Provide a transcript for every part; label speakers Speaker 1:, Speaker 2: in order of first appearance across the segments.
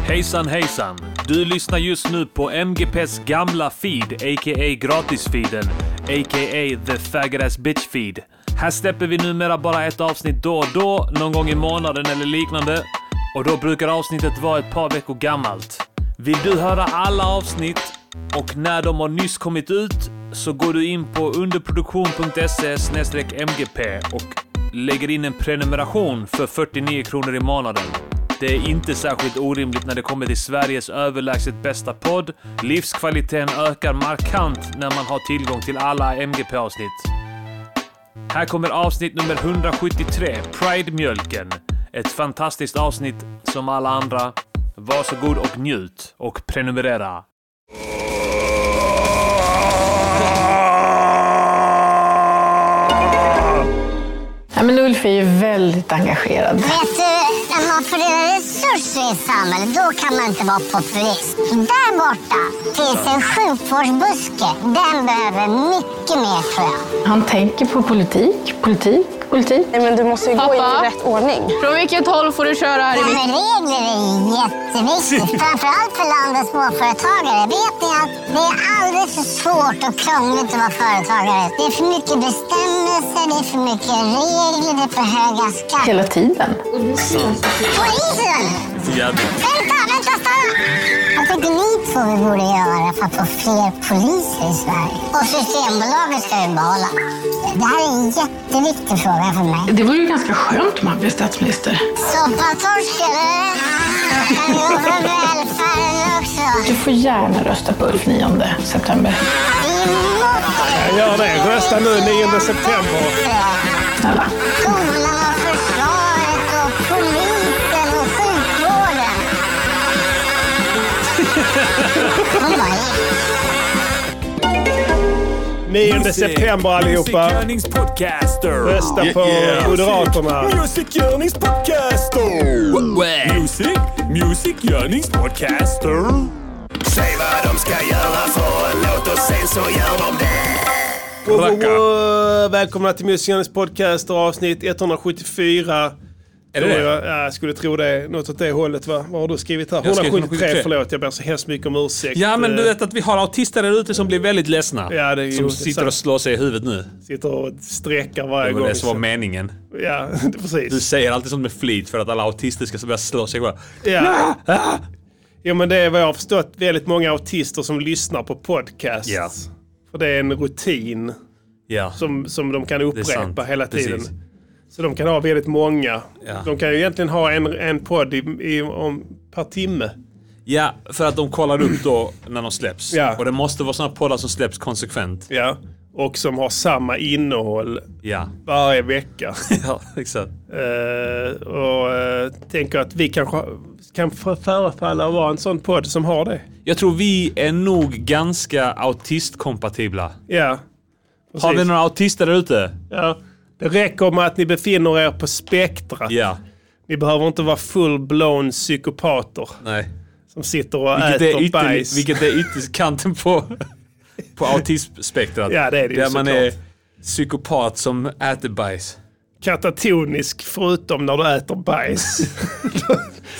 Speaker 1: Hejsan hejsan! Du lyssnar just nu på MGP's gamla feed, a.k.a. gratisfeeden, a.k.a. the faggot ass bitch feed. Här släpper vi numera bara ett avsnitt då och då, någon gång i månaden eller liknande. Och då brukar avsnittet vara ett par veckor gammalt. Vill du höra alla avsnitt och när de har nyss kommit ut så går du in på underproduktion.se mgp och lägger in en prenumeration för 49 kronor i månaden. Det är inte särskilt orimligt när det kommer till Sveriges överlägset bästa podd. Livskvaliteten ökar markant när man har tillgång till alla MGP-avsnitt. Här kommer avsnitt nummer 173, Pride-mjölken. Ett fantastiskt avsnitt som alla andra. Varsågod och njut och prenumerera.
Speaker 2: Ja, men Ulf är ju väldigt engagerad.
Speaker 3: Vet du, när man får resurser i ett samhälle, då kan man inte vara populist. Där borta finns en sjukvårdsbuske. Den behöver mycket mer, tror jag.
Speaker 2: Han tänker på politik, politik, politik.
Speaker 4: Nej, men du måste ju gå i
Speaker 5: Pappa?
Speaker 4: rätt ordning.
Speaker 5: Från vilket håll får du köra här i
Speaker 3: Ja, men regler är ju jätteviktigt, framförallt för landets småföretagare. Vet ni att det är alldeles för svårt och krångligt att vara företagare? Det är för mycket bestämmelser, det är för mycket regler, det är för höga skatter.
Speaker 2: Hela tiden.
Speaker 3: Polisen!
Speaker 1: Jävligt.
Speaker 3: Vänta, vänta, stanna! Vad tycker ni två vi borde göra för att få fler poliser i Sverige? Och Systembolaget ska vi behålla. Det här är en jätteviktig fråga för mig.
Speaker 2: Det vore ju ganska skönt om han blev statsminister.
Speaker 3: Soppatorsk, eller? Kan gå för välfärden också?
Speaker 2: Du får gärna rösta på Ulf 9 september.
Speaker 3: Jag
Speaker 6: gör det. Rösta nu, 9 september.
Speaker 2: Snälla.
Speaker 3: Skolan och försvaret och polisen och sjukvården. Hon bara,
Speaker 6: 9 september allihopa. Rösta på
Speaker 7: Yeah.
Speaker 6: Moderaterna.
Speaker 7: Music Yearnings Podcaster! Music, Music Yearnings Podcaster! Säg vad de ska göra för en låt och sen så gör de det!
Speaker 6: Wow, wow, wow. Välkomna till Musikernas podcast avsnitt 174.
Speaker 7: Är det
Speaker 6: Tror
Speaker 7: det?
Speaker 6: Jag, ja, jag skulle tro det. Något åt det hållet va? Vad har du skrivit här?
Speaker 7: Jag skrev
Speaker 6: 173,
Speaker 7: 173.
Speaker 6: förlåt. Jag ber så hemskt mycket om ursäkt.
Speaker 1: Ja, men du
Speaker 6: Eh,
Speaker 1: vet att vi har autister där ute som blir väldigt ledsna.
Speaker 6: Ja, det är ju
Speaker 1: som
Speaker 6: sant.
Speaker 1: sitter och slår sig i huvudet nu.
Speaker 6: Sitter och sträcker varje
Speaker 1: Det var
Speaker 6: gång.
Speaker 1: det som var meningen.
Speaker 6: Ja,
Speaker 1: Du
Speaker 6: precis.
Speaker 1: säger alltid sånt med flit för att alla autister ska börja slå sig. Bara,
Speaker 6: Ja. Jo men det är vad jag har förstått väldigt många autister som lyssnar på podcasts.
Speaker 1: Ja.
Speaker 6: För det är en rutin
Speaker 1: Ja,
Speaker 6: som, som de kan
Speaker 1: det är sant.
Speaker 6: upprepa hela tiden.
Speaker 1: Precis.
Speaker 6: Så de kan ha väldigt många.
Speaker 1: Ja.
Speaker 6: De kan ju egentligen ha en, en podd i, i, om, per timme.
Speaker 1: Ja, för att de kollar upp då när de släpps.
Speaker 6: Ja.
Speaker 1: Och det måste vara såna poddar som släpps konsekvent.
Speaker 6: Ja. Och som har samma innehåll
Speaker 1: Ja,
Speaker 6: varje vecka.
Speaker 1: ja exakt.
Speaker 6: Eh, och eh, tänker att vi kanske kan f- förefalla att vara en sån podd som har det.
Speaker 1: Jag tror vi är nog ganska autistkompatibla.
Speaker 6: Ja.
Speaker 1: Har vi
Speaker 6: precis.
Speaker 1: några autister där ute?
Speaker 6: ja. Det räcker med att ni befinner er på spektrat.
Speaker 1: Ja.
Speaker 6: Ni behöver inte vara full-blown psykopater
Speaker 1: Nej.
Speaker 6: som sitter och
Speaker 1: Vilket
Speaker 6: äter
Speaker 1: är, ytterli-
Speaker 6: bajs.
Speaker 1: vilket är ytterkanten på, på autismspektrat.
Speaker 6: Ja, det är det ju
Speaker 1: Där man
Speaker 6: såklart.
Speaker 1: är psykopat som äter bajs.
Speaker 6: Katatonisk förutom när du äter bajs.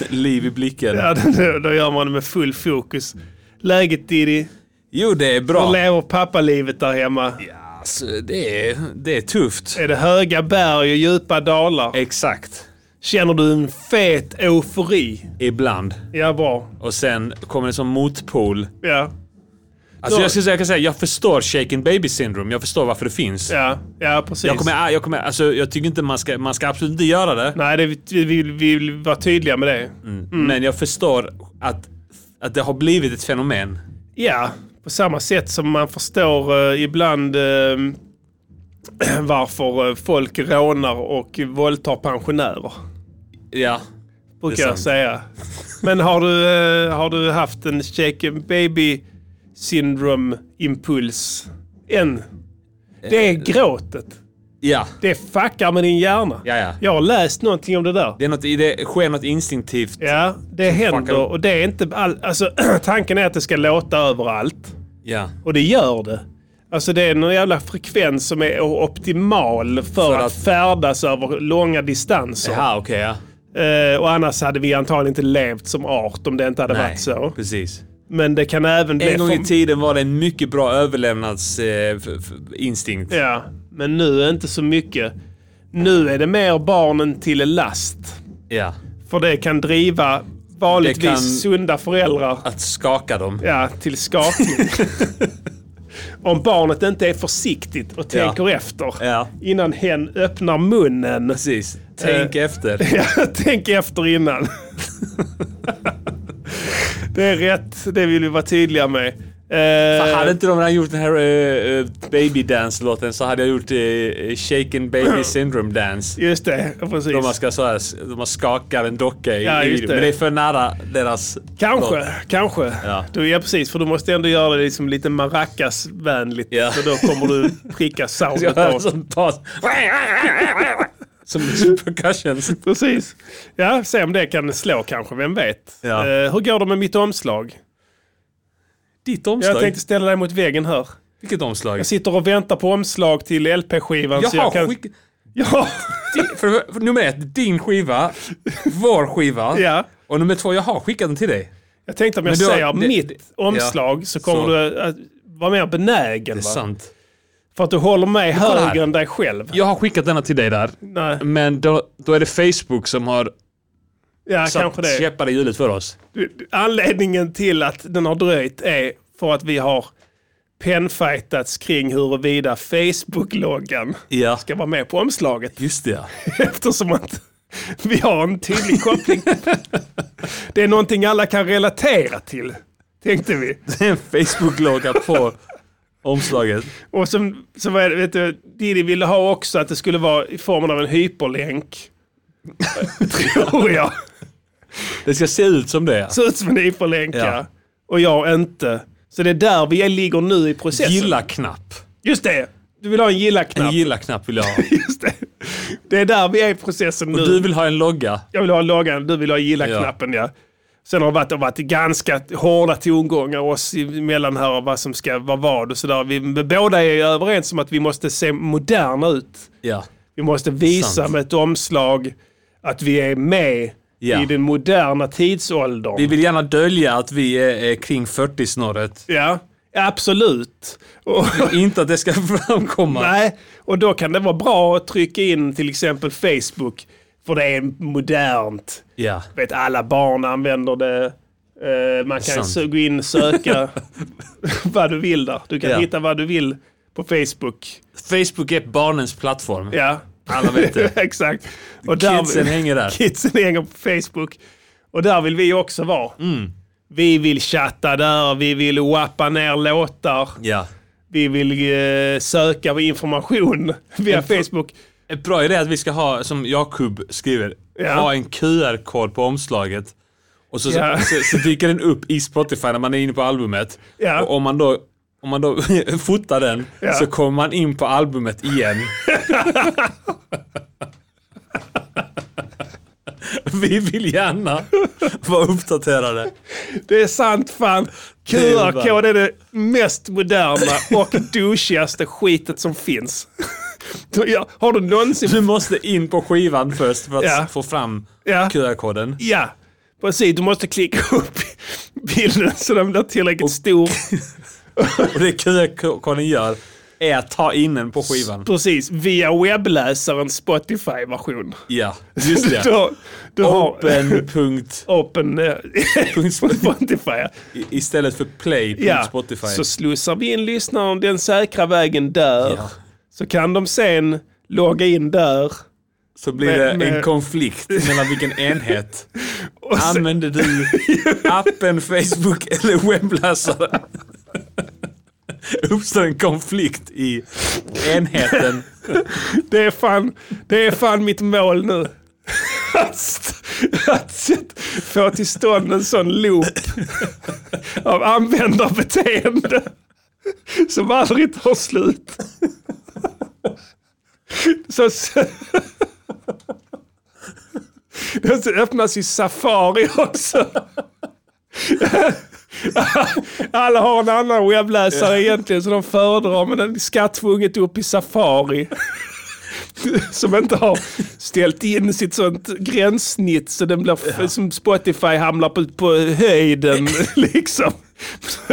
Speaker 1: Liv i blicken.
Speaker 6: Ja, då, då gör man det med full fokus. Läget Diddy?
Speaker 1: Jo, det är
Speaker 6: Hur
Speaker 1: bra.
Speaker 6: lever pappalivet där hemma?
Speaker 1: Alltså, det, är, det är tufft.
Speaker 6: Är det höga berg och djupa dalar?
Speaker 1: Exakt.
Speaker 6: Känner du en fet eufori?
Speaker 1: Ibland.
Speaker 6: Ja, bra.
Speaker 1: Och sen kommer det som motpol.
Speaker 6: Ja,
Speaker 1: Alltså, jag, ska säga, jag kan säga jag förstår shaken baby syndrome. Jag förstår varför det finns.
Speaker 6: ja, ja precis.
Speaker 1: Jag, kommer, jag, kommer, alltså, jag tycker inte man ska, man ska absolut inte göra det.
Speaker 6: Nej, det, vi, vi, vi vill vara tydliga med det.
Speaker 1: Mm. Men jag förstår att, att det har blivit ett fenomen.
Speaker 6: Ja, på samma sätt som man förstår eh, ibland eh, varför eh, folk rånar och våldtar pensionärer.
Speaker 1: Ja. Det
Speaker 6: Brukar
Speaker 1: är
Speaker 6: jag
Speaker 1: sant.
Speaker 6: säga. Men har du, eh, har du haft en shake baby syndrome impuls än? Det är gråtet.
Speaker 1: Eh, Ja.
Speaker 6: Det fuckar med din hjärna.
Speaker 1: Ja, ja.
Speaker 6: Jag har läst någonting om det där.
Speaker 1: Det, är något, det sker något instinktivt.
Speaker 6: Ja, det händer
Speaker 1: fuckar-
Speaker 6: och det är inte all, alltså, tanken är att det ska låta överallt.
Speaker 1: Ja.
Speaker 6: Och det gör det. Alltså det är någon jävla frekvens som är optimal för,
Speaker 1: För
Speaker 6: att,
Speaker 1: att-
Speaker 6: färdas över långa distanser.
Speaker 1: Jaha, okej. ja.
Speaker 6: Eh, och annars hade vi antagligen inte levt som art om det inte hade varit så.
Speaker 1: precis.
Speaker 6: Men det kan även bli...
Speaker 1: En gång i
Speaker 6: för-
Speaker 1: tiden var det en mycket bra eh, överlevnadsinstinkt.
Speaker 6: Ja, men nu är inte så mycket. Nu är det mer barnen till last.
Speaker 1: ja.
Speaker 6: För det kan driva vanligtvis
Speaker 1: Det kan-
Speaker 6: sunda föräldrar
Speaker 1: Att skaka dem.
Speaker 6: ja, till skakning. Om barnet inte är försiktigt och
Speaker 1: Ja.
Speaker 6: tänker efter
Speaker 1: Ja.
Speaker 6: innan hen öppnar munnen.
Speaker 1: Precis. Tänk efter.
Speaker 6: Ja, tänk efter innan. det är rätt, det vill vi vara tydliga med. Eh,
Speaker 1: Hade inte de redan gjort den här uh, baby dance låten så hade jag gjort eh, shaken baby syndrome dance.
Speaker 6: Just det, ja, precis.
Speaker 1: De, man ska så här, de man skakar en docka i
Speaker 6: Ja,
Speaker 1: i
Speaker 6: just
Speaker 1: videon.
Speaker 6: det.
Speaker 1: Men det är för nära deras...
Speaker 6: Kanske,
Speaker 1: låt.
Speaker 6: kanske.
Speaker 1: Ja.
Speaker 6: Du, ja, precis. För du måste ändå göra det liksom lite maracas-vänligt.
Speaker 1: Ja. alltså.
Speaker 6: För då kommer du pricka
Speaker 1: Jag
Speaker 6: soundet
Speaker 1: hör en
Speaker 6: av.
Speaker 1: sån bas. Som percussions.
Speaker 6: Precis. Ja, se om det kan slå kanske, vem vet.
Speaker 1: Ja.
Speaker 6: Eh, hur går det med mitt omslag?
Speaker 1: Ditt omslag?
Speaker 6: Jag tänkte ställa dig mot väggen här.
Speaker 1: Vilket omslag? Alltså,
Speaker 6: Jag sitter och väntar på omslag till LP-skivan. så
Speaker 1: Jaha,
Speaker 6: jag kan...
Speaker 1: skick...
Speaker 6: Ja,
Speaker 1: Di- för, för, nummer ett, din skiva. Vår skiva.
Speaker 6: ja.
Speaker 1: Och nummer två, jag har skickat den till dig.
Speaker 6: Jag tänkte om jag
Speaker 1: Men du har-
Speaker 6: säger
Speaker 1: det-
Speaker 6: mitt
Speaker 1: det-
Speaker 6: omslag så kommer
Speaker 1: så.
Speaker 6: du att vara mer benägen.
Speaker 1: Det är
Speaker 6: Va?
Speaker 1: sant.
Speaker 6: För att du håller mig
Speaker 1: kolla här.
Speaker 6: högre än dig själv.
Speaker 1: Jag har skickat denna till dig där.
Speaker 6: Nej,
Speaker 1: Men då, då är det Facebook som har
Speaker 6: ja, kanske
Speaker 1: satt
Speaker 6: det.
Speaker 1: käppar i hjulet för oss.
Speaker 6: Anledningen till att den har dröjt är för att vi har penfightats kring huruvida Facebook-loggan
Speaker 1: Ja.
Speaker 6: ska vara med på omslaget.
Speaker 1: Just det.
Speaker 6: Eftersom att vi har en tydlig koppling. Det är någonting alla kan relatera till, tänkte vi.
Speaker 1: Det är en Facebook-logga på omslaget.
Speaker 6: Och som, så var det, vet du, Diddy ville ha också att det skulle vara i formen av en hyperlänk. Tror jag.
Speaker 1: Det ska se ut som det.
Speaker 6: Ser ut som en hyperlänk, ja.
Speaker 1: Ja.
Speaker 6: Och jag inte. Så det är där vi ligger nu i processen.
Speaker 1: Gilla-knapp.
Speaker 6: Just det! Du vill ha en
Speaker 1: En
Speaker 6: gilla-knapp.
Speaker 1: gilla-knapp vill jag ha.
Speaker 6: Just det. det är där vi är i processen nu.
Speaker 1: Och du vill ha en logga.
Speaker 6: Jag vill ha loggan, du vill ha gilla-knappen, ja. Sen har det varit, det har varit ganska hårda tongångar oss emellan här om vad som ska vara vad och sådär. Vi vi båda är ju överens om att vi måste se moderna ut.
Speaker 1: Ja.
Speaker 6: Vi måste visa
Speaker 1: Sant.
Speaker 6: med ett omslag att vi är med
Speaker 1: Ja.
Speaker 6: i den moderna tidsåldern.
Speaker 1: Vi vill gärna dölja att vi är, är kring 40-snåret.
Speaker 6: Ja, absolut. Och,
Speaker 1: Inte att det ska framkomma.
Speaker 6: nej, och då kan det vara bra att trycka in till exempel Facebook. För det är modernt.
Speaker 1: Ja.
Speaker 6: Vet, alla barn använder det. Eh, Man kan
Speaker 1: Sant.
Speaker 6: så gå in och söka vad du vill där. Du kan
Speaker 1: Ja.
Speaker 6: hitta vad du vill på Facebook.
Speaker 1: Facebook är barnens plattform.
Speaker 6: Ja,
Speaker 1: Alla vet det.
Speaker 6: exakt. Och
Speaker 1: Kidsen hänger där.
Speaker 6: Kidsen hänger på Facebook. Och där vill vi också vara.
Speaker 1: Mm.
Speaker 6: Vi vill chatta där, vi vill wappa ner låtar,
Speaker 1: Ja.
Speaker 6: vi vill eh, söka information via Facebook.
Speaker 1: Ett bra idé är att vi ska ha, som Jakub skriver,
Speaker 6: Ja.
Speaker 1: ha en QR-kod på omslaget. Och så,
Speaker 6: Ja.
Speaker 1: så, så dyker den upp i Spotify när man är inne på albumet.
Speaker 6: Ja.
Speaker 1: Och om man då, om man då fotar den
Speaker 6: Ja.
Speaker 1: så kommer man in på albumet igen. vi vill gärna vara uppdaterade.
Speaker 6: Det är sant fan.
Speaker 1: är bara-
Speaker 6: QR-kod är det mest moderna och douchigaste skitet som finns. Ja, Har du någonsin...
Speaker 1: Du måste in på skivan först för att
Speaker 6: Ja.
Speaker 1: få fram
Speaker 6: Ja.
Speaker 1: QR-koden.
Speaker 6: Ja, precis. Du måste klicka upp bilden så den blir tillräckligt stor.
Speaker 1: Och det QR-koden gör är att ta in den på skivan.
Speaker 6: Precis, via webbläsarens Spotify-version.
Speaker 1: Ja, just det.
Speaker 6: Du, du har
Speaker 1: Open punkt
Speaker 6: open eh, Spotify. ja.
Speaker 1: i- istället för play punkt
Speaker 6: Ja.
Speaker 1: Spotify.
Speaker 6: Så slussar vi in lyssnaren den säkra vägen där.
Speaker 1: Ja.
Speaker 6: Så kan de sen logga in där.
Speaker 1: Så blir
Speaker 6: Men-
Speaker 1: det
Speaker 6: men-
Speaker 1: en konflikt mellan vilken enhet.
Speaker 6: Och sen-
Speaker 1: Använder du appen, Facebook eller webbläsare? Uppstår en konflikt i enheten.
Speaker 6: Det är fan, det är fan mitt mål nu. Att, st- att s- få till stånd en sån loop av användarbeteende som aldrig tar slut. Så, s- Och så öppnas ju Safari också. Alla har en annan webbläsare egentligen så de föredrar men den är skattvunget upp i Safari. som inte har ställt in sitt sånt gränssnitt så den blir, f- som Spotify hamnar på, på höjden liksom.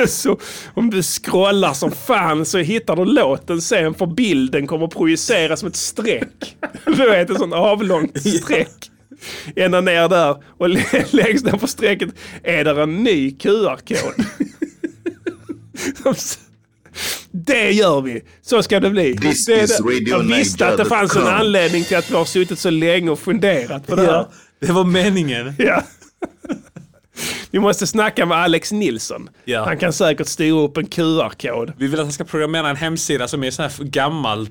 Speaker 6: Så om du scrollar som fan så hittar du låten sen för bilden kommer att projicera som ett streck. Du vet, ett sånt avlångt streck. Ända ner där och lä- längst ner på strecket är där en ny QR-kod. Det gör vi! Så ska det bli.
Speaker 8: This
Speaker 6: Det är
Speaker 8: is
Speaker 6: det. Jag visste att det fanns en
Speaker 8: radionaja.com.
Speaker 6: anledning till att vi har suttit så länge och funderat på det här.
Speaker 1: Ja, det var meningen.
Speaker 6: Ja. Vi måste snacka med Alex Nilsson.
Speaker 1: Ja.
Speaker 6: Han kan säkert styra upp en QR-kod.
Speaker 1: Vi vill att han ska programmera en hemsida som är så här gammal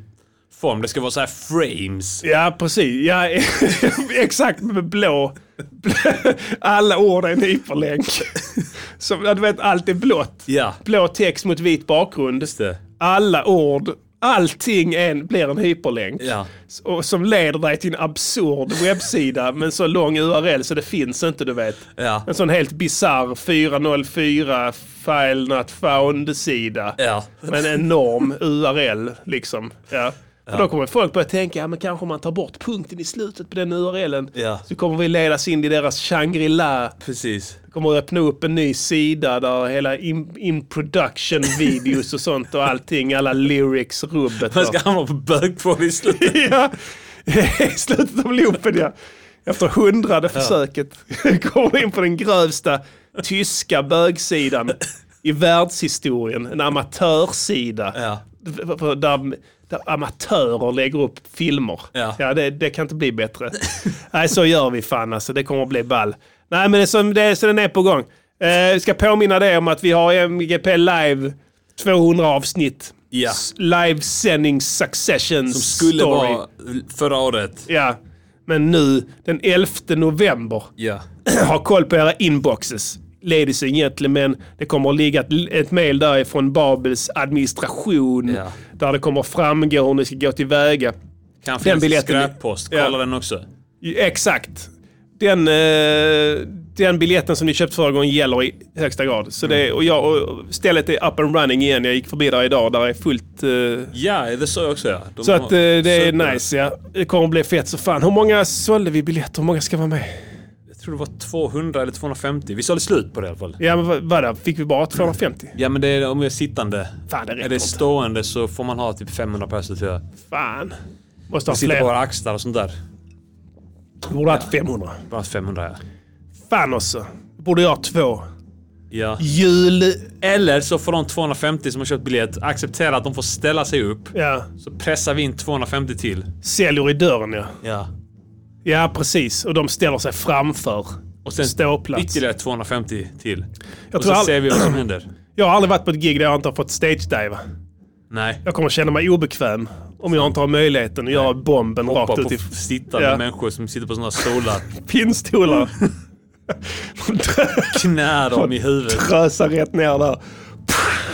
Speaker 1: form. Det ska vara så här frames.
Speaker 6: Ja, precis. Ja, exakt med blå. Alla ord är en hyperlänk. Som, ja, du vet, allt är blått.
Speaker 1: Ja.
Speaker 6: Blå text mot vit bakgrund.
Speaker 1: Just det.
Speaker 6: Alla ord, allting är en, blir en hyperlänk.
Speaker 1: Ja.
Speaker 6: S- Och, som leder dig till en absurd webbsida med en så lång URL så det finns inte, du vet.
Speaker 1: Ja.
Speaker 6: En sån helt bizarr 404 file not found-sida.
Speaker 1: Ja.
Speaker 6: Med en enorm URL liksom. Ja. Och då kommer folk börja tänka, ja men kanske om man tar bort punkten i slutet på den URLen
Speaker 1: Ja.
Speaker 6: så kommer vi ledas in i deras Shangri-La.
Speaker 1: Precis.
Speaker 6: Kommer att öppna upp en ny sida där hela in, in production videos och sånt och allting, alla lyrics, rubbet.
Speaker 1: Man ska hamna på bögporr i slutet.
Speaker 6: Ja, i slutet av loopen ja. Efter hundrade försöket kommer vi in på den grövsta tyska bögsidan i världshistorien. En amatörsida.
Speaker 1: Ja.
Speaker 6: V- v- Där, där amatörer lägger upp filmer.
Speaker 1: Ja.
Speaker 6: det, det kan inte bli bättre. Nej, så gör vi fan alltså. Det kommer att bli ball. Nej, men det är som, det är, så den är på gång. Eh, vi ska påminna dig om att vi har MGP live 200 avsnitt.
Speaker 1: Ja.
Speaker 6: S- Livesändning Succession
Speaker 1: Som skulle
Speaker 6: story.
Speaker 1: vara förra året.
Speaker 6: Ja, men nu den 11 november.
Speaker 1: Ja.
Speaker 6: ha koll på era inboxes. Ladies and gentlemen, det kommer att ligga ett, ett mail därifrån Babels administration.
Speaker 1: Ja.
Speaker 6: Där det kommer framgå hur ni ska gå tillväga.
Speaker 1: Kan
Speaker 6: Den
Speaker 1: finnas i
Speaker 6: biljetten-
Speaker 1: skräppost. Kolla
Speaker 6: Ja.
Speaker 1: den också.
Speaker 6: Exakt. Den, eh, den biljetten som ni köpte förra gången gäller i högsta grad. Så det, och jag, och stället är up and running igen. Jag gick förbi där idag. Där är fullt... eh,
Speaker 1: Ja, det såg jag också ja. De
Speaker 6: så att eh,
Speaker 1: har-
Speaker 6: det är
Speaker 1: Super.
Speaker 6: nice ja. Det kommer att bli fett så fan. Hur många sålde vi biljetter? Hur många ska vara med?
Speaker 1: Jag tror det var 200 eller 250. Vi sålde slut på det i alla fall.
Speaker 6: Ja men vad, vadå? Fick vi bara 250?
Speaker 1: Ja men det är om jag är sittande.
Speaker 6: Fan, det räcker
Speaker 1: är det
Speaker 6: inte.
Speaker 1: stående så får man ha typ 500 personer tror jag.
Speaker 6: Fan. Måste ha
Speaker 1: Sitter på
Speaker 6: fler.
Speaker 1: våra axlar och sånt där.
Speaker 6: Borde ha haft 500.
Speaker 1: Bara 500 ja.
Speaker 6: Fan också. Borde jag ha två.
Speaker 1: ja.
Speaker 6: Jul...
Speaker 1: Eller så får de 250 som har köpt biljett acceptera att de får ställa sig upp.
Speaker 6: Ja.
Speaker 1: Så pressar vi in 250 till.
Speaker 6: Säljer i dörren ja.
Speaker 1: Ja.
Speaker 6: Ja precis. Och de ställer sig framför.
Speaker 1: Och sen
Speaker 6: Ståplats.
Speaker 1: ytterligare 250 till. och
Speaker 6: tror
Speaker 1: så
Speaker 6: all-
Speaker 1: ser vi vad som händer.
Speaker 6: Jag har aldrig varit på ett gig där jag inte har fått stage-diva.
Speaker 1: Nej.
Speaker 6: Jag kommer känna mig obekväm om jag inte har möjligheten att göra bomben rakt
Speaker 1: Hoppa
Speaker 6: ut
Speaker 1: på
Speaker 6: i
Speaker 1: f- sittande
Speaker 6: Ja.
Speaker 1: människor som sitter på såna stolar.
Speaker 6: pinnstolar.
Speaker 1: Knär dem i huvudet.
Speaker 6: Trösa rätt ner där.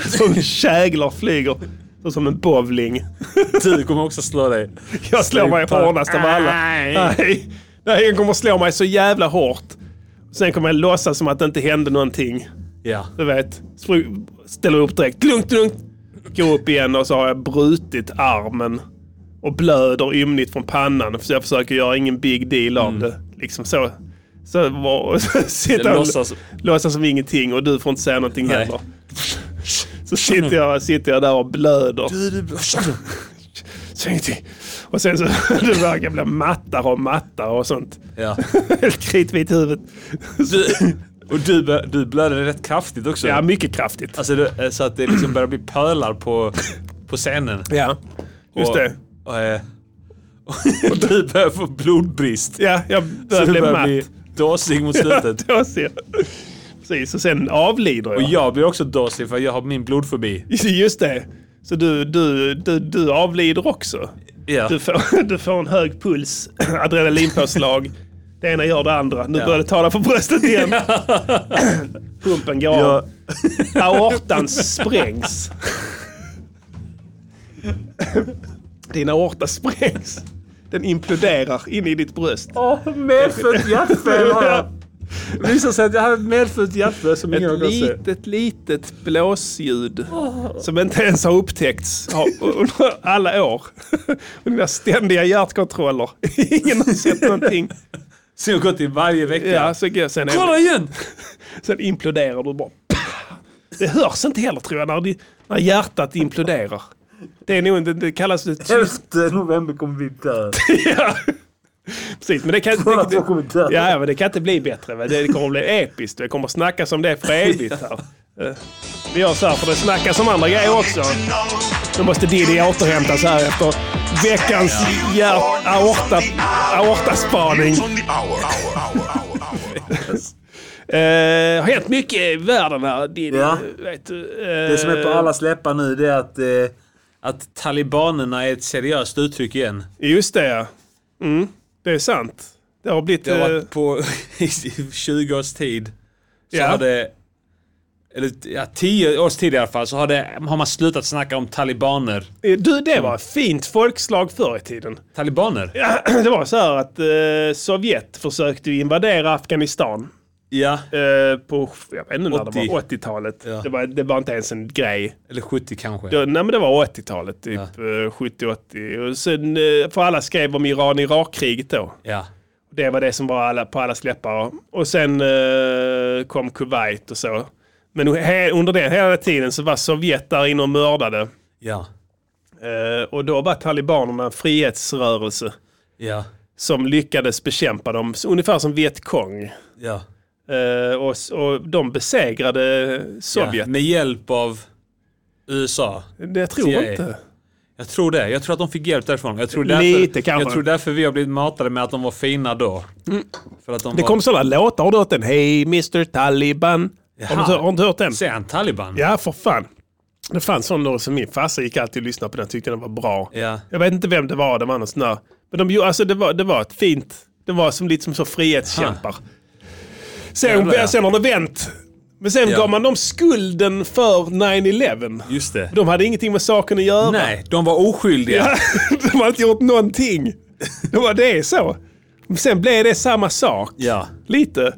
Speaker 6: Som käglar flyger. Så Som en bowling.
Speaker 1: Du kommer också slå dig.
Speaker 6: Jag slår mig
Speaker 1: Slipar.
Speaker 6: hårdast av alla.
Speaker 1: Nej.
Speaker 6: Nej. Nej, jag kommer slå mig så jävla hårt. Sen kommer jag låtsas som att det inte hände någonting.
Speaker 1: Ja.
Speaker 6: Du vet, Spr- ställer upp direkt. Lugnt, lugnt. Går upp igen och så har jag brutit armen. Och blöder ymnigt från pannan. Så jag försöker göra ingen big
Speaker 1: Mm.
Speaker 6: deal av det. Liksom så. Så var, sitter jag och
Speaker 1: låtsas-
Speaker 6: låtsas som ingenting och du får inte säga någonting
Speaker 1: Nej.
Speaker 6: heller. Så sitter jag, sitter jag där och blöder. Säg ingenting. Och sen så det verkar bli mattare och mattare och sånt.
Speaker 1: Ja.
Speaker 6: Helt kritvit i huvudet.
Speaker 1: Du, och du, bör- du blöder rätt kraftigt också.
Speaker 6: Ja, mycket kraftigt.
Speaker 1: Alltså det, så att det liksom börjar bli pölar på, på scenen.
Speaker 6: Ja, just
Speaker 1: och,
Speaker 6: det.
Speaker 1: Och, eh, och du börjar få blodbrist.
Speaker 6: Ja, jag
Speaker 1: Så
Speaker 6: börjar
Speaker 1: du
Speaker 6: bli
Speaker 1: börjar
Speaker 6: matt.
Speaker 1: bli dåsig mot slutet.
Speaker 6: Då ser jag. Precis, och sen avlider
Speaker 1: Och
Speaker 6: jag.
Speaker 1: jag blir också dåsig för jag har min blodfobi.
Speaker 6: Just det. Så du, du, du, du avlider också.
Speaker 1: Ja.
Speaker 6: Du, får, du får en hög puls, adrenalinpåslag. Det ena gör det andra. Nu börjar det tala för bröstet igen. Pumpen går av. Aortan sprängs. Din aorta sprängs. Den imploderar in i ditt bröst.
Speaker 1: Medfött hjärtfel har jag. Det visar sig att jag hade ett medfött hjärtblöd som ingen har
Speaker 6: Ett
Speaker 1: kunnat se.
Speaker 6: litet, litet blåsljud som inte ens har upptäckts har- under alla år. Och Dina ständiga hjärtkontroller. Ingen har sett någonting.
Speaker 1: Så jag har gått in varje vecka.
Speaker 6: Ja, så går- sen,
Speaker 1: Kolla igen!
Speaker 6: sen imploderar du bara. Det hörs inte heller tror jag när, di- när hjärtat imploderar. Det, är nog, det, det kallas det
Speaker 1: Efter november kommer vi dö.
Speaker 6: Ja. Precis, men det kan,
Speaker 1: Kolla att
Speaker 6: det,
Speaker 1: jag kommer dö.
Speaker 6: ja, ja, men det kan inte bli bättre. Va? Det kommer bli episkt. Det kommer snackas om det för evigt. Här. Eh, Vi gör så här, för det snackas om andra grejer också. Nu måste Diddy återhämtas här efter veckans hjärt- aorta, aortaspaning. Det Eh, har hänt mycket i världen här, Diddy.
Speaker 1: Ja.
Speaker 6: Vet du, eh,
Speaker 1: Det som är på allas läppar nu det är att, eh, att talibanerna är ett seriöst uttryck igen.
Speaker 6: Just det, ja. Mm, det är sant. Det har blivit...
Speaker 1: Det har
Speaker 6: eh,
Speaker 1: varit på i 20 års tid. Så
Speaker 6: Ja.
Speaker 1: har det, eller ja, 10 års tid i alla fall, så har, det, har man slutat snacka om talibaner.
Speaker 6: Du, det var ett fint folkslag förr i tiden.
Speaker 1: Talibaner? Ja.
Speaker 6: Det var så här att eh, Sovjet försökte ju invadera Afghanistan eh, på jag vet inte när det
Speaker 1: 80.
Speaker 6: var, 80-talet.
Speaker 1: Ja.
Speaker 6: Det, var, det var inte ens en grej.
Speaker 1: Eller 70 kanske.
Speaker 6: Det, nej men det var 80-talet, typ eh, 70-80. Och sen, eh, för alla skrev om Iran-Irak-kriget då.
Speaker 1: Ja.
Speaker 6: Det var det som var alla, på alla läppar. Och sen eh, kom Kuwait och så. Men he, under den hela tiden så var Sovjet där inne och mördade.
Speaker 1: Ja.
Speaker 6: Eh, och då var talibanerna en frihetsrörelse.
Speaker 1: Ja.
Speaker 6: som lyckades bekämpa dem, så ungefär som Vietkong.
Speaker 1: Ja.
Speaker 6: Eh, och, s- och de besegrade Sovjet.
Speaker 1: ja. Med hjälp av USA.
Speaker 6: Det tror
Speaker 1: CIA.
Speaker 6: jag inte.
Speaker 1: Jag tror det. Jag tror att de fick hjälp därifrån. Jag tror därför,
Speaker 6: Lite kanske. Mm.
Speaker 1: Jag tror därför vi har blivit matade med att de var fina då. För att de
Speaker 6: Det
Speaker 1: var...
Speaker 6: kom sådana låtar, har du hört den? Hey Mr Taliban. Har du, inte-
Speaker 1: Jaha.
Speaker 6: har du inte hört den?
Speaker 1: Säger han taliban?
Speaker 6: Ja, för fan. Det fanns sån då som min farsa gick alltid och lyssnade på den och tyckte den var bra.
Speaker 1: Ja.
Speaker 6: Jag vet inte vem det var, det var någon sån där. Men de, gjorde- alltså, det, var, det var ett fint, det var som lite som så frihetskämpar. Sen,
Speaker 1: Jävlar, ja.
Speaker 6: sen har det vänt. Men sen
Speaker 1: Ja.
Speaker 6: gav man dem skulden för 9-11.
Speaker 1: Just det.
Speaker 6: De hade ingenting med saken att göra.
Speaker 1: Nej, de var oskyldiga.
Speaker 6: De hade inte gjort någonting. Det var det så. Men sen blev det samma sak.
Speaker 1: Ja.
Speaker 6: Lite.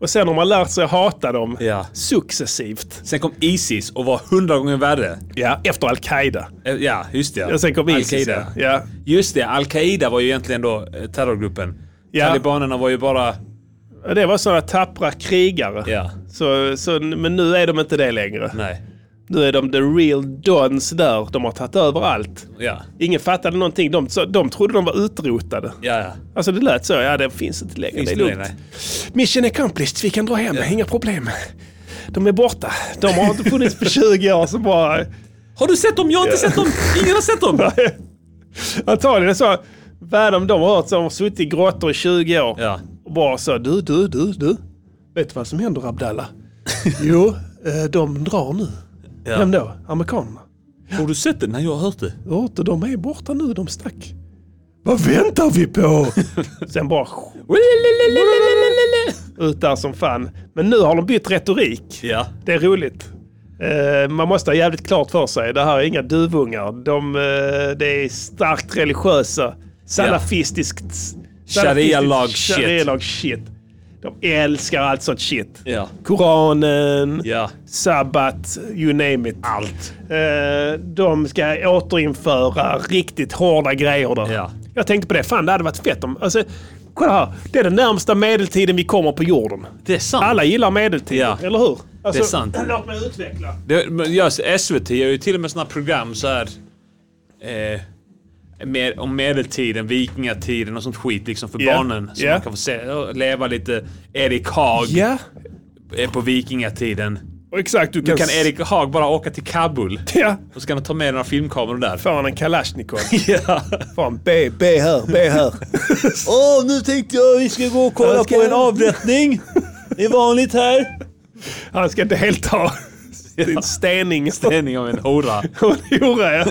Speaker 6: Och sen har man lärt sig att hata dem
Speaker 1: Ja.
Speaker 6: successivt.
Speaker 1: Sen kom Isis och var hundra gånger värre.
Speaker 6: Ja, efter Al-Qaida.
Speaker 1: Eh, Ja, just det.
Speaker 6: Ja, sen kom ISIS.
Speaker 1: Al-Qaida.
Speaker 6: ja. Ja.
Speaker 1: Just det, Al-Qaida var ju egentligen då eh, terrorgruppen.
Speaker 6: Ja.
Speaker 1: Talibanerna var ju bara...
Speaker 6: Och Det var sådana tappra krigare.
Speaker 1: Ja.
Speaker 6: Så, så, men nu är de inte det längre.
Speaker 1: Nej.
Speaker 6: Nu är de the real dons där. De har tagit över allt.
Speaker 1: Ja.
Speaker 6: Ingen fattade någonting. De, så, de trodde de var utrotade.
Speaker 1: Ja, ja.
Speaker 6: Alltså det lät så. Ja, det finns inte längre.
Speaker 1: Finns
Speaker 6: det är
Speaker 1: det
Speaker 6: lugnt.
Speaker 1: längre?
Speaker 6: Mission accomplished. Vi kan dra hem. Inga problem. De är borta. De har inte funnits på 20 år. Så bara...
Speaker 1: Har du sett dem? Jag har inte sett dem! Ingen har sett dem!
Speaker 6: Antagligen så. Vad är de de har hört? Så de har suttit i grottor i 20 år.
Speaker 1: Ja.
Speaker 6: Och bara så. Du, du, du, du. Vet du vad som händer Abdallah? jo, eh, de drar nu.
Speaker 1: Ja.
Speaker 6: Vem då? Amerikanerna.
Speaker 1: Har du sett det? Nej, jag har hört det.
Speaker 6: Du har hört det? De är borta nu. De stack. Vad väntar vi på? Sen bara ut där som fan. Men nu har de bytt retorik.
Speaker 1: Ja.
Speaker 6: Det är roligt. Eh, man måste ha jävligt klart för sig. Det här är inga duvungar. De, eh, det är starkt religiösa. Salafistiskt.
Speaker 1: Sharia-lag shit.
Speaker 6: sharia shit. De älskar allt sånt shit.
Speaker 1: Ja.
Speaker 6: Koranen,
Speaker 1: Ja.
Speaker 6: sabbat, you name it. Allt. de ska återinföra riktigt hårda grejer där.
Speaker 1: Ja.
Speaker 6: Jag tänkte på det. Fan, det hade varit fett om... Alltså, kolla här. Det är den närmsta medeltiden vi kommer på jorden.
Speaker 1: Det är sant.
Speaker 6: Alla gillar medeltiden,
Speaker 1: Ja.
Speaker 6: eller hur? Alltså,
Speaker 1: Det är sant.
Speaker 6: Låt mig utveckla.
Speaker 1: Det, men ja, SVT gör ju till och med såna program så här. Eh, med, om medeltiden, vikingatiden och sånt skit liksom för
Speaker 6: Ja.
Speaker 1: barnen. Så
Speaker 6: Ja.
Speaker 1: man kan få se, och leva lite Erik Haag
Speaker 6: Ja,
Speaker 1: eh, på vikingatiden.
Speaker 6: och exakt. Du kan,
Speaker 1: Nu kan Erik Haag bara åka till Kabul.
Speaker 6: Ja,
Speaker 1: Och så kan de ta med några filmkameror där.
Speaker 6: får han en Kalashnikov.
Speaker 1: Ja.
Speaker 6: Fan, be, be här, be här.
Speaker 1: Åh, nu tänkte jag vi ska gå och kolla
Speaker 6: på en
Speaker 1: avrättning. Det är vanligt här.
Speaker 6: Han ska delta. Det är en stening.
Speaker 1: Tändning av en hora.
Speaker 6: Och det gjorde jag.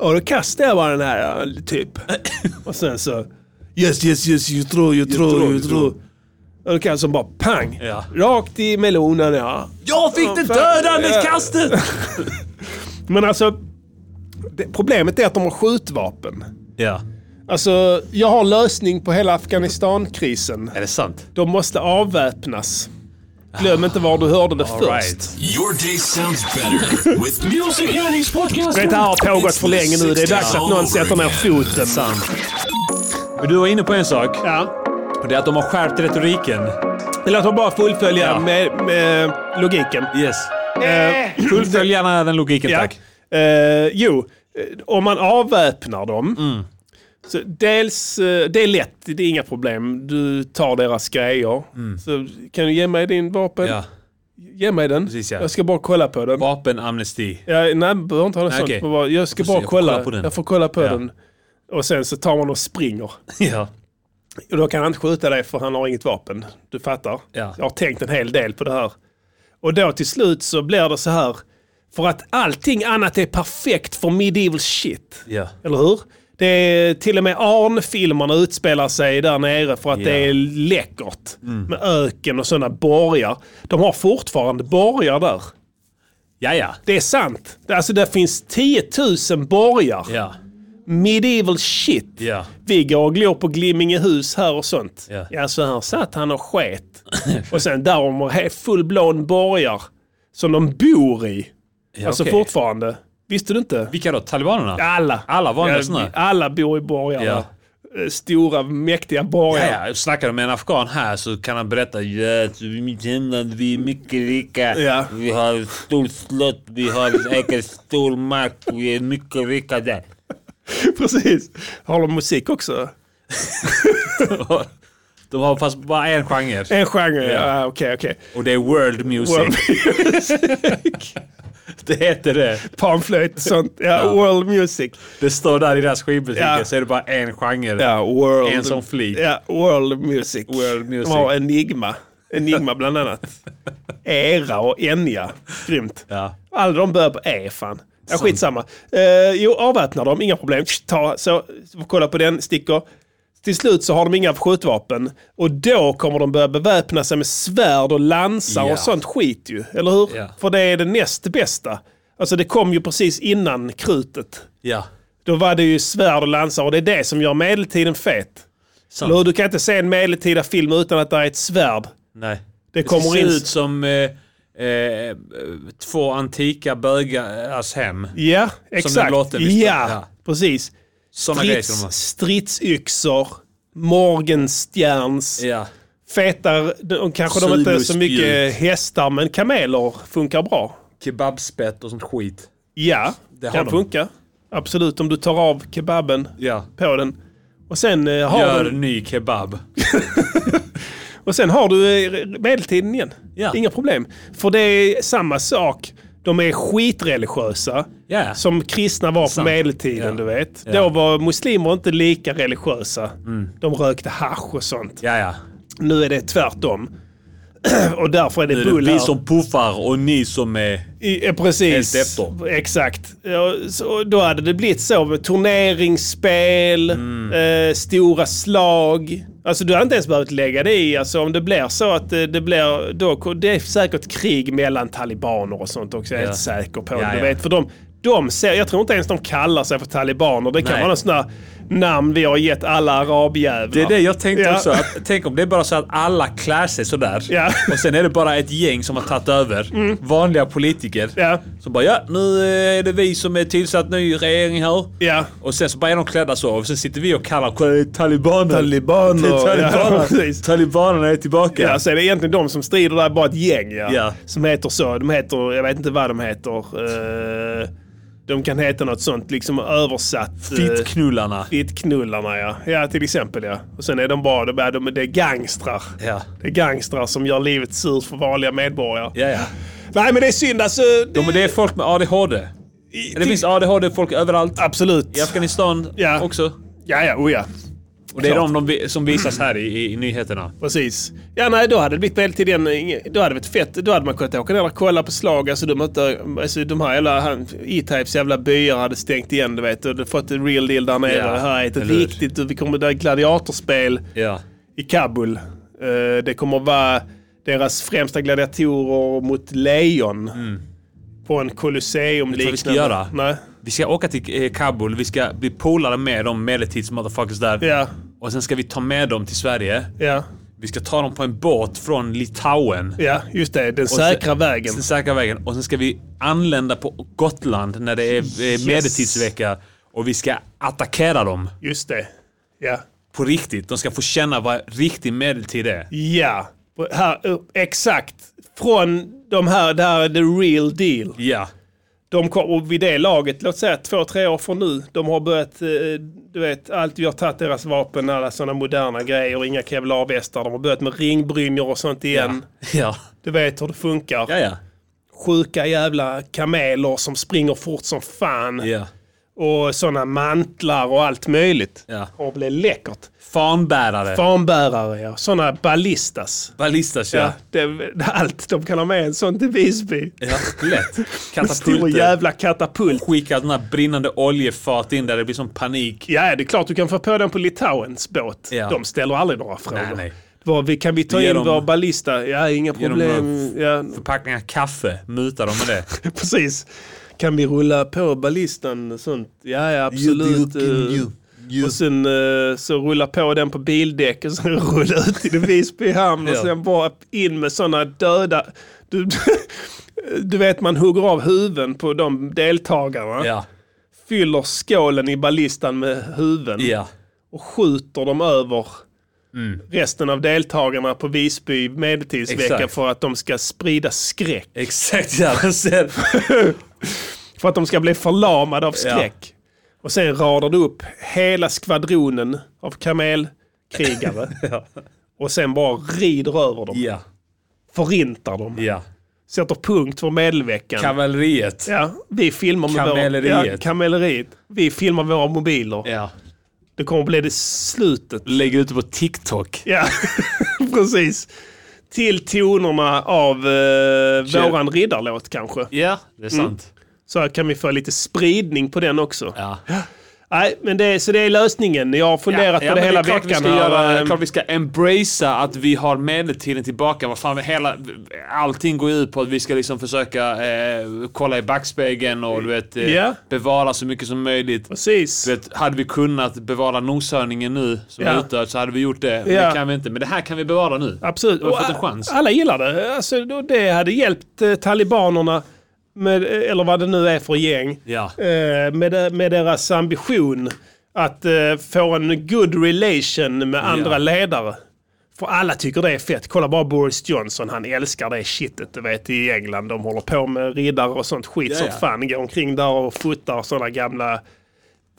Speaker 6: Och då kastade jag bara den här, ja, typ. Och sen så... Yes, yes, yes, you throw, you throw, you
Speaker 1: throw,
Speaker 6: throw.
Speaker 1: you throw.
Speaker 6: Och då kastade bara pang!
Speaker 1: Ja.
Speaker 6: Rakt i melonen, ja.
Speaker 1: Jag fick det
Speaker 6: fan.
Speaker 1: dödandes
Speaker 6: Ja.
Speaker 1: kastet!
Speaker 6: Men alltså, det, problemet är att de har skjutvapen.
Speaker 1: Ja.
Speaker 6: Alltså, jag har lösning på hela Afghanistankrisen.
Speaker 1: Är det sant?
Speaker 6: De måste avväpnas. Glöm inte var du hörde det
Speaker 1: All
Speaker 6: först.
Speaker 1: right.
Speaker 9: Your day sounds better with Music Yearnings podcast.
Speaker 6: Det här har pågått för länge nu. Det är dags att någon sätter ner foten.
Speaker 1: Men du var inne på en sak.
Speaker 6: Ja.
Speaker 1: Och det är att de har skärpt retoriken.
Speaker 6: Eller att de bara fullföljer
Speaker 1: Ja.
Speaker 6: med, med logiken.
Speaker 1: Yes. Eh, Fullfölj gärna den logiken
Speaker 6: Ja.
Speaker 1: tack.
Speaker 6: Eh, jo, eh, om man avväpnar dem. Så dels, eh, det är lätt, det är inga problem. Du tar deras grejer. Så kan du ge mig din vapen?
Speaker 1: Ja.
Speaker 6: Ge mig den.
Speaker 1: Precis, ja.
Speaker 6: Jag ska bara kolla på den.
Speaker 1: Vapenamnesti.
Speaker 6: Ja, nej, man behöver inte ha något
Speaker 1: Nej,
Speaker 6: sånt.
Speaker 1: okej.
Speaker 6: Man bara, Jag ska
Speaker 1: Jag får
Speaker 6: bara
Speaker 1: se, jag får
Speaker 6: kolla.
Speaker 1: kolla på den.
Speaker 6: Jag får kolla på
Speaker 1: Ja.
Speaker 6: den. Och sen så tar man och springer.
Speaker 1: ja.
Speaker 6: Och då kan han inte skjuta dig för han har inget vapen. Du fattar?
Speaker 1: Ja.
Speaker 6: Jag har tänkt en hel del på det här. Och då till slut så blir det så här. För att allting annat är perfekt för medieval shit.
Speaker 1: Ja.
Speaker 6: Eller hur? Det är till och med Arn-filmerna utspelar sig där nere för att
Speaker 1: Ja. Mm.
Speaker 6: det är läckert. Med öken och sådana borgar. De har fortfarande borgar där.
Speaker 1: Ja, ja.
Speaker 6: Det är sant. Det- Alltså det finns 10 000 borgar.
Speaker 1: Ja.
Speaker 6: Medieval shit.
Speaker 1: Ja.
Speaker 6: Vi går och glor på Glimmingehus här och sånt.
Speaker 1: Ja.
Speaker 6: Ja, så här satt han och sket. och sen där de har fullblån borgar som de bor i. alltså
Speaker 1: okej.
Speaker 6: fortfarande. Visste du inte?
Speaker 1: Vilka då? Talibanerna?
Speaker 6: Alla.
Speaker 1: Alla vanliga
Speaker 6: vi-
Speaker 1: såna.
Speaker 6: Alla bor i borgar.
Speaker 1: Ja.
Speaker 6: Eh, Stora, mäktiga borgar.
Speaker 1: Ja, ja. Snackar du med en afghan här så kan han berätta ja, så i mitt hemland vi är mycket rika.
Speaker 6: Ja.
Speaker 1: Vi har ett stort slott, vi har äger stor mark, vi är mycket rika där.
Speaker 6: Precis. Har de musik också?
Speaker 1: De har fast bara en genre
Speaker 6: En genre,
Speaker 1: Ja.
Speaker 6: ja. Ah, Okej, okej.
Speaker 1: och det är world music.
Speaker 6: World
Speaker 1: det heter det.
Speaker 6: Panflöjt, sånt. Ja, World music.
Speaker 1: Det står där i deras skivbutiker
Speaker 6: Ja.
Speaker 1: så är det bara en genre.
Speaker 6: Ja, world.
Speaker 1: En som flik.
Speaker 6: Ja, world music.
Speaker 1: World music.
Speaker 6: De har Enigma. Enigma bland annat. Era och Enya. Grymt.
Speaker 1: Ja.
Speaker 6: Alla de börjar på E, fan. Ja, skitsamma. Uh, jo, avväpnar dem, inga problem. Tsch, Ta, så, kolla på den, sticker. Till slut så har de inga skjutvapen. Och då kommer de börja beväpna sig med svärd och lansar
Speaker 1: Ja.
Speaker 6: och sånt skit ju. Eller hur?
Speaker 1: Ja.
Speaker 6: För det är det näst bästa. Alltså det kom ju precis innan krutet.
Speaker 1: Ja.
Speaker 6: Då var det ju svärd och lansar och det är det som gör medeltiden fet.
Speaker 1: Sant.
Speaker 6: Eller hur? Du kan inte se en medeltida film utan att det är ett svärd.
Speaker 1: Nej.
Speaker 6: Det kommer
Speaker 1: ser
Speaker 6: in-
Speaker 1: ut som eh, eh, två antika bögars hem.
Speaker 6: Ja, exakt.
Speaker 1: låter, visst?
Speaker 6: ja,
Speaker 1: Ja.
Speaker 6: precis.
Speaker 1: Såna grejer ska de ha.
Speaker 6: Strids, stridsyxor, morgenstjärns,
Speaker 1: Ja.
Speaker 6: feta, de, kanske de inte är så
Speaker 1: Sydostbjut.
Speaker 6: mycket hästar, men kameler funkar bra.
Speaker 1: Kebabspett och sånt skit.
Speaker 6: Ja, det
Speaker 1: har
Speaker 6: kan
Speaker 1: de.
Speaker 6: funka. Absolut, om du tar av kebaben
Speaker 1: Ja.
Speaker 6: på den. Och sen, eh, har
Speaker 1: Gör
Speaker 6: du,
Speaker 1: ny kebab.
Speaker 6: och sen har du eh, medeltiden igen.
Speaker 1: Ja.
Speaker 6: Inga problem. För det är samma sak. De är skitreligiösa.
Speaker 1: Ja.
Speaker 6: Som kristna var på
Speaker 1: Sant.
Speaker 6: medeltiden,
Speaker 1: Ja.
Speaker 6: du vet.
Speaker 1: Ja. Mm.
Speaker 6: Då var muslimer inte lika religiösa. De rökte hasch och sånt.
Speaker 1: Ja, ja.
Speaker 6: Nu är det tvärtom. och därför är det,
Speaker 1: Nu är
Speaker 6: bull
Speaker 1: det
Speaker 6: här.
Speaker 1: vi som puffar och ni som är...
Speaker 6: I, eh, precis.
Speaker 1: Helt efter.
Speaker 6: Exakt. Ja, Så då hade det blivit så med turneringsspel,
Speaker 1: Mm.
Speaker 6: eh, stora slag. Alltså du hade inte ens behövt lägga det i. Alltså om det blir så att eh, det blir... Då, det är säkert krig mellan talibaner och sånt också. Jag är
Speaker 1: Ja.
Speaker 6: helt säker på.
Speaker 1: Ja,
Speaker 6: du
Speaker 1: ja.
Speaker 6: vet. För de, de ser, jag tror inte ens de kallar sig för talibaner. Det kan
Speaker 1: Nej.
Speaker 6: vara någon sån där namn vi har gett alla arabjävlar.
Speaker 1: Det är det jag tänkte
Speaker 6: Ja.
Speaker 1: också. Att, tänk om det är bara så att alla klär sig sådär.
Speaker 6: Ja. Mm.
Speaker 1: Och sen är det bara ett gäng som har tagit över. Vanliga politiker.
Speaker 6: Ja.
Speaker 1: Som bara ja, nu eh, är det vi som är tillsatt ny regering här.
Speaker 6: Ja.
Speaker 1: Och sen så bara är de klädda så. Och sen sitter vi och kallar "Kolla, talibaner.
Speaker 6: Talibaner.
Speaker 1: Det är
Speaker 6: Ja,
Speaker 1: Talibaner.
Speaker 6: precis.
Speaker 1: Talibanerna är tillbaka.
Speaker 6: Ja, så är det egentligen de som strider där bara ett gäng ja,
Speaker 1: Ja.
Speaker 6: Som heter så. De heter, jag vet inte vad de heter. Eh, de kan heta något sånt liksom översatt. eh,
Speaker 1: Fittknullarna.
Speaker 6: Fittknullarna ja. Ja till exempel ja. Och sen är de bara, de är, de, det är gangstrar.
Speaker 1: Ja.
Speaker 6: Det är gangstrar som gör livet surt för vanliga medborgare.
Speaker 1: Ja, ja.
Speaker 6: Nej men det är synd alltså.
Speaker 1: De, det är folk med ADHD. Det finns ADHD-folk överallt.
Speaker 6: Absolut.
Speaker 1: I Afghanistan
Speaker 6: Ja.
Speaker 1: också.
Speaker 6: Ja ja, oh ja.
Speaker 1: Och det är
Speaker 6: Klart.
Speaker 1: de, de som visas här i, i, i nyheterna.
Speaker 6: Precis. Ja, nej, då hade det blivit väl till den. eh, Då hade det varit fett. Då hade man kunnat åka ner och kolla på slag. Alltså, de, inte, alltså, de här jävla han- E-Types jävla byar hade stängt igen, du vet. Och du fått en real deal där nere.
Speaker 1: Ja,
Speaker 6: det här är ett
Speaker 1: eller hur?
Speaker 6: riktigt... Vi kommer där gladiatorspel
Speaker 1: Ja.
Speaker 6: i Kabul. Eh, det kommer vara deras främsta gladiatorer mot lejon. På
Speaker 1: Mm. Vet du vad vi
Speaker 6: en
Speaker 1: ska
Speaker 6: Colosseum-liknande...
Speaker 1: göra?
Speaker 6: Nej.
Speaker 1: Vi ska åka till eh, Kabul, vi ska bli polare med de medeltids-motherfuckers där.
Speaker 6: Ja,
Speaker 1: Och sen ska vi ta med dem till Sverige.
Speaker 6: ja,
Speaker 1: Vi ska ta dem på en båt från Litauen.
Speaker 6: ja, just det. Den
Speaker 1: Och sen-
Speaker 6: säkra vägen.
Speaker 1: Den säkra vägen. Och sen ska vi anlända på Gotland när det är yes. medeltidsvecka. Och vi ska attackera dem.
Speaker 6: Just det. Ja.
Speaker 1: På riktigt. De ska få känna vad riktig medeltid är.
Speaker 6: Ja, på- här, upp- exakt. Från de här, det här är the real deal.
Speaker 1: Ja.
Speaker 6: De kom, och vid det laget, låt säga två, tre år från nu, de har börjat, eh, du vet, allt vi har tagit deras vapen, alla sådana moderna grejer, inga kevlarvästar, de har börjat med ringbrynjor och sånt igen.
Speaker 1: Ja.
Speaker 6: Du vet hur det funkar.
Speaker 1: Ja, ja.
Speaker 6: Sjuka jävla kameler som springer fort som fan.
Speaker 1: Ja.
Speaker 6: Och sådana mantlar och allt möjligt.
Speaker 1: Ja.
Speaker 6: Och det blir läckert.
Speaker 1: Fanbärare.
Speaker 6: Fanbärare, ja. Sådana ballistas.
Speaker 1: Ballistas, ja.
Speaker 6: Ja, det, allt. De kan ha med en sån till Visby.
Speaker 1: ja. Lätt.
Speaker 6: En stor
Speaker 1: Katapulter.
Speaker 6: jävla katapult.
Speaker 1: Skicka den här brinnande oljefat in där det blir sån panik.
Speaker 6: Ja, det är klart du kan få på den på Litauens båt.
Speaker 1: Ja.
Speaker 6: De ställer aldrig några frågor.
Speaker 1: Nej, nej.
Speaker 6: Vad, vi- kan vi ta
Speaker 1: Vi ger
Speaker 6: in
Speaker 1: dem-
Speaker 6: vår ballista? Ja, inga
Speaker 1: Ge dem
Speaker 6: problem. Ja,
Speaker 1: Förpackningar kaffe. Muta dem med det.
Speaker 6: precis. Kan vi rulla på ballistan och sånt? Ja, ja absolut. Eh, Och sen eh, så rulla på den på bildäck och sen rulla ut i Visby hamn och
Speaker 1: Ja.
Speaker 6: sen bara in med sådana döda... Du, du vet, man hugger av huvuden på de deltagarna.
Speaker 1: Ja.
Speaker 6: Fyller skålen i ballistan med huvuden.
Speaker 1: Ja. Mm.
Speaker 6: och skjuter dem över resten av deltagarna på Visby medeltidsvecka
Speaker 1: Exakt.
Speaker 6: för att de ska sprida skräck.
Speaker 1: Exakt ja. Men sen-
Speaker 6: För att de ska bli förlamade av skräck. Och sen radar du upp hela skvadronen av kamelkrigare. Och sen bara rider över dem.
Speaker 1: Ja.
Speaker 6: Förintar dem.
Speaker 1: Ja.
Speaker 6: Sätter punkt för medelveckan.
Speaker 1: Kavalleriet.
Speaker 6: ja, vi filmar med
Speaker 1: Kamelleriet.
Speaker 6: Våra, ja, kamelleriet. Vi filmar våra mobiler.
Speaker 1: Ja.
Speaker 6: Det kommer bli det slutet.
Speaker 1: Lägger ut det på TikTok.
Speaker 6: Ja, precis. Till tonerna av eh,
Speaker 1: Kör.
Speaker 6: våran riddarlåt kanske.
Speaker 1: Ja, det är sant.
Speaker 6: Så här kan vi få lite spridning på den också.
Speaker 1: Ja.
Speaker 6: Nej, men det, är- så det är lösningen. Jag har funderat på det
Speaker 1: men
Speaker 6: hela
Speaker 1: är klart
Speaker 6: veckan.
Speaker 1: Vi ska
Speaker 6: här.
Speaker 1: göra,
Speaker 6: Ehm,
Speaker 1: eh, klart vi ska embracea att vi har medeltiden tillbaka. Vad fan, hela, allting går ut på att vi ska liksom försöka eh, kolla i backspegeln och du vet, eh,
Speaker 6: Ja.
Speaker 1: bevara så mycket som möjligt.
Speaker 6: Precis.
Speaker 1: Du vet, hade vi kunnat bevara noshörningen nu som
Speaker 6: Ja.
Speaker 1: är utdöd så hade vi gjort det. Men
Speaker 6: Ja.
Speaker 1: Det kan vi inte. Men det här kan vi bevara nu.
Speaker 6: Absolut.
Speaker 1: Vi har fått en
Speaker 6: Och,
Speaker 1: chans.
Speaker 6: a- Alla gillar det. Alltså, då- det hade hjälpt eh, talibanerna, med, eh, eller vad det nu är för gäng,
Speaker 1: Ja.
Speaker 6: eh, med, med deras ambition att eh, få en good relation med andra ledare. För alla tycker det är fett. Kolla bara Boris Johnson, han älskar det shitet du vet i England. De håller på med riddare och sånt skit
Speaker 1: Ja,
Speaker 6: som
Speaker 1: ja.
Speaker 6: fan. Går omkring där och fotar sådana gamla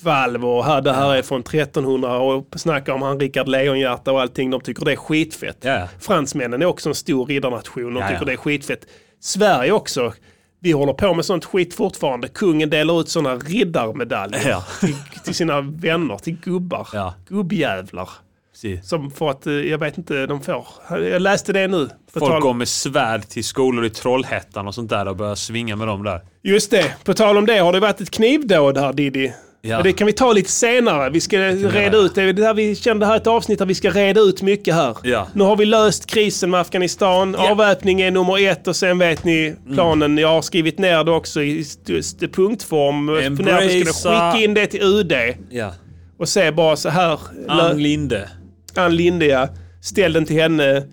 Speaker 6: valv och här, det här är från 1300 och snackar om han Rickard Lejonhjärta och allting. De tycker det är skitfett.
Speaker 1: Ja, ja.
Speaker 6: Fransmännen är också en stor riddarnation. De
Speaker 1: Ja, ja.
Speaker 6: tycker det är skitfett. Sverige också. Vi håller på med sånt skit fortfarande. Kungen delar ut sådana riddarmedaljer
Speaker 1: Ja.
Speaker 6: till, till sina vänner, till gubbar.
Speaker 1: Ja.
Speaker 6: Gubbjävlar.
Speaker 1: Precis.
Speaker 6: Som för att, eh, jag vet inte, de får. Jag läste det nu. På
Speaker 1: Folk
Speaker 6: tal-
Speaker 1: går med svärd till skolor i Trollhättan och sånt där och börjar svinga med dem där.
Speaker 6: Just det, på tal om det har det varit ett knivdåd här Diddy.
Speaker 1: Ja.
Speaker 6: Men det kan vi ta lite senare. Vi ska reda ut det. är det här vi kände här ett avsnitt där vi ska reda ut mycket här.
Speaker 1: Ja.
Speaker 6: Nu har vi löst krisen med Afghanistan. Avväpning är nummer ett och sen vet ni
Speaker 1: Mm.
Speaker 6: planen. Jag har skrivit ner det också i st- st- punktform. Jag funderar på om vi skulle
Speaker 1: Embracea-
Speaker 6: skicka in det till UD
Speaker 1: Ja.
Speaker 6: och se bara så här. lö-
Speaker 1: Ann Linde.
Speaker 6: Ann Linde, ja. Ställ den till henne.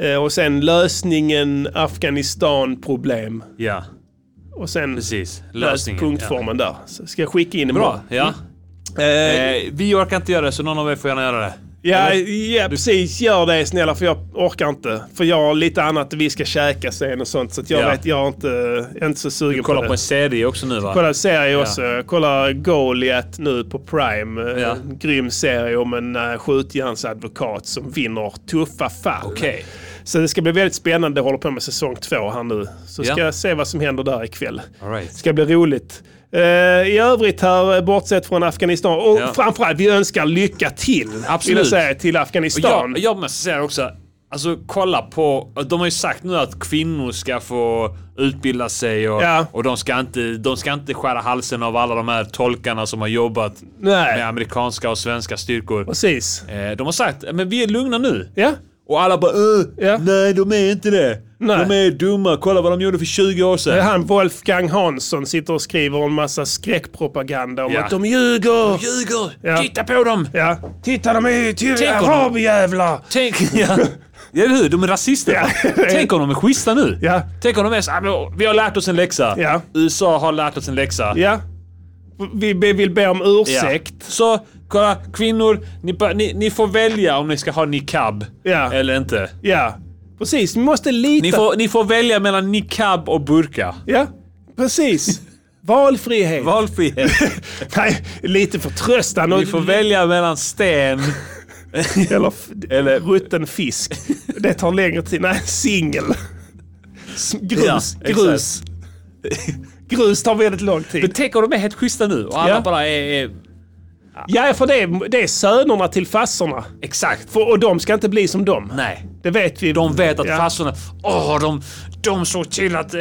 Speaker 6: Eh, Och sen lösningen Afghanistan-problem.
Speaker 1: Ja,
Speaker 6: Och sen
Speaker 1: precis.
Speaker 6: löst
Speaker 1: Lösningen.
Speaker 6: punktformen där. Så ska jag skicka in
Speaker 1: Ja. Bra. Ja.
Speaker 6: Mm. Eh,
Speaker 1: Eh, vi orkar inte göra det, så någon av er får gärna göra det.
Speaker 6: ja, ja, precis. Gör det snälla för jag orkar inte. För jag har lite annat vi ska käka sen och sånt. Så att jag
Speaker 1: Ja.
Speaker 6: vet, jag är inte, jag är inte så sugen på
Speaker 1: Kolla
Speaker 6: det.
Speaker 1: på en serie också nu va?
Speaker 6: Kolla serie också. Jag kollar Goliath nu på Prime. Eh,
Speaker 1: Ja.
Speaker 6: En grym serie om en eh, skjutjärnsadvokat som vinner tuffa fall.
Speaker 1: Okej.
Speaker 6: Så det ska bli väldigt spännande. Jag håller på med säsong två här nu. Så ska
Speaker 1: Ja.
Speaker 6: jag se vad som händer där ikväll.
Speaker 1: All right.
Speaker 6: ska bli roligt. Eh, I övrigt här, eh, bortsett från Afghanistan, och
Speaker 1: Ja.
Speaker 6: framförallt vi önskar lycka till. Vill jag
Speaker 1: Absolut.
Speaker 6: säga, till Afghanistan.
Speaker 1: Jag, jag måste säga också, alltså kolla på, de har ju sagt nu att kvinnor ska få utbilda sig och,
Speaker 6: Ja.
Speaker 1: och de, ska inte, de ska inte skära halsen av alla de här tolkarna som har jobbat
Speaker 6: Nej.
Speaker 1: med amerikanska och svenska styrkor.
Speaker 6: Precis.
Speaker 1: Eh, de har sagt, men vi är lugna nu.
Speaker 6: Ja.
Speaker 1: Och alla bara "Öh,
Speaker 6: Ja.
Speaker 1: nej de är inte det.
Speaker 6: Nej.
Speaker 1: De är dumma, kolla vad de gjorde för 20 år
Speaker 6: Det är
Speaker 1: sedan.
Speaker 6: Han Wolfgang Hansson sitter och skriver en massa skräckpropaganda om
Speaker 1: Ja.
Speaker 6: att de ljuger.
Speaker 1: Ljuger!
Speaker 6: Ja.
Speaker 1: Titta på dem!
Speaker 6: Ja. Titta de är ju
Speaker 1: Tänk om-
Speaker 6: arabjävlar.
Speaker 1: Tänk... Ja. Ja, eller hur? De är rasister.
Speaker 6: Ja.
Speaker 1: Tänk om de är schyssta nu.
Speaker 6: Ja.
Speaker 1: Tänk om de är så, "Ah, men vi har lärt oss en läxa.
Speaker 6: Ja.
Speaker 1: USA har lärt oss en läxa.
Speaker 6: Ja. Vi vi vill be om
Speaker 1: Ja.
Speaker 6: ursäkt.
Speaker 1: Så kolla, kvinnor, ni, bör- ni, ni får välja om ni ska ha niqab
Speaker 6: Ja.
Speaker 1: eller inte.
Speaker 6: Ja. Precis, vi måste lita.
Speaker 1: Ni får, ni får välja mellan niqab och burka.
Speaker 6: Ja, precis. Valfrihet.
Speaker 1: Valfrihet.
Speaker 6: Nej, lite förtröstan och
Speaker 1: Ni får välja mellan sten
Speaker 6: eller, f-
Speaker 1: eller...
Speaker 6: rutten fisk. Det tar längre tid. Nej, singel. S-
Speaker 1: Ja,
Speaker 6: Grus.
Speaker 1: exakt.
Speaker 6: grus. Grus tar väldigt lång
Speaker 1: Men
Speaker 6: tid.
Speaker 1: tänk om de är helt schyssta nu och alla
Speaker 6: Ja.
Speaker 1: bara är... är
Speaker 6: Ja, för det är, det är sönerna till fassorna.
Speaker 1: exakt.
Speaker 6: För, och de ska inte bli som dem.
Speaker 1: Nej.
Speaker 6: Det vet vi.
Speaker 1: De vet att
Speaker 6: Ja.
Speaker 1: farsorna... Åh, de, de såg till att, eh,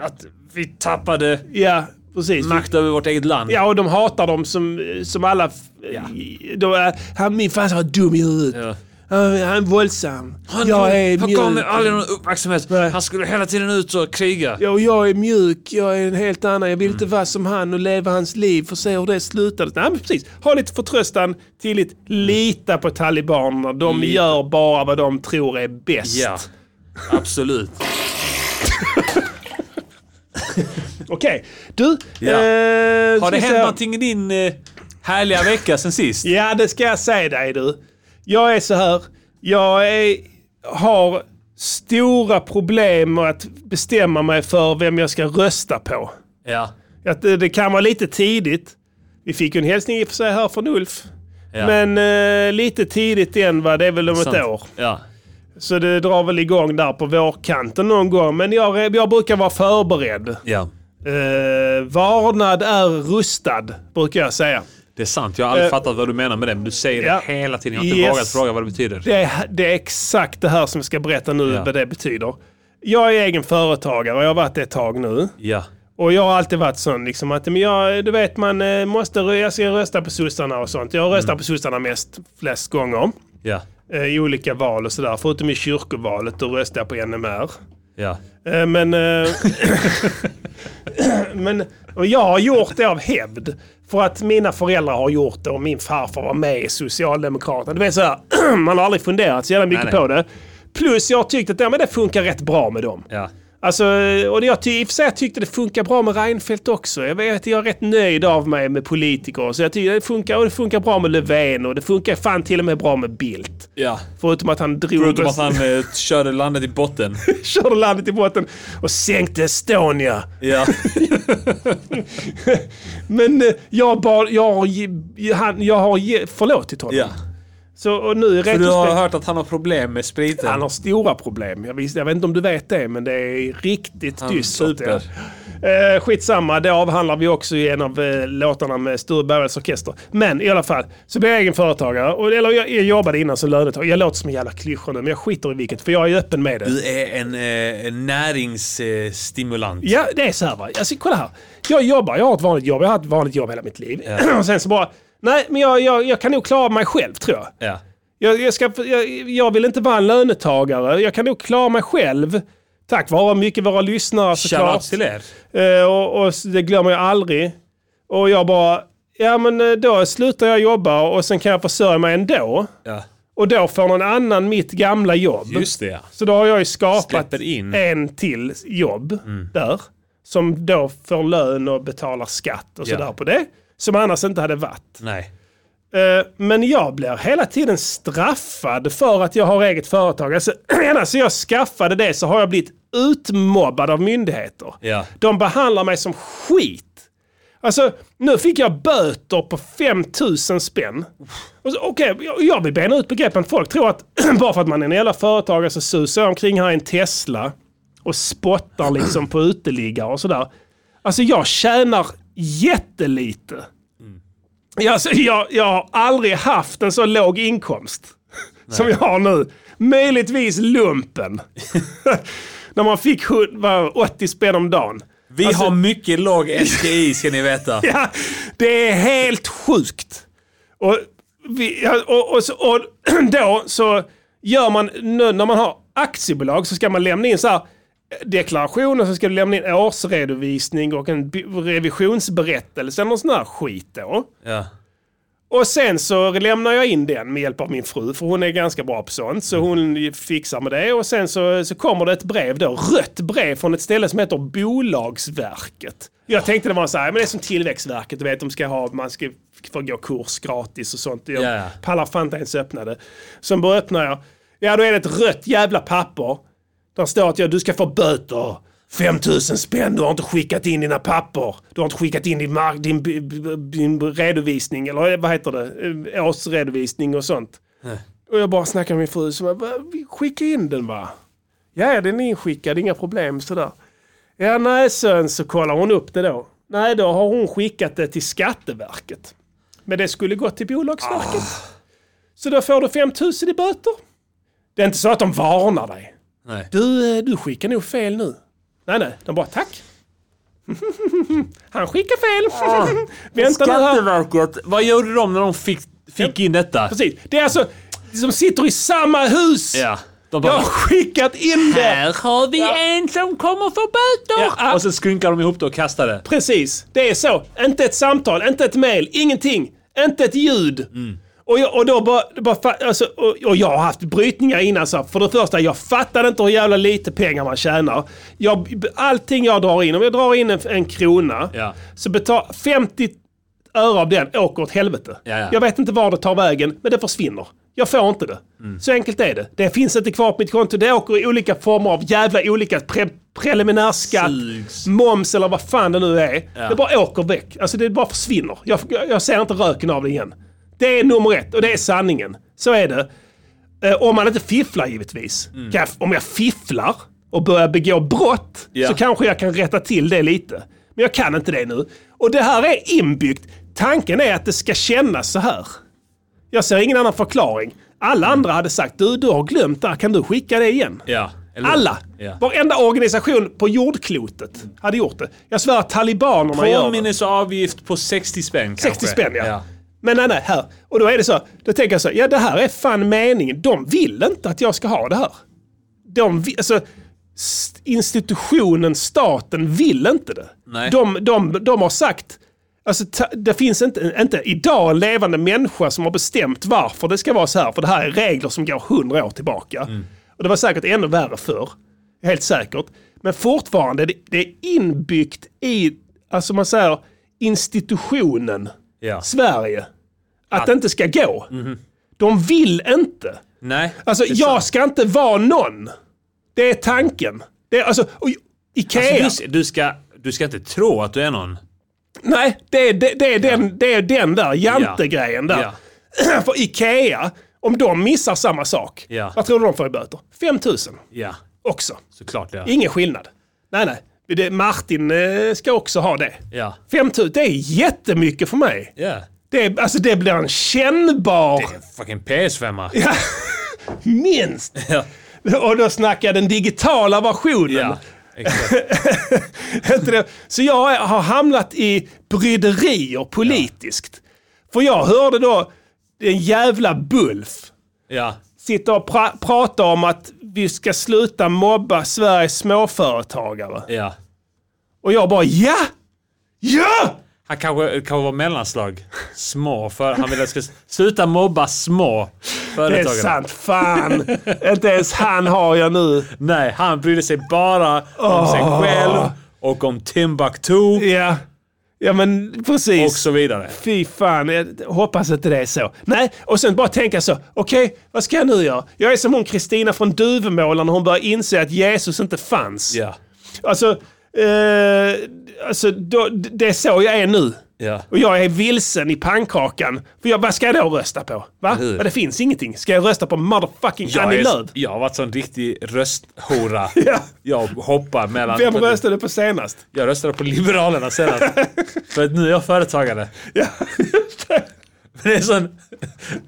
Speaker 1: att vi tappade
Speaker 6: Ja, precis.
Speaker 1: makt över vårt eget land.
Speaker 6: Ja, och de hatar dem som, som alla... Ja. De är, han, min farsa var dum i huvudet.
Speaker 1: Ja.
Speaker 6: Han, han är våldsam.
Speaker 1: Han,
Speaker 6: jag är
Speaker 1: han
Speaker 6: mjuk.
Speaker 1: gav mig aldrig någon uppmärksamhet.
Speaker 6: Nej.
Speaker 1: Han skulle hela tiden ut och kriga.
Speaker 6: Ja, och jag är mjuk, jag är en helt annan. Jag vill
Speaker 1: Mm.
Speaker 6: inte vara som han och leva hans liv och se hur det slutade. Nej, men precis. Ha lite förtröstan, tillit,
Speaker 1: Mm.
Speaker 6: lita på talibanerna. De gör bara vad de tror är bäst.
Speaker 1: Ja, absolut.
Speaker 6: Okej, du.
Speaker 1: Ja.
Speaker 6: eh,
Speaker 1: Har
Speaker 6: ska
Speaker 1: det
Speaker 6: vi
Speaker 1: hänt
Speaker 6: se.
Speaker 1: någonting i din eh, härliga vecka sen sist?
Speaker 6: Ja, det ska jag säga dig du. Jag är så här. Jag är, har stora problem med att bestämma mig för vem jag ska rösta på.
Speaker 1: Ja.
Speaker 6: Att det, det kan vara lite tidigt. Vi fick ju en hälsning i och för sig här från Ulf.
Speaker 1: ja.
Speaker 6: Men eh, lite tidigt än va, det är väl om
Speaker 1: Sant.
Speaker 6: ett år.
Speaker 1: Ja.
Speaker 6: Så det drar väl igång där på vårkanten någon gång. Men jag, jag brukar vara förberedd.
Speaker 1: ja.
Speaker 6: Eh, varnad är rustad, brukar jag säga.
Speaker 1: Det är sant. Jag har aldrig
Speaker 6: Eh,
Speaker 1: fattat vad du menar med det, men du säger
Speaker 6: ja.
Speaker 1: det hela tiden. Jag har inte
Speaker 6: Yes.
Speaker 1: vågat fråga vad det betyder.
Speaker 6: Det är, det är exakt det här som jag ska berätta nu,
Speaker 1: Ja.
Speaker 6: vad det betyder. Jag är egen företagare och jag har varit det ett tag nu.
Speaker 1: Ja.
Speaker 6: Och jag har alltid varit sån liksom att men jag, du vet man eh, måste rö- jag ska rösta på sossarna och sånt. Jag
Speaker 1: Mm.
Speaker 6: röstar på sossarna mest, flest gånger.
Speaker 1: Ja.
Speaker 6: eh, I olika val och sådär. Förutom i kyrkovalet, då röstar jag på NMR.
Speaker 1: Ja.
Speaker 6: Eh, Men, eh, men och jag har gjort det av hävd. För att mina föräldrar har gjort det och min farfar var med i Socialdemokraterna. Du vet så här, man har aldrig funderat så jävla mycket
Speaker 1: Nej, nej.
Speaker 6: på det. Plus jag har tyckt att ja, men det funkar rätt bra med dem.
Speaker 1: Ja.
Speaker 6: Alltså, och det jag ty- i och för sig jag tyckte det funkar bra med Reinfeldt också. Jag vet, jag är rätt nöjd av mig med politiker. och Så jag tycker det funkar, och det funkar bra med Löfven och det funkar fan till och med bra med Bildt.
Speaker 1: ja.
Speaker 6: Förutom att han drog
Speaker 1: Förutom
Speaker 6: oss-
Speaker 1: att han eh, körde landet i botten.
Speaker 6: körde landet i botten och sänkte Estonia.
Speaker 1: Ja.
Speaker 6: Men eh, jag, bar, jag, har, ge- han, jag har ge- förlåtit honom.
Speaker 1: ja.
Speaker 6: Så, och nu i
Speaker 1: För du har
Speaker 6: retrospekt-
Speaker 1: hört att han har problem med spriten.
Speaker 6: Han har stora problem. Jag, visste, jag vet inte om du vet det, men det är riktigt
Speaker 1: Han
Speaker 6: dystert.
Speaker 1: super.
Speaker 6: Eh, skitsamma, det avhandlar vi också i en av eh, låtarna med Sture Bergmans orkester. Men i alla fall, så blev jag egen företagare. Och, eller jag, jag jobbade innan som lönetagare. Jag låter som en jävla klyscha nu, men jag skiter i vilket, för jag är öppen med det.
Speaker 1: Du är en eh, näringsstimulant.
Speaker 6: Ja, det är så här va. Alltså, kolla här. Jag jobbar, jag har ett vanligt jobb. Jag har haft ett vanligt jobb hela mitt liv.
Speaker 1: Ja.
Speaker 6: Och sen så bara, nej men jag, jag, jag kan nog klara mig själv tror jag.
Speaker 1: ja.
Speaker 6: Jag, jag, ska, jag, jag vill inte vara en lönetagare. Jag kan nog klara mig själv. Tack vare mycket våra lyssnare såklart.
Speaker 1: Shoutout till er.
Speaker 6: Eh, och, och s- det glömmer jag aldrig. Och jag bara, ja men eh, då slutar jag jobba och sen kan jag försörja mig ändå.
Speaker 1: Ja.
Speaker 6: Och då får någon annan mitt gamla jobb.
Speaker 1: Just det ja.
Speaker 6: Så då har jag ju skapat
Speaker 1: Släpper in. Mm.
Speaker 6: en till jobb där. Som då får lön och betalar skatt och
Speaker 1: Ja.
Speaker 6: sådär på det. Som annars inte hade varit.
Speaker 1: Nej.
Speaker 6: Eh, Men jag blir hela tiden straffad för att jag har eget företag. Alltså, ända så jag skaffade det så har jag blivit utmobbad av myndigheter.
Speaker 1: Ja.
Speaker 6: De behandlar mig som skit. Alltså, nu fick jag böter på 5000 spänn. Och så, Okej, jag, jag vill bena ut begreppen. Folk tror att bara för att man är en jävla företagare så susar jag omkring här i en Tesla och spottar liksom på uteliggare och sådär. Alltså jag tjänar jättelite. Jag, alltså, jag, jag har aldrig haft en så låg inkomst som jag har nu. Möjligtvis lumpen. När man fick hu- vad, 80 spänn om dagen.
Speaker 1: Vi
Speaker 6: Alltså-
Speaker 1: har mycket låg SGI ska ni veta.
Speaker 6: Ja, det är helt sjukt. Och, vi, ja, och, och, så- och då så gör man, nu när man har aktiebolag så ska man lämna in så här, deklaration och så ska du lämna in årsredovisning och en bi- revisionsberättelse eller någon sån här skit då.
Speaker 1: Ja.
Speaker 6: Och sen så lämnar jag in den med hjälp av min fru, för hon är ganska bra på sånt. Så hon fixar med det. Och sen så, så kommer det ett brev då, rött brev från ett ställe som heter Bolagsverket. Jag tänkte det var så här, men det är som Tillväxtverket, du vet de ska ha, man ska få gå kurs gratis och sånt. Jag
Speaker 1: Ja.
Speaker 6: pallar fan inte ens öppna det. Sen bara öppnar jag, ja då är det ett rött jävla papper. Där står att ja, du ska få böter. 5000 spänn, du har inte skickat in dina papper. Du har inte skickat in din, mark, din, b- b- din redovisning, eller vad heter det, Eh, årsredovisning och sånt. Och jag bara snackar med min fru, så bara, "Va, vi skicka in den va? Ja, ja, den är inskickad, inga problem sådär. Ja, nej, sen så kollar hon upp det då. Nej, då har hon skickat det till Skatteverket. Men det skulle gå till Bolagsverket. Så då får du 5000 i böter. Det är inte så att de varnar dig.
Speaker 1: Nej.
Speaker 6: Du, eh, du skickar nog fel nu. Nej, nej. De bara tack. Han skickar fel. Vänta nu här.
Speaker 1: Skatteverket, vad gjorde de när de fick, fick in detta?
Speaker 6: Precis. Det är alltså som sitter i samma hus.
Speaker 1: Ja. De
Speaker 6: Jag
Speaker 1: bara,
Speaker 6: har skickat in det.
Speaker 1: här har vi en som kommer få böter!
Speaker 6: Ja.
Speaker 1: Och sen skrynkar de ihop det och kastar det.
Speaker 6: Precis. Det är så. Inte ett samtal, inte ett mail, ingenting. Inte ett ljud.
Speaker 1: Mm.
Speaker 6: Och, jag, och då bara, bara fa- alltså, och, och jag har haft brytningar innan. Så här. för det första, jag fattade inte hur jävla lite pengar man tjänar. Jag, allting jag drar in, om jag drar in en, en krona,
Speaker 1: Ja.
Speaker 6: så betalar 50 öre av den åker åt helvete.
Speaker 1: Ja, ja.
Speaker 6: Jag vet inte var det tar vägen, men det försvinner. Jag får inte det. Så enkelt är det. Det finns inte kvar på mitt konto. Det åker i olika former av jävla olika pre- preliminärskatt,
Speaker 1: Sugs.
Speaker 6: moms eller vad fan det nu är. Det bara åker väck. Alltså det bara försvinner. Jag, jag, jag ser inte röken av det igen. Det är nummer ett och det är sanningen. Så är det. Eh, om man inte fifflar givetvis.
Speaker 1: Mm.
Speaker 6: Kan jag, om jag fifflar och börjar begå brott
Speaker 1: Ja.
Speaker 6: så kanske jag kan rätta till det lite. Men jag kan inte det nu. Och det här är inbyggt. Tanken är att det ska kännas så här. Jag ser ingen annan förklaring. Alla andra hade sagt du, du har glömt där, kan du skicka det igen?
Speaker 1: Mm. Ja. eller-
Speaker 6: Alla!
Speaker 1: Ja.
Speaker 6: Varenda organisation på jordklotet hade gjort det. Jag svär att talibanerna gör det.
Speaker 1: Påminnelseavgift på 60 spänn kanske.
Speaker 6: 60 spänn ja. Men nej, nej, här. Och då är det så. Då tänker jag så, ja det här är fan meningen. De vill inte att jag ska ha det här. De vill, alltså, st- institutionen, staten vill inte det.
Speaker 1: Nej.
Speaker 6: De, de, de har sagt, alltså ta, det finns inte, inte idag en levande människa som har bestämt varför det ska vara så här. För det här är regler som går hundra år tillbaka.
Speaker 1: Mm.
Speaker 6: Och det var säkert ännu värre förr. Helt säkert. Men fortfarande, det, det är inbyggt i, alltså man säger, institutionen
Speaker 1: Ja. Mhm.
Speaker 6: Sverige. Att det inte ska gå. De vill inte.
Speaker 1: Nej.
Speaker 6: Alltså
Speaker 1: det är
Speaker 6: jag
Speaker 1: sant.
Speaker 6: ska inte vara någon. Det är tanken. Det är, alltså, och, Ikea.
Speaker 1: Alltså, du, du, ska, du ska inte tro att du är någon.
Speaker 6: Nej, det är, det, det är, den, det är den där jantegrejen där.
Speaker 1: Ja.
Speaker 6: För Ikea, om de missar samma sak,
Speaker 1: Ja.
Speaker 6: vad tror du de får i böter? 5000
Speaker 1: Ja,
Speaker 6: också.
Speaker 1: såklart ja.
Speaker 6: Ingen skillnad. Nej, nej. Det, Martin eh, ska också ha det.
Speaker 1: Ja.
Speaker 6: 5000, det är jättemycket för mig.
Speaker 1: Ja. Eh,
Speaker 6: Det, är, alltså, det blir en kännbar...
Speaker 1: Fucking PS5.
Speaker 6: Ja, minst!
Speaker 1: Ja.
Speaker 6: Och då snackar jag den digitala versionen.
Speaker 1: Ja. Exakt.
Speaker 6: Inte det? Så jag har hamnat i bryderier politiskt. För jag hörde då den jävla Bulf
Speaker 1: Ja.
Speaker 6: sitta och pra- prata om att vi ska sluta mobba Sveriges småföretagare.
Speaker 1: Ja.
Speaker 6: Och jag bara ja! Ja!
Speaker 1: Han kanske, kanske var mellanslag. Små. För han ville att jag skulle sluta mobba små
Speaker 6: Det är
Speaker 1: företagare.
Speaker 6: sant. Fan. Inte ens han har jag nu.
Speaker 1: Nej, han brydde sig bara om sig själv och om Timbuktu
Speaker 6: Ja, ja men
Speaker 1: och
Speaker 6: precis.
Speaker 1: så vidare.
Speaker 6: Fy fan, jag hoppas inte det är så. Nej, och sen bara tänka så. Okej, vad ska jag nu göra? Jag är som hon Kristina från Duvemåla när hon börjar inse att Jesus inte fanns.
Speaker 1: Ja.
Speaker 6: Alltså, eh, alltså då, d- det är så jag är nu.
Speaker 1: Ja.
Speaker 6: Och jag är vilsen i pannkakan. För jag, vad ska jag då rösta på? Va?
Speaker 1: hur?
Speaker 6: Ja, det finns ingenting. Ska jag rösta på motherfucking
Speaker 1: Jag,
Speaker 6: Annie
Speaker 1: är,
Speaker 6: Lööf?
Speaker 1: jag har varit sån riktig rösthora.
Speaker 6: Ja.
Speaker 1: Jag hoppar mellan...
Speaker 6: Vem röstade på senast?
Speaker 1: Jag röstade på Liberalerna senast. för att nu är jag företagare.
Speaker 6: Ja, just det.
Speaker 1: Det är sån,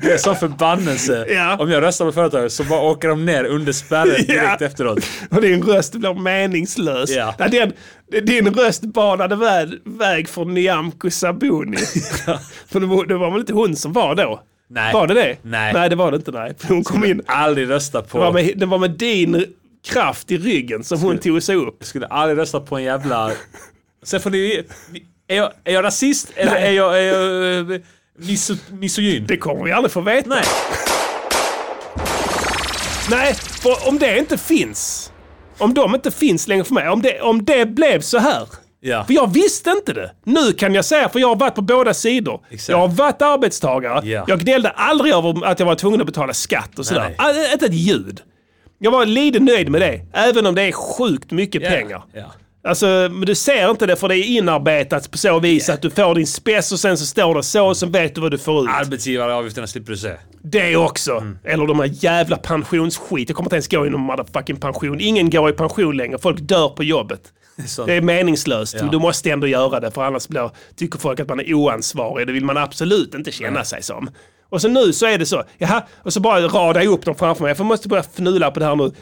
Speaker 1: det är sån förbannelse.
Speaker 6: Ja.
Speaker 1: Om jag röstar på företagare så bara åker de ner under spärren direkt
Speaker 6: Ja.
Speaker 1: efteråt.
Speaker 6: Och din röst blir meningslös.
Speaker 1: Ja.
Speaker 6: Ja, den, din röst banade väg, väg för Nyamko Sabuni. för det var, det var väl inte hon som var då?
Speaker 1: Nej.
Speaker 6: Var det det?
Speaker 1: Nej.
Speaker 6: Nej, det var det inte. Nej. Hon kom in.
Speaker 1: Aldrig rösta
Speaker 6: Det var
Speaker 1: på...
Speaker 6: med, det var med din kraft i ryggen som hon tog sig upp.
Speaker 1: Jag skulle aldrig rösta på en jävla... Sen får ni... Är jag, är jag rasist eller är jag, är jag eh, miso, misogyn?
Speaker 6: Det kommer vi aldrig få veta.
Speaker 1: Nej.
Speaker 6: Nej, för om det inte finns. Om de inte finns längre för mig. Om det, om det blev så här.
Speaker 1: Ja.
Speaker 6: För jag visste inte det. Nu kan jag säga, för jag har varit på båda sidor.
Speaker 1: Exakt.
Speaker 6: Jag har varit arbetstagare.
Speaker 1: Ja.
Speaker 6: Jag gnällde aldrig över att jag var tvungen att betala skatt och sådär.
Speaker 1: Nej.
Speaker 6: All, inte ett ljud. Jag var lite nöjd med det, även om det är sjukt mycket
Speaker 1: Ja.
Speaker 6: pengar.
Speaker 1: Ja.
Speaker 6: Alltså, men du ser inte det för det är inarbetat på så vis att du får din spess och sen så står det så och sen vet du vad du får ut.
Speaker 1: Arbetsgivaravgifterna slipper du se.
Speaker 6: Det också. Eller de här jävla pensionsskit. Jag kommer inte ens gå i någon motherfucking pension. Ingen går i pension längre. Folk dör på jobbet.
Speaker 1: sant.
Speaker 6: Det är meningslöst,
Speaker 1: Ja.
Speaker 6: men du måste ändå göra det för annars blir, tycker folk att man är oansvarig. Det vill man absolut inte känna sig som. Och så nu så är det så. Jaha, och så bara radar jag upp dem framför mig. För jag måste börja fnula på det här nu.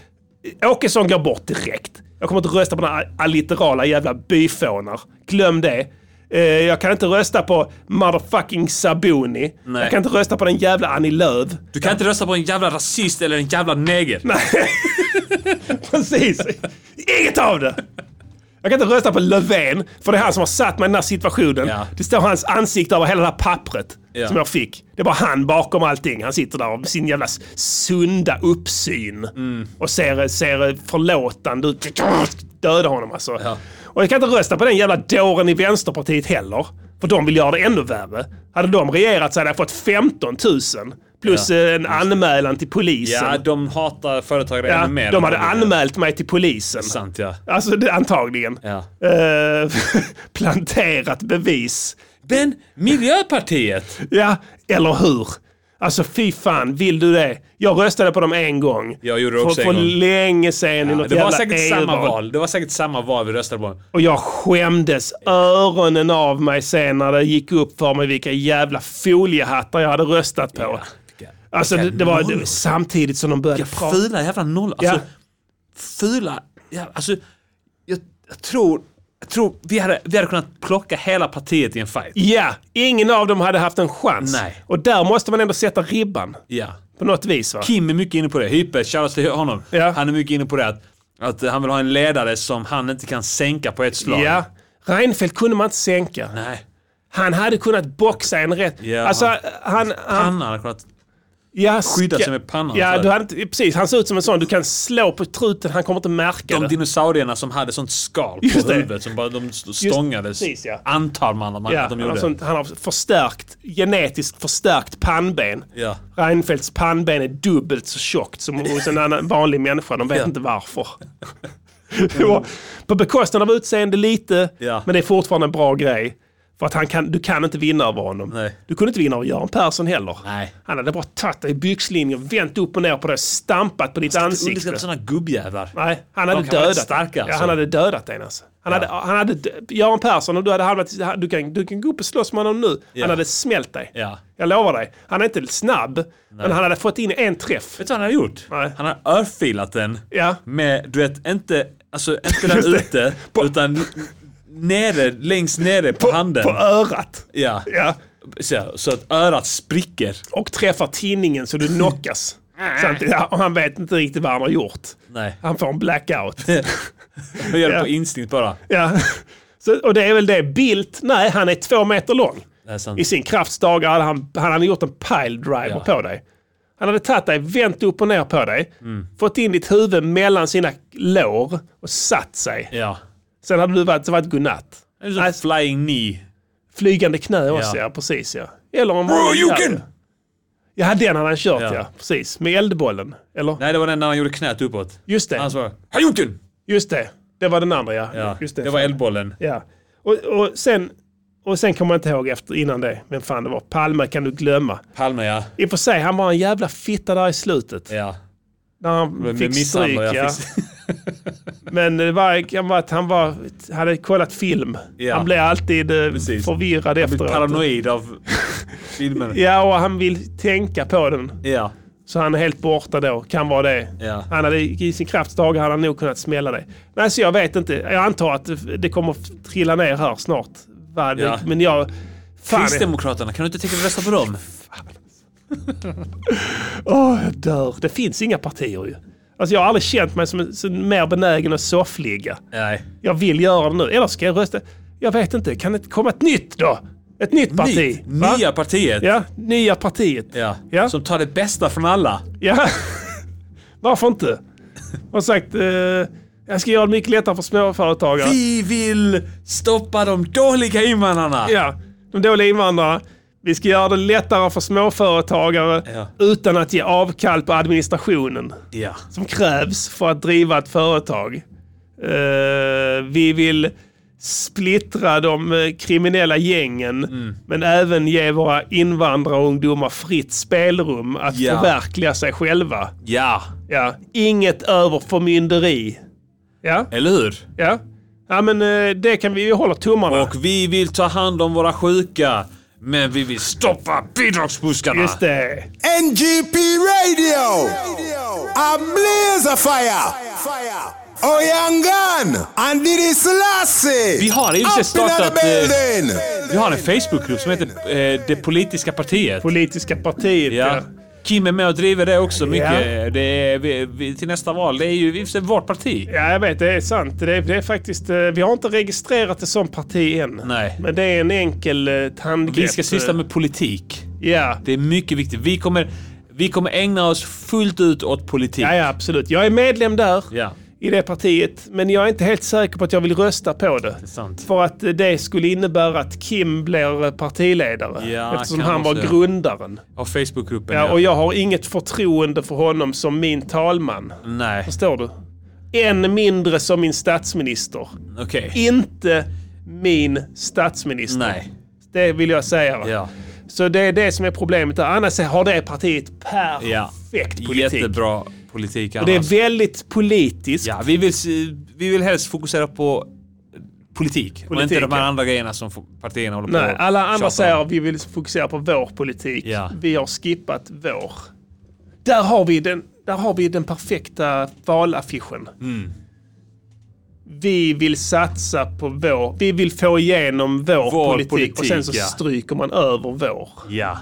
Speaker 6: Åkesson går bort direkt. Jag kommer inte rösta på några allitterala jävla byfånar. Glöm det. Eh, Jag kan inte rösta på motherfucking Sabuni.
Speaker 1: Nej.
Speaker 6: Jag kan inte rösta på den jävla Annie Lööf.
Speaker 1: Du kan inte rösta på en jävla rasist eller en jävla neger.
Speaker 6: Precis. Inget av det! Jag kan inte rösta på Löfven, för det är han som har satt mig i den här situationen.
Speaker 1: Ja.
Speaker 6: Det står hans ansikte över hela det här pappret
Speaker 1: Ja.
Speaker 6: som jag fick. Det var han bakom allting. Han sitter där med sin jävla s- sunda uppsyn
Speaker 1: Mm.
Speaker 6: och ser, ser förlåtande ut. Döda honom alltså.
Speaker 1: Ja.
Speaker 6: Och jag kan inte rösta på den jävla dåren i Vänsterpartiet heller. För de vill göra det ännu värre. Hade de regerat så hade jag fått 15 000 plus
Speaker 1: Ja.
Speaker 6: eh, en anmälan till polisen.
Speaker 1: Ja, de hatar företagare
Speaker 6: Ja,
Speaker 1: ännu mer.
Speaker 6: de hade anmält mig till polisen.
Speaker 1: Sant ja.
Speaker 6: Alltså det, antagligen.
Speaker 1: ja.
Speaker 6: Eh, planterat bevis.
Speaker 1: Men Miljöpartiet!
Speaker 6: Ja, eller hur? Alltså fy fan, vill du det? Jag röstade på dem en gång.
Speaker 1: Jag gjorde det
Speaker 6: för,
Speaker 1: också en
Speaker 6: För
Speaker 1: gång.
Speaker 6: länge sedan i något
Speaker 1: det var
Speaker 6: jävla
Speaker 1: säkert samma
Speaker 6: EU-val.
Speaker 1: val. Det var säkert samma val vi röstade på.
Speaker 6: Och jag skämdes öronen av mig sen när det gick upp för mig vilka jävla foliehattar jag hade röstat på.
Speaker 1: Vilka-
Speaker 6: Alltså det,
Speaker 1: vilka
Speaker 6: det var
Speaker 1: noll.
Speaker 6: det, samtidigt som de började
Speaker 1: Vilka fula jävla noll. Alltså, fula... Ja, alltså, jag, jag tror... Jag tror vi hade, vi hade kunnat plocka hela partiet i en fight.
Speaker 6: Ja, ingen av dem hade haft en chans.
Speaker 1: Nej.
Speaker 6: Och där måste man ändå sätta ribban.
Speaker 1: Ja.
Speaker 6: På något vis va?
Speaker 1: Kim är mycket inne på det. Hyppe, shoutout till honom.
Speaker 6: Ja.
Speaker 1: Han är mycket inne på det att, att han vill ha en ledare som han inte kan sänka på ett slag.
Speaker 6: Ja. Reinfeldt kunde man inte sänka.
Speaker 1: Nej.
Speaker 6: Han hade kunnat boxa en rätt.
Speaker 1: Ja,
Speaker 6: alltså,
Speaker 1: han-
Speaker 6: han, han,
Speaker 1: Pannan hade kunnat...
Speaker 6: ja,
Speaker 1: skydda
Speaker 6: ska-
Speaker 1: sig med pannan, så
Speaker 6: Ja,
Speaker 1: här.
Speaker 6: du hade, inte- precis. Han såg ut som en sån. Du kan slå på truten, han kommer inte märka
Speaker 1: De
Speaker 6: det.
Speaker 1: dinosaurierna som hade sånt skal på
Speaker 6: Just det.
Speaker 1: huvudet som bara de st- stångades.
Speaker 6: precis, ja.
Speaker 1: Antar man att, man,
Speaker 6: Ja,
Speaker 1: att de
Speaker 6: han, har
Speaker 1: gjorde.
Speaker 6: sånt, han har förstärkt, genetiskt förstärkt pannben.
Speaker 1: Ja.
Speaker 6: Reinfeldts pannben är dubbelt så tjockt som hos en annan vanlig människa. De vet
Speaker 1: Ja.
Speaker 6: inte varför. Det var På bekostnad av utseende lite,
Speaker 1: Ja.
Speaker 6: men det är fortfarande en bra grej. För att han kan, du kan inte vinna över honom.
Speaker 1: Nej.
Speaker 6: Du kunde inte vinna över Göran Persson heller.
Speaker 1: Nej.
Speaker 6: Han hade bara tagit dig i byxlinjen, vänt upp och ner på dig, stampat på ditt ansikte.
Speaker 1: Underskatta såna gubbjävlar.
Speaker 6: Nej, han hade
Speaker 1: De kan vara
Speaker 6: dödat.
Speaker 1: rätt starka,
Speaker 6: ja,
Speaker 1: alltså.
Speaker 6: han hade dödat en alltså. Han hade, han hade, dö- Göran Persson, om du hade hamnat, i- du kan, du kan gå upp och slåss med honom nu. Han hade smält dig.
Speaker 1: Ja.
Speaker 6: Jag lovar dig. Han är inte snabb, men han hade fått in en träff.
Speaker 1: Vet du vad han hade gjort?
Speaker 6: Nej.
Speaker 1: Han hade örfilat den
Speaker 6: Ja.
Speaker 1: med, du vet, inte, alltså, inte där ute, utan nere, längst nere på, handen.
Speaker 6: På örat.
Speaker 1: ja.
Speaker 6: Ja.
Speaker 1: Så, så att örat spricker.
Speaker 6: Och träffar tinningen så du knockas. Samtidigt, ja, och han vet inte riktigt vad han har gjort.
Speaker 1: Nej.
Speaker 6: Han får en blackout.
Speaker 1: Jag gör det
Speaker 6: Ja.
Speaker 1: på instinkt bara.
Speaker 6: ja. så, och det är väl det. Bildt, nej han är två meter lång.
Speaker 1: Det är sant.
Speaker 6: I sin krafts dagar hade han, han hade gjort en pile driver
Speaker 1: Ja.
Speaker 6: på dig. Han hade tagit dig, vänt upp och ner på dig,
Speaker 1: Mm.
Speaker 6: fått in ditt huvud mellan sina lår och satt sig.
Speaker 1: Ja.
Speaker 6: Sen hade du varit, så varit godnatt.
Speaker 1: Det är som flying knee.
Speaker 6: Flygande knä också,
Speaker 1: Ja.
Speaker 6: ja. precis ja. Eller om Bro, you can... Ja, den hade han kört
Speaker 1: Ja.
Speaker 6: ja. Precis. Med eldbollen. Eller?
Speaker 1: Nej, det var den när han gjorde knät uppåt.
Speaker 6: Just det.
Speaker 1: Han sa Hajunken!
Speaker 6: Just det. Det var den andra ja.
Speaker 1: Ja,
Speaker 6: Just
Speaker 1: det. var eldbollen.
Speaker 6: Ja. Och, och sen... Och sen kommer jag inte ihåg efter, innan det, vem fan det var. Palme kan du glömma.
Speaker 1: Palme, ja.
Speaker 6: I och för sig, han var en jävla fitta där i slutet.
Speaker 1: Ja.
Speaker 6: När han
Speaker 1: Med
Speaker 6: fick
Speaker 1: misshandel,
Speaker 6: stryk.
Speaker 1: jag
Speaker 6: Ja. Men det var, kan vara att han var, hade kollat film.
Speaker 1: Ja.
Speaker 6: Han blev alltid eh,
Speaker 1: Precis.
Speaker 6: förvirrad
Speaker 1: Jag blir
Speaker 6: efteråt.
Speaker 1: paranoid av filmen.
Speaker 6: Ja, och han vill tänka på den.
Speaker 1: Ja.
Speaker 6: Så han är helt borta då. Kan vara det.
Speaker 1: Ja.
Speaker 6: Han hade, I sin krafts dagar hade han nog kunnat smälla det. Nej, så jag vet inte. Jag antar att det- det kommer att trilla ner här snart. Vad det-
Speaker 1: Ja.
Speaker 6: Men jag... Fan, jag,
Speaker 1: Kristdemokraterna, kan du inte tänka dig att rösta på dem?
Speaker 6: åh, jag dör. Det finns inga partier ju. Alltså jag har aldrig känt mig som, som mer benägen att soffligga.
Speaker 1: Nej.
Speaker 6: Jag vill göra det nu. Eller ska jag rösta? Jag vet inte. Kan det komma ett nytt då? Ett nytt parti?
Speaker 1: Nytt,
Speaker 6: va?
Speaker 1: nya partiet.
Speaker 6: Ja, nya partiet.
Speaker 1: Ja.
Speaker 6: Ja.
Speaker 1: Som tar det bästa från alla.
Speaker 6: Ja. Varför inte? Och sagt, eh, jag ska göra det mycket lättare för småföretagare.
Speaker 1: Vi vill stoppa de dåliga invandrarna.
Speaker 6: Ja, de dåliga invandrarna. Vi ska göra det lättare för småföretagare
Speaker 1: Ja.
Speaker 6: utan att ge avkall på administrationen
Speaker 1: Ja.
Speaker 6: som krävs för att driva ett företag. Eh, vi vill splittra de eh, kriminella gängen
Speaker 1: Mm.
Speaker 6: men även ge våra invandrarungdomar fritt spelrum att
Speaker 1: Ja.
Speaker 6: förverkliga sig själva.
Speaker 1: Ja.
Speaker 6: Ja. Inget överförmynderi. Ja,
Speaker 1: Eller hur?
Speaker 6: ja. Ja men eh, det kan vi, vi håller tummarna.
Speaker 1: Och vi vill ta hand om våra sjuka. Men vi vill stoppa bidragsfuskarna.
Speaker 6: Just det.
Speaker 9: NGP Radio. Ablaze a fire. Oh, Oyangan and Didi Selassie.
Speaker 1: Vi har i och för sig
Speaker 9: Up in the
Speaker 1: startat, eh,
Speaker 9: building.
Speaker 1: Vi har en Facebookgrupp som heter eh, Det Politiska Partiet.
Speaker 6: politiska partiet.
Speaker 1: Ja. Kim är med och driver det också mycket.
Speaker 6: Ja.
Speaker 1: Det är, vi, vi, till nästa val. Det är ju i och för sig vårt parti.
Speaker 6: Ja, jag vet. Det är sant. Det är, det är faktiskt, eh, vi har inte registrerat det som parti än.
Speaker 1: Nej.
Speaker 6: Men det är en enkel eh, tandgrepp. eh,
Speaker 1: Vi ska syssla med politik.
Speaker 6: Ja.
Speaker 1: Det är mycket viktigt. Vi kommer, vi kommer ägna oss fullt ut åt politik.
Speaker 6: Ja, ja, absolut. Jag är medlem där.
Speaker 1: Ja.
Speaker 6: I det partiet. Men jag är inte helt säker på att jag vill rösta på det.
Speaker 1: är sant.
Speaker 6: För att eh, det skulle innebära att Kim blir eh, partiledare.
Speaker 1: Ja,
Speaker 6: eftersom
Speaker 1: kan
Speaker 6: han var
Speaker 1: också, ja.
Speaker 6: grundaren.
Speaker 1: Av Facebookgruppen,
Speaker 6: Ja, och jag har inget förtroende för honom som min talman.
Speaker 1: Nej,
Speaker 6: Förstår du? Än mindre som min statsminister.
Speaker 1: okej.
Speaker 6: inte min statsminister.
Speaker 1: Nej.
Speaker 6: Det vill jag säga. Va?
Speaker 1: Ja.
Speaker 6: Så det är det som är problemet. där. Annars har det partiet perfekt
Speaker 1: Ja.
Speaker 6: politik.
Speaker 1: Jättebra politik
Speaker 6: Och det
Speaker 1: annars.
Speaker 6: är väldigt politiskt.
Speaker 1: Ja, vi vill, s- vi vill helst fokusera på politik, och
Speaker 6: Politik,
Speaker 1: inte de här
Speaker 6: ja.
Speaker 1: andra grejerna som f- partierna håller på
Speaker 6: Nej,
Speaker 1: och
Speaker 6: alla
Speaker 1: tjatar
Speaker 6: andra
Speaker 1: om.
Speaker 6: säger att vi vill fokusera på vår politik.
Speaker 1: Ja.
Speaker 6: Vi har skippat vår. Där har vi den, där har vi den perfekta valaffischen.
Speaker 1: Mm.
Speaker 6: Vi vill satsa på vår. Vi vill få igenom vår,
Speaker 1: Vår
Speaker 6: politik, och
Speaker 1: politik,
Speaker 6: sen så
Speaker 1: ja.
Speaker 6: stryker man över vår.
Speaker 1: Ja.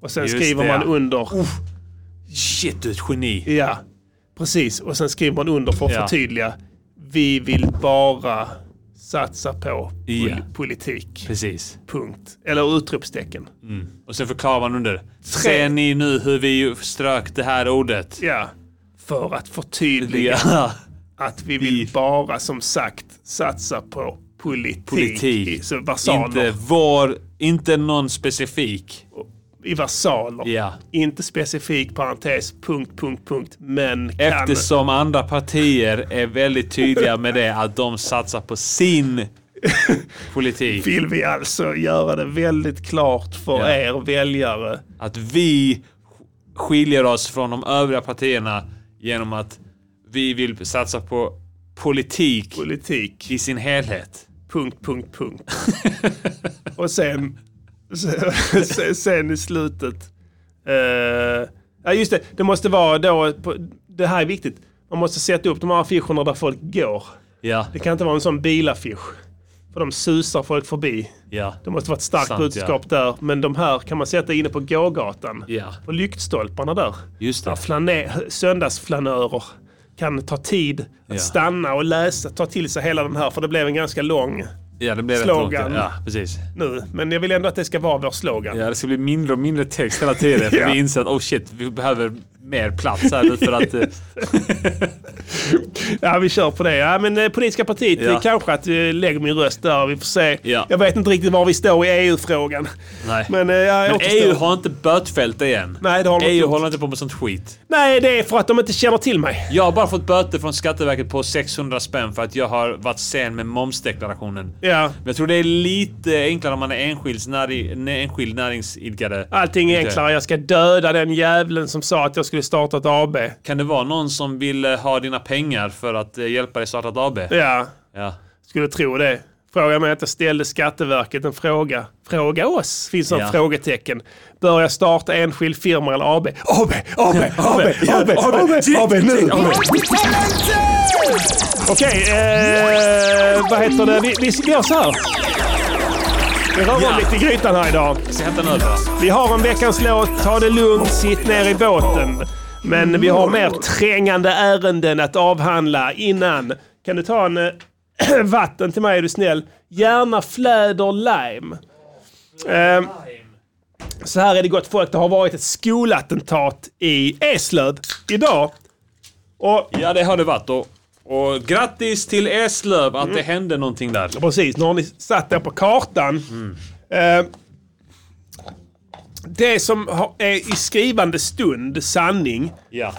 Speaker 6: Och sen
Speaker 1: Just
Speaker 6: skriver
Speaker 1: det,
Speaker 6: man
Speaker 1: ja.
Speaker 6: under.
Speaker 1: Shit, du är ett geni.
Speaker 6: Ja, precis. Och sen skriver man under för att
Speaker 1: Ja.
Speaker 6: förtydliga. Vi vill bara satsa på pol-
Speaker 1: Ja.
Speaker 6: politik.
Speaker 1: Precis.
Speaker 6: Punkt. Eller utropstecken.
Speaker 1: Och sen förklarar man under. Ser ni nu hur vi strök det här ordet?
Speaker 6: Ja. För att förtydliga
Speaker 1: Ja.
Speaker 6: att vi vill bara som sagt satsa på politik. I,
Speaker 1: Politik.
Speaker 6: så versaler.
Speaker 1: Inte vår, inte någon specifik.
Speaker 6: I versaler.
Speaker 1: Ja.
Speaker 6: Inte specifik parentes, punkt, punkt, punkt. Men kan.
Speaker 1: Eftersom andra partier är väldigt tydliga med det, att de satsar på sin politik.
Speaker 6: Vill vi alltså göra det väldigt klart för
Speaker 1: Ja.
Speaker 6: er väljare
Speaker 1: Att vi skiljer oss från de övriga partierna genom att vi vill satsa på politik
Speaker 6: politik.
Speaker 1: i sin helhet.
Speaker 6: punkt, punkt, punkt. och sen, sen, sen i slutet. eh, ja, just det. Det måste vara då, på, det här är viktigt. Man måste sätta upp de här affischerna där folk går.
Speaker 1: Ja,
Speaker 6: Det kan inte vara en sån bilaffisch. För de susar folk förbi.
Speaker 1: ja,
Speaker 6: Det måste vara ett starkt
Speaker 1: Sant,
Speaker 6: budskap där. Men de här kan man sätta inne på gågatan.
Speaker 1: Ja.
Speaker 6: På lyktstolparna där.
Speaker 1: just det.
Speaker 6: Flane- söndagsflanörer kan ta tid att
Speaker 1: Ja.
Speaker 6: stanna och läsa, ta till sig hela den här. För det blev en ganska lång
Speaker 1: Ja, det blev
Speaker 6: Slogan.
Speaker 1: rätt långt. Ja, precis.
Speaker 6: nu. Men jag vill ändå att det ska vara vår slogan.
Speaker 1: Ja, det ska bli mindre och mindre text hela tiden. För
Speaker 6: Ja.
Speaker 1: vi inser att oh shit, vi behöver mer plats här nu för att... eh,
Speaker 6: Ja, vi kör på det. Ja, men eh, Politiska partiet,
Speaker 1: Ja.
Speaker 6: eh, kanske att jag lägger min röst där. Vi får se.
Speaker 1: Ja.
Speaker 6: Jag vet inte riktigt var vi står i EU-frågan.
Speaker 1: Nej.
Speaker 6: Men, eh, jag
Speaker 1: Men
Speaker 6: återstår.
Speaker 1: EU har inte bötfällt det än.
Speaker 6: Nej, det har de inte
Speaker 1: EU
Speaker 6: gjort.
Speaker 1: håller inte på med sånt skit.
Speaker 6: Nej, det är för att de inte känner till mig.
Speaker 1: Jag har bara fått böter från Skatteverket på 600 spänn för att jag har varit sen med momsdeklarationen.
Speaker 6: Ja.
Speaker 1: Men jag tror det är lite enklare om man är enskild, näri, nä- enskild näringsidkare.
Speaker 6: Allting är
Speaker 1: Inte.
Speaker 6: enklare. Jag ska döda den jävlen som sa att jag skulle starta ett AB.
Speaker 1: Kan det vara någon som vill eh, ha dina pengar för att eh, hjälpa dig starta ett AB?
Speaker 6: Ja,
Speaker 1: Ja.
Speaker 6: skulle tro det. Fråga mig att jag ställde Skatteverket en fråga. Fråga oss, finns det
Speaker 1: Ja.
Speaker 6: ett frågetecken. Bör jag starta enskild firma eller AB? AB, AB, AB, AB, AB, AB nu! Okej, eh, vad heter det? Vi, vi vi gör så här. Vi rör om
Speaker 1: Ja.
Speaker 6: lite i grytan här idag.
Speaker 1: Ska jag hämta en öl bara?
Speaker 6: Vi har en veckans låt, Ta det lugnt, sitt ner i båten. Men vi har mer trängande ärenden att avhandla innan. Kan du ta en eh, vatten till mig är du snäll? Gärna fläder lime. Ehm, så här är det gott folk. Det har varit ett skolattentat i Eslöv idag. Och
Speaker 1: Ja, det har det varit. Och, och grattis till Eslöv att det hände någonting där.
Speaker 6: Precis, nu har ni satt er på kartan. Eh, det som har- är i skrivande stund sanning
Speaker 1: Ja.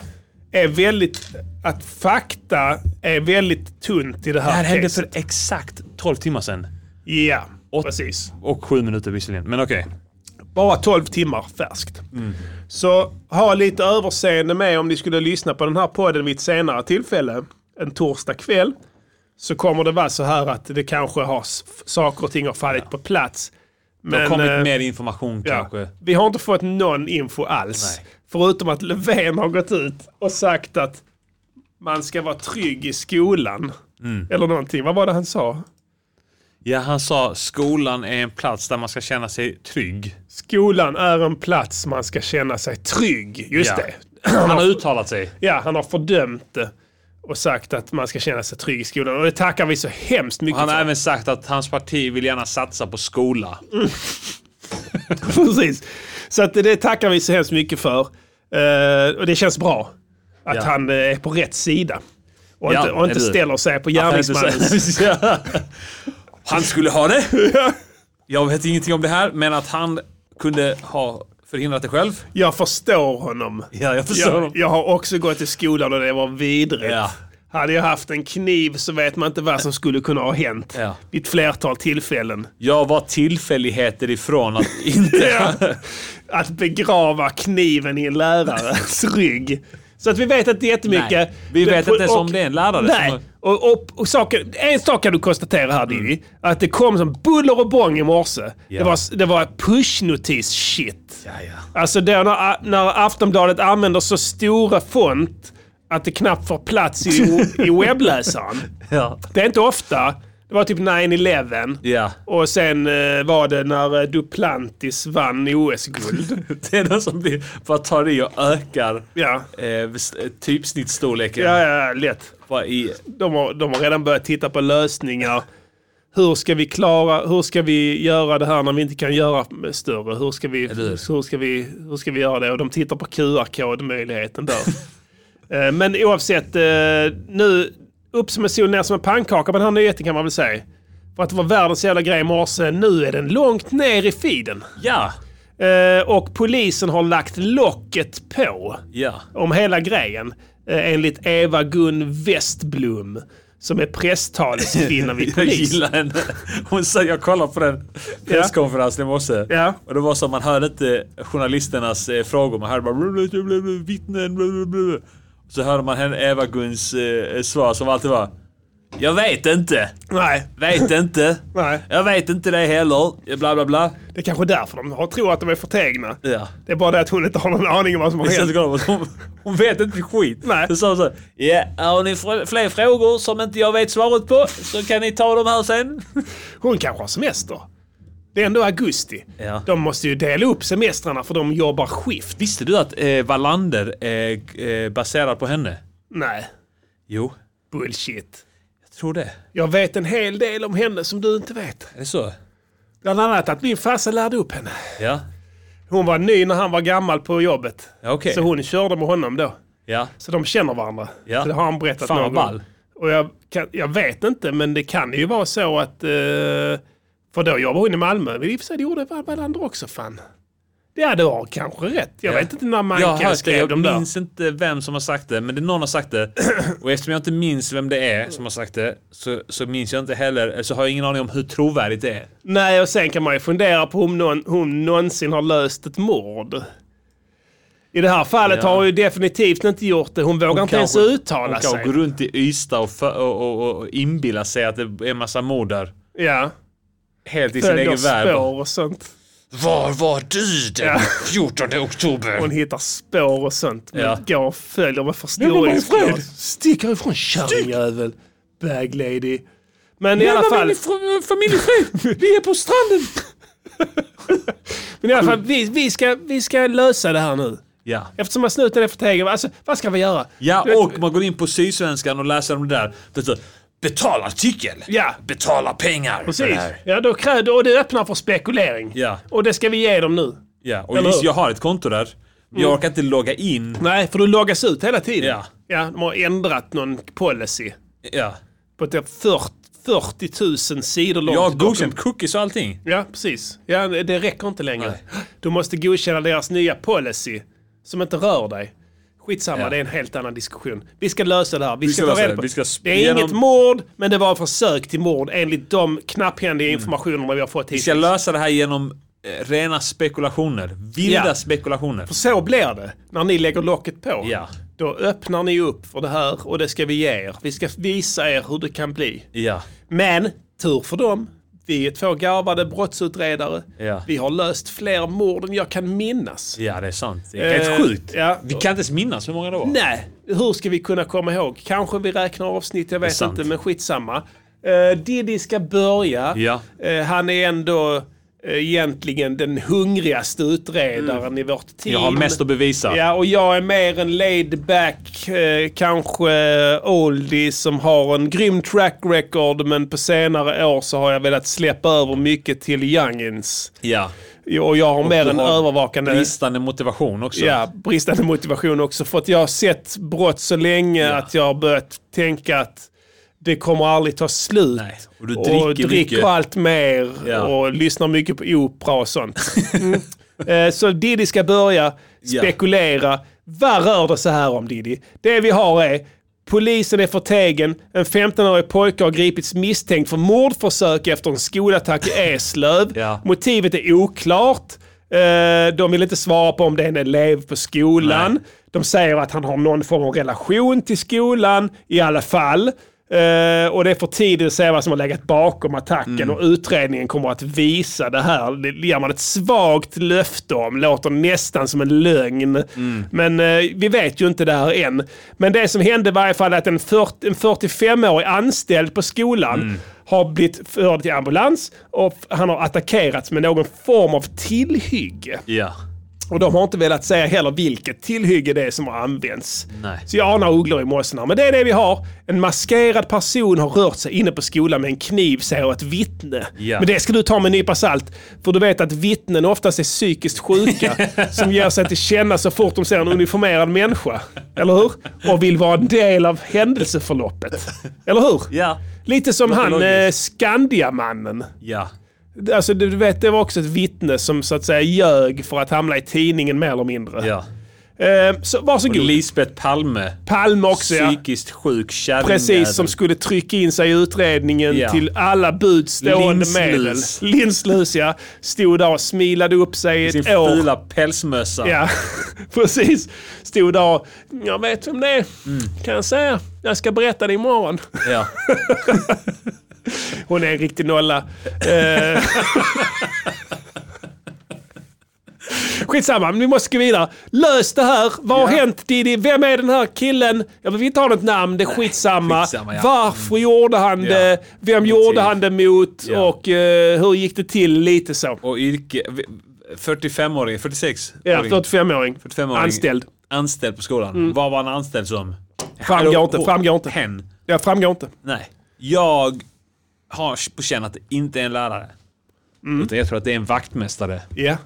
Speaker 6: är väldigt... Att fakta är väldigt tunt i det här,
Speaker 1: Det här hände för
Speaker 6: textet.
Speaker 1: exakt 12 timmar sedan.
Speaker 6: Ja,
Speaker 1: Och-
Speaker 6: precis.
Speaker 1: Och sju minuter visserligen, men okej.
Speaker 6: Bara 12 timmar färskt. Så ha lite överseende med om ni skulle lyssna på den här podden vid ett senare tillfälle. En torsdag kväll. Så kommer det vara så här att det kanske har s- saker och ting har fallit på plats.
Speaker 1: Det har kommit
Speaker 6: eh,
Speaker 1: mer information
Speaker 6: Ja.
Speaker 1: kanske.
Speaker 6: Vi har inte fått någon info alls.
Speaker 1: Nej.
Speaker 6: Förutom att Löfven har gått ut och sagt att man ska vara trygg i skolan.
Speaker 1: Mm.
Speaker 6: Eller någonting. Vad var det han sa?
Speaker 1: Ja, han sa skolan är en plats där man ska känna sig trygg.
Speaker 6: Skolan är en plats man ska känna sig trygg. Just
Speaker 1: Ja.
Speaker 6: det.
Speaker 1: Han har uttalat sig.
Speaker 6: Ja, han har fördömt det. Och sagt att man ska känna sig trygg i skolan. Och det tackar vi så hemskt mycket
Speaker 1: Han har
Speaker 6: för.
Speaker 1: även sagt att hans parti vill gärna satsa på skola.
Speaker 6: Precis. Så att det tackar vi så hemskt mycket för. Eh, och det känns bra att
Speaker 1: Ja.
Speaker 6: han eh, är på rätt sida. Och
Speaker 1: Ja,
Speaker 6: inte, och inte
Speaker 1: eller hur?
Speaker 6: ställer sig på gärningsmannens
Speaker 1: Ja. Han skulle ha det. Jag vet ingenting om det här, men att han kunde ha förhindrat det själv.
Speaker 6: Jag förstår honom.
Speaker 1: Ja, jag förstår
Speaker 6: Jag,
Speaker 1: honom.
Speaker 6: jag har också gått i skolan och det var vidrigt.
Speaker 1: Ja.
Speaker 6: Hade jag haft en kniv så vet man inte vad som skulle kunna ha hänt.
Speaker 1: Ja.
Speaker 6: Vid ett flertal tillfällen.
Speaker 1: Jag var tillfälligheter ifrån att inte...
Speaker 6: Att begrava kniven i en lärares rygg. Så att vi vet att det är jättemycket.
Speaker 1: Nej, vi vet
Speaker 6: på-
Speaker 1: inte ens
Speaker 6: och-
Speaker 1: om det är en lärare
Speaker 6: Nej.
Speaker 1: som-
Speaker 6: Och, och, och saker, en sak kan du konstatera här
Speaker 1: Mm.
Speaker 6: Diddy. Att det kom som buller och bång i morse. Det var, det var pushnotis-shit. Alltså det när, när Aftonbladet använder så stora font att det knappt får plats i, i webbläsaren.
Speaker 1: Ja.
Speaker 6: Det är inte ofta. Det var typ 9-11.
Speaker 1: ja.
Speaker 6: Och sen eh, var det när eh, Duplantis vann OS-guld.
Speaker 1: Det är den som blir, vad tar det i och ökar
Speaker 6: ja.
Speaker 1: eh, s- eh, typsnittstorleken.
Speaker 6: Ja, ja, ja, lätt.
Speaker 1: Bara i,
Speaker 6: De har, de har redan börjat titta på lösningar. Hur ska vi klara, hur ska vi göra det här när vi inte kan göra större? Hur ska vi,
Speaker 1: hur?
Speaker 6: hur ska vi, hur ska vi göra det? Och de tittar på QR-kodmöjligheten där. Eh, Men oavsett, eh, nu upp som en sol, ner som en pannkaka på den här nyheten kan man väl säga. För att det var världens jävla grej i morse. Nu är den långt ner i feeden.
Speaker 1: ja,
Speaker 6: Eh, Och polisen har lagt locket på
Speaker 1: ja.
Speaker 6: om hela grejen eh, enligt Eva-Gun Westblom som är presstaleskvinna vid
Speaker 1: Jag
Speaker 6: polisen.
Speaker 1: gillar henne. Hon sa, jag kollade på den presskonferensen i morse.
Speaker 6: Ja.
Speaker 1: Och det var som man hörde inte journalisternas eh, frågor. Man hörde bara blablabla, blablabla, vittnen. blablabla. Så hörde man henne Eva-Guns eh, svar som alltid var. Jag vet inte.
Speaker 6: Nej,
Speaker 1: Vet inte.
Speaker 6: Nej.
Speaker 1: Jag vet inte det heller. Bla bla bla.
Speaker 6: det är kanske är därför de har, tror att de är förtegna.
Speaker 1: Ja.
Speaker 6: Det är bara det att hon inte har någon aning om vad som har
Speaker 1: Sen så
Speaker 6: hänt.
Speaker 1: kollar man, hon, hon vet inte skit.
Speaker 6: Nej.
Speaker 1: Så sa hon så här, ja, har ni fr- fler frågor som inte jag vet svaret på så kan ni ta dem här sen.
Speaker 6: Hon kanske har semester. Det är ändå augusti.
Speaker 1: Ja.
Speaker 6: De måste ju dela upp semestrarna för de jobbar skift.
Speaker 1: Visste du att eh, Wallander är eh, baserad på henne?
Speaker 6: Nej,
Speaker 1: Jo,
Speaker 6: bullshit.
Speaker 1: jag tror det.
Speaker 6: Jag vet en hel del om henne som du inte vet.
Speaker 1: Är det så?
Speaker 6: Bland annat att min farsa lärde upp henne.
Speaker 1: Ja,
Speaker 6: Hon var ny när han var gammal på jobbet.
Speaker 1: ja okej.
Speaker 6: Så hon körde med honom då.
Speaker 1: Ja.
Speaker 6: Så de känner varandra.
Speaker 1: Ja.
Speaker 6: Så det har han berättat
Speaker 1: Fan,
Speaker 6: någon
Speaker 1: vad ball.
Speaker 6: gång. Och jag, kan, jag vet inte, men det kan ju vara så att... Eh, för då jobbar hon i Malmö. Men i och för sig, det gjorde Val- Wallander också fan. Ja, du har kanske rätt. Jag vet inte när
Speaker 1: Jag har
Speaker 6: Michael
Speaker 1: hört det,
Speaker 6: skrev
Speaker 1: jag
Speaker 6: dem där.
Speaker 1: minns inte vem som har sagt det, men det någon har sagt det. Och eftersom jag inte minns vem det är som har sagt det, så, så minns jag inte heller, eller så har jag ingen aning om hur trovärdigt det är.
Speaker 6: Nej, och sen kan man ju fundera på om någon, hon någonsin har löst ett mord. I det här fallet
Speaker 1: Ja.
Speaker 6: har hon ju definitivt inte gjort det. Hon vågar inte ens uttala
Speaker 1: hon kanske
Speaker 6: sig.
Speaker 1: går runt i Ystad och, för, och, och, och inbillar sig att det är massa mord där.
Speaker 6: Ja,
Speaker 1: Helt i sin
Speaker 6: följer
Speaker 1: egen värld.
Speaker 6: spår och sånt.
Speaker 1: Var var du den 14 oktober?
Speaker 6: Hon hittar spår och sånt. Men
Speaker 1: Ja.
Speaker 6: går och följer med förstoringsglas. Stick härifrån kärringjävel. Bag lady. Men i alla fall.
Speaker 1: Familjefred! eh, Vi är på stranden!
Speaker 6: Men i alla fall vi, vi, ska, vi ska lösa det här nu.
Speaker 1: Ja.
Speaker 6: Eftersom man snuten är förtegen. Alltså, vad ska vi göra?
Speaker 1: Ja,
Speaker 6: Du vet-
Speaker 1: och man går in på Sydsvenskan och läser om det där. Det står betala artikel!
Speaker 6: Ja.
Speaker 1: Betala pengar! för det
Speaker 6: Precis.
Speaker 1: här."
Speaker 6: Ja, då kräver, och det öppnar för spekulering.
Speaker 1: Ja.
Speaker 6: Och det ska vi ge dem nu.
Speaker 1: Ja, och
Speaker 6: Eller
Speaker 1: just,
Speaker 6: hur? Mm.
Speaker 1: jag har ett konto där. Men jag orkar inte logga in.
Speaker 6: Nej, för du loggas ut hela tiden.
Speaker 1: Ja.
Speaker 6: ja de har ändrat någon policy.
Speaker 1: Ja.
Speaker 6: På ett 40, 40 000 sidor långt
Speaker 1: Jag har
Speaker 6: dokument.
Speaker 1: godkänt cookies och allting.
Speaker 6: Ja, precis. Ja, det räcker inte längre.
Speaker 1: Nej.
Speaker 6: Du måste godkänna deras nya policy som inte rör dig. Skitsamma,
Speaker 1: Ja.
Speaker 6: det är en helt annan diskussion. Vi ska lösa det här. Vi,
Speaker 1: Vi
Speaker 6: ska,
Speaker 1: ska
Speaker 6: ta
Speaker 1: lösa
Speaker 6: reda
Speaker 1: det.
Speaker 6: på...
Speaker 1: Vi ska sp-
Speaker 6: det är
Speaker 1: genom-
Speaker 6: inget mord, men det var försök till mord enligt de knapphändiga informationerna vi har fått
Speaker 1: Mm. Vi ska
Speaker 6: hittills.
Speaker 1: lösa det här genom eh, rena spekulationer. Vilda
Speaker 6: Ja.
Speaker 1: spekulationer.
Speaker 6: Så blir det när ni lägger locket på.
Speaker 1: Ja.
Speaker 6: Då öppnar ni upp för det här och det ska vi ge er. Vi ska visa er hur det kan bli.
Speaker 1: Ja.
Speaker 6: Men tur för dem. Vi är två garvade brottsutredare.
Speaker 1: Ja.
Speaker 6: Vi har löst fler mord än jag kan minnas.
Speaker 1: Ja, det är sant. Det är helt
Speaker 6: Eh,
Speaker 1: sjukt.
Speaker 6: ja.
Speaker 1: Vi kan inte ens minnas hur många det var.
Speaker 6: Nej, hur ska vi kunna komma ihåg? Kanske vi räknar avsnitt, jag vet
Speaker 1: sant.
Speaker 6: inte, men skitsamma. Uh, Diddy ska börja.
Speaker 1: Ja.
Speaker 6: Eh, han är ändå eh, egentligen den hungrigaste utredaren i vårt team.
Speaker 1: Mm. Jag har mest att bevisa.
Speaker 6: Ja, och jag är mer en laid back, eh, kanske eh, oldie som har en grym track record men på senare år så har jag velat släppa över mycket till youngins.
Speaker 1: Ja.
Speaker 6: Och jag har mer
Speaker 1: du
Speaker 6: en
Speaker 1: har
Speaker 6: övervakande...
Speaker 1: Bristande motivation också.
Speaker 6: Ja, bristande motivation också. För att jag har sett brott så länge att jag har börjat tänka att det kommer aldrig ta slut.
Speaker 1: Nej, och du dricker mycket.
Speaker 6: allt mer
Speaker 1: Ja.
Speaker 6: och lyssnar mycket på opera och sånt. Mm. Eh, så Diddy ska börja
Speaker 1: Ja.
Speaker 6: spekulera. Vad rör det sig här om Diddy? Det vi har är Polisen är förtegen. En 15-årig pojke har gripits misstänkt för mordförsök efter en skolattack i Eslöv.
Speaker 1: Ja.
Speaker 6: Motivet är oklart. Eh, De vill inte svara på om det är en elev på skolan.
Speaker 1: Nej.
Speaker 6: De säger att han har någon form av relation till skolan i alla fall. Eh, och det är för tidigt att säga vad som har legat bakom attacken
Speaker 1: Mm.
Speaker 6: och utredningen kommer att visa det här. Det ger man ett svagt löfte om, låter nästan som en lögn.
Speaker 1: Mm.
Speaker 6: Men eh, vi vet ju inte det här än. Men det som hände i varje fall är att en, 40, en 45-årig anställd på skolan
Speaker 1: Mm.
Speaker 6: har blivit förd till ambulans och f- han har attackerats med någon form av tillhygge.
Speaker 1: Ja.
Speaker 6: Och de har inte velat säga heller vilket tillhygge det är som har använts.
Speaker 1: Nej.
Speaker 6: Så jag anar ugglor i mossen här. Men det är det vi har. En maskerad person har rört sig inne på skolan med en kniv, säger ett vittne.
Speaker 1: Ja.
Speaker 6: Men det ska du ta med en nypa salt. För du vet att vittnen oftast är psykiskt sjuka som ger sig till känna så fort de ser en uniformerad människa. Eller hur? Och vill vara en del av händelseförloppet. Eller hur?
Speaker 1: Ja.
Speaker 6: Lite som
Speaker 1: Låter
Speaker 6: han
Speaker 1: logiskt.
Speaker 6: eh, Skandiamannen.
Speaker 1: Ja.
Speaker 6: Alltså du vet, det var också ett vittne som så att säga ljög för att hamna i tidningen mer eller mindre.
Speaker 1: Ja.
Speaker 6: Eh, så varsågod.
Speaker 1: Lisbeth Palme.
Speaker 6: Palme också ja.
Speaker 1: Psykiskt sjuk kärringjävel.
Speaker 6: Precis, som skulle trycka in sig i utredningen
Speaker 1: Ja.
Speaker 6: till alla budstående
Speaker 1: Linslus.
Speaker 6: medel. Linslus ja. Stod där och smilade upp sig i
Speaker 1: Sin
Speaker 6: ett år.
Speaker 1: fula pälsmössa.
Speaker 6: Ja, precis. Stod där och, jag vet vem det är.
Speaker 1: Mm.
Speaker 6: Kan jag säga. Jag ska berätta det imorgon.
Speaker 1: Ja.
Speaker 6: Hon är en riktig nolla. Eh. Skitsamma, men vi måste gå vidare. Lös det här. Vad har hänt Diddy? Vem är den här killen? Jag vill inte ha något namn, det är skitsamma.
Speaker 1: skitsamma, ja. Mm.
Speaker 6: Varför gjorde han
Speaker 1: Ja.
Speaker 6: det? Vem gjorde han det mot?
Speaker 1: Ja.
Speaker 6: Och eh, hur gick det till? Lite så.
Speaker 1: Och yrke... 45-åring, 46
Speaker 6: Ja, 45-åring.
Speaker 1: 45-åring.
Speaker 6: Anställd. Mm.
Speaker 1: Anställd på skolan. Vad var han anställd som?
Speaker 6: Framgår
Speaker 1: Hallå,
Speaker 6: inte,
Speaker 1: hon-
Speaker 6: framgår inte.
Speaker 1: Hen.
Speaker 6: Ja, framgår inte.
Speaker 1: Nej. Jag har på känn att det inte är en lärare.
Speaker 6: Mm.
Speaker 1: Utan jag tror att det är en vaktmästare.
Speaker 6: Ja.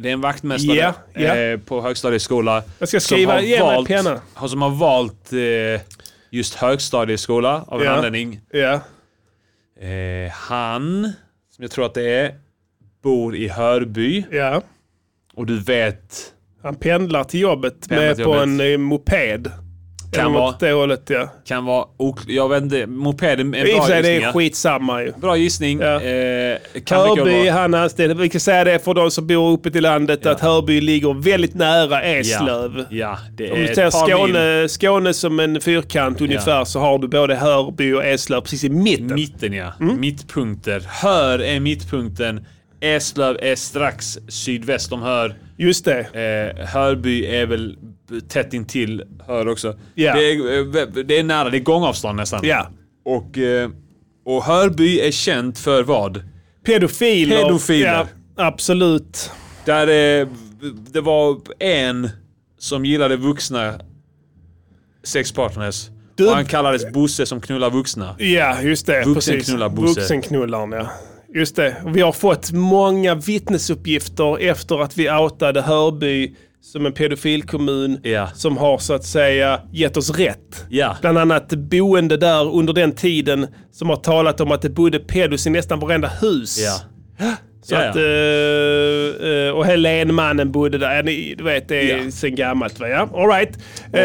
Speaker 1: Det är en vaktmästare
Speaker 6: Ja, ja.
Speaker 1: Eh, på högstadieskola.
Speaker 6: Jag ska skriva- ge mig penna.
Speaker 1: har, som har valt eh, just högstadieskola av en
Speaker 6: Ja.
Speaker 1: anledning.
Speaker 6: Ja.
Speaker 1: Eh, han, som jag tror att det är, bor i Hörby.
Speaker 6: Ja.
Speaker 1: Och du vet,
Speaker 6: Han pendlar till jobbet
Speaker 1: Pendlar
Speaker 6: med
Speaker 1: till
Speaker 6: på
Speaker 1: jobbet.
Speaker 6: en eh, moped. Eller något
Speaker 1: vara.
Speaker 6: åt det hållet ja.
Speaker 1: kan vara ok- Jag vet inte, moped är en bra
Speaker 6: I och för sig,
Speaker 1: gissning.
Speaker 6: det är
Speaker 1: ja.
Speaker 6: skitsamma ju.
Speaker 1: Bra gissning.
Speaker 6: Ja.
Speaker 1: Eh, kan mycket
Speaker 6: Hörby,
Speaker 1: vara-
Speaker 6: han anställde. Vi kan säga det för de som bor uppe i landet att Hörby ligger väldigt nära Eslöv.
Speaker 1: Ja, ja, det
Speaker 6: Om
Speaker 1: är
Speaker 6: du ser
Speaker 1: ett par mil
Speaker 6: Skåne, Skåne som en fyrkant ungefär så har du både Hörby och Eslöv precis i mitten.
Speaker 1: Mitten ja.
Speaker 6: Mm.
Speaker 1: Mittpunkter. Hör är mittpunkten. Eslöv är strax sydväst om Hör.
Speaker 6: Just det.
Speaker 1: Eh, Hörby är väl b- tätt intill Hör också.
Speaker 6: Ja.
Speaker 1: Det, är, eh, vä- det är nära, det är gångavstånd nästan.
Speaker 6: Ja.
Speaker 1: Och, eh, och Hörby är känt för vad?
Speaker 6: Pedofiler.
Speaker 1: Pedofiler.
Speaker 6: Ja, absolut.
Speaker 1: Där är det var en som gillade vuxna sexpartners.
Speaker 6: Du-
Speaker 1: Och han kallades Bosse som knullar vuxna.
Speaker 6: Ja, just det.
Speaker 1: Vuxenknullar,
Speaker 6: precis.
Speaker 1: Bosse.
Speaker 6: Vuxenknullaren, ja. Just det. Vi har fått många vittnesuppgifter efter att vi outade Hörby som en pedofilkommun
Speaker 1: Ja.
Speaker 6: som har så att säga gett oss rätt.
Speaker 1: Ja.
Speaker 6: Bland annat boende där under den tiden som har talat om att det bodde pedos i nästan varenda hus.
Speaker 1: Ja.
Speaker 6: Så
Speaker 1: Ja, ja.
Speaker 6: att, eh, eh, och Helenmannen bodde där. Ja, ni, du vet, det är
Speaker 1: Ja.
Speaker 6: sen gammalt. Va? Ja, all right. Eh,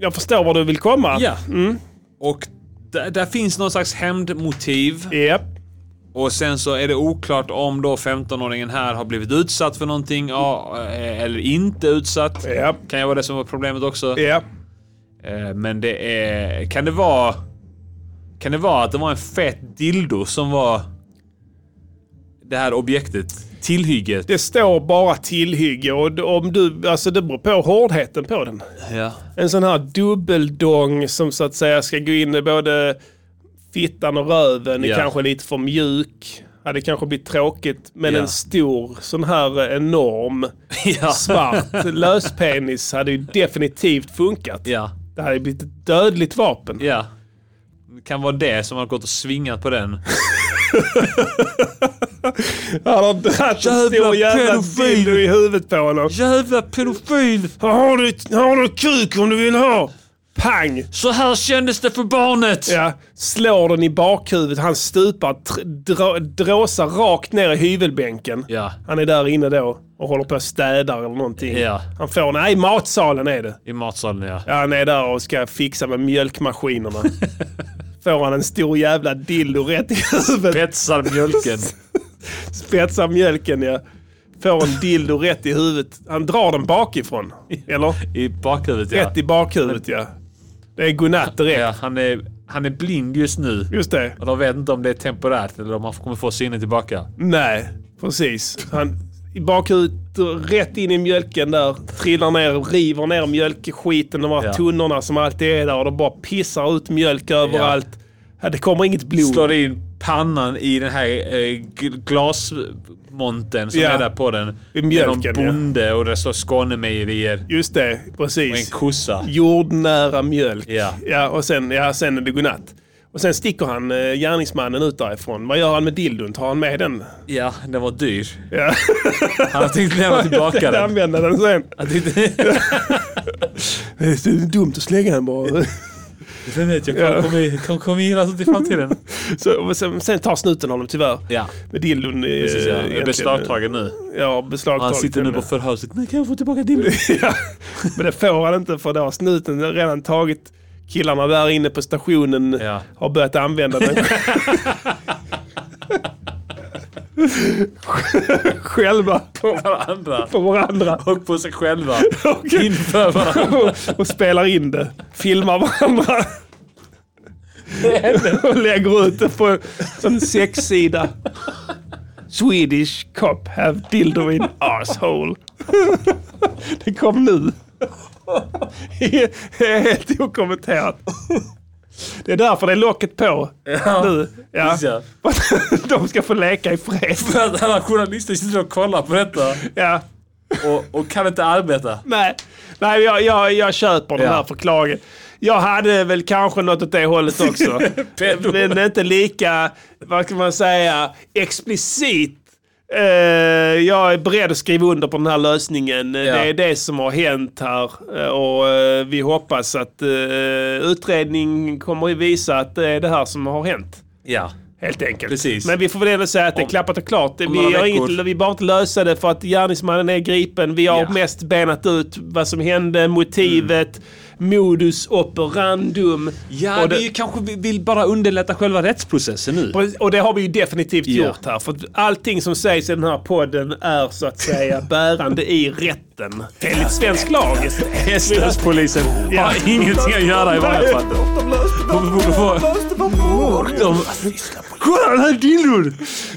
Speaker 6: jag förstår var du vill komma.
Speaker 1: Ja.
Speaker 6: Mm.
Speaker 1: Och där, där finns någon slags hämndmotiv.
Speaker 6: Japp.
Speaker 1: Och sen så är det oklart om då 15-åringen här har blivit utsatt för någonting ja, eh, eller inte utsatt.
Speaker 6: Ja.
Speaker 1: Kan ju vara det som var problemet också.
Speaker 6: Ja.
Speaker 1: Eh, Men det är... Kan det vara... Kan det vara att det var en fet dildo som var det här objektet? Tillhygget?
Speaker 6: Det står bara tillhygge och d- om du, alltså det beror på hårdheten på den.
Speaker 1: Ja.
Speaker 6: En sån här dubbeldong som så att säga ska gå in i både fittan och röven
Speaker 1: Ja.
Speaker 6: är kanske lite för mjuk. Hade kanske blivit tråkigt. Men
Speaker 1: Ja.
Speaker 6: en stor sån här eh, enorm
Speaker 1: Ja.
Speaker 6: svart löspenis hade ju definitivt funkat.
Speaker 1: Ja.
Speaker 6: Det hade blivit ett dödligt vapen.
Speaker 1: Ja. Det kan vara det som har gått och svingat på den.
Speaker 6: Han har dratt en
Speaker 1: Jävla
Speaker 6: stor jävla
Speaker 1: pedofil.
Speaker 6: dildo i huvudet på honom.
Speaker 1: Jävla pedofil!
Speaker 6: Här har du, här har du kuk om du vill ha! Pang!
Speaker 1: Så här kändes det för barnet!
Speaker 6: Ja, slår den i bakhuvudet, han stupar, tr- dra- dråsar rakt ner i hyvelbänken.
Speaker 1: Ja.
Speaker 6: Han är där inne då och håller på och städar eller någonting.
Speaker 1: Ja.
Speaker 6: Han får, nej matsalen är det.
Speaker 1: I matsalen ja.
Speaker 6: Ja, han är där och ska fixa med mjölkmaskinerna. får han en stor jävla dildo rätt i huvudet.
Speaker 1: Petsar mjölken.
Speaker 6: Spetsar mjölken ja. Får en dildo rätt i huvudet. Han drar den bakifrån. Eller?
Speaker 1: I bakhuvudet ja.
Speaker 6: Rätt i bakhuvudet ja. Det är godnatt direkt.
Speaker 1: ja han, är, han är blind just nu.
Speaker 6: Just det.
Speaker 1: Och de vet inte om det är temporärt eller om han kommer få sinnet tillbaka.
Speaker 6: Nej, precis. Han i bakhuvudet, rätt in i mjölken där. Trillar ner och river ner mjölkskiten. De här
Speaker 1: Ja.
Speaker 6: tunnorna som alltid är där. Och de bara pissar ut mjölk överallt. Ja. Det kommer inget blod.
Speaker 1: Slår in pannan i den här eh, gl- glasmonten som
Speaker 6: Ja.
Speaker 1: är där på den.
Speaker 6: I mjölken,
Speaker 1: Det är någon bonde och det står Skånemejerier.
Speaker 6: Just det,
Speaker 1: Och en
Speaker 6: precis.
Speaker 1: kossa.
Speaker 6: Jordnära mjölk.
Speaker 1: Ja.
Speaker 6: Ja, och sen, ja, sen är det godnatt. Och sen sticker han, eh, gärningsmannen, ut därifrån. Vad gör han med dildon? Tar han med den?
Speaker 1: Ja, den var dyr.
Speaker 6: Ja.
Speaker 1: Han har tänkt lämna tillbaka den.
Speaker 6: Använda den sen.
Speaker 1: Han tyckte-
Speaker 6: Det är dumt att slänga den bara.
Speaker 1: Vem vet, jag kommer- kommer kommer- kommer gilla sånt i
Speaker 6: Eh,
Speaker 1: framtiden.
Speaker 6: Så, och sen, sen tar snuten honom tyvärr.
Speaker 1: Ja.
Speaker 6: Med dildon.
Speaker 1: Precis, ja. Jag är beslagtagen nu.
Speaker 6: eh, Ja, beslagtagen.
Speaker 1: Han sitter nu på förhöret. Nej, kan jag få tillbaka din?
Speaker 6: ja, men det får han inte för då har snuten redan tagit killarna där inne på stationen.
Speaker 1: Ja.
Speaker 6: Har börjat använda den. Själva
Speaker 1: På varandra.
Speaker 6: på varandra.
Speaker 1: Och på sig själva.
Speaker 6: Och,
Speaker 1: Inför varandra.
Speaker 6: och, och spelar in det. Filmar varandra. och lägger ut det på en sån sexsida. Swedish cop have dildo in asshole. det kom nu. Helt okommenterat. Det är därför det är locket på nu. Ja.
Speaker 1: precis, ja.
Speaker 6: De ska få leka i fred.
Speaker 1: För att alla journalister sitter och kollar på detta
Speaker 6: Ja.
Speaker 1: och, och kan inte arbeta.
Speaker 6: Nej, Nej jag, jag, jag köper den
Speaker 1: Ja.
Speaker 6: här förklaringen. Jag hade väl kanske något åt det hållet också.
Speaker 1: Pedro.
Speaker 6: Men inte lika, vad kan man säga, explicit. Eh, jag är beredd att skriva under på den här lösningen. Eh,
Speaker 1: Ja.
Speaker 6: Det är det som har hänt här. Eh, Och eh, vi hoppas att eh, utredningen kommer att visa att det är det här som har hänt.
Speaker 1: Ja.
Speaker 6: Helt enkelt.
Speaker 1: Precis.
Speaker 6: Men vi får väl ändå säga att det är klappat och klart. Vi,
Speaker 1: några
Speaker 6: har
Speaker 1: veckor.
Speaker 6: inget, vi behöver inte lösa det för att gärningsmannen är gripen. Vi har
Speaker 1: Ja.
Speaker 6: mest benat ut vad som hände, motivet, modus operandum.
Speaker 1: Mm. Ja,
Speaker 6: och,
Speaker 1: vi
Speaker 6: det,
Speaker 1: kanske vi- vill bara underlätta själva rättsprocessen nu.
Speaker 6: och det har vi ju definitivt
Speaker 1: Ja.
Speaker 6: gjort här. För att allting som sägs i den här podden är så att säga bärande i rätten. Enligt svensk lag.
Speaker 1: Hästlöspolisen har ingenting att göra i varje fall. De borde få... De...
Speaker 6: Kolla den här dildon!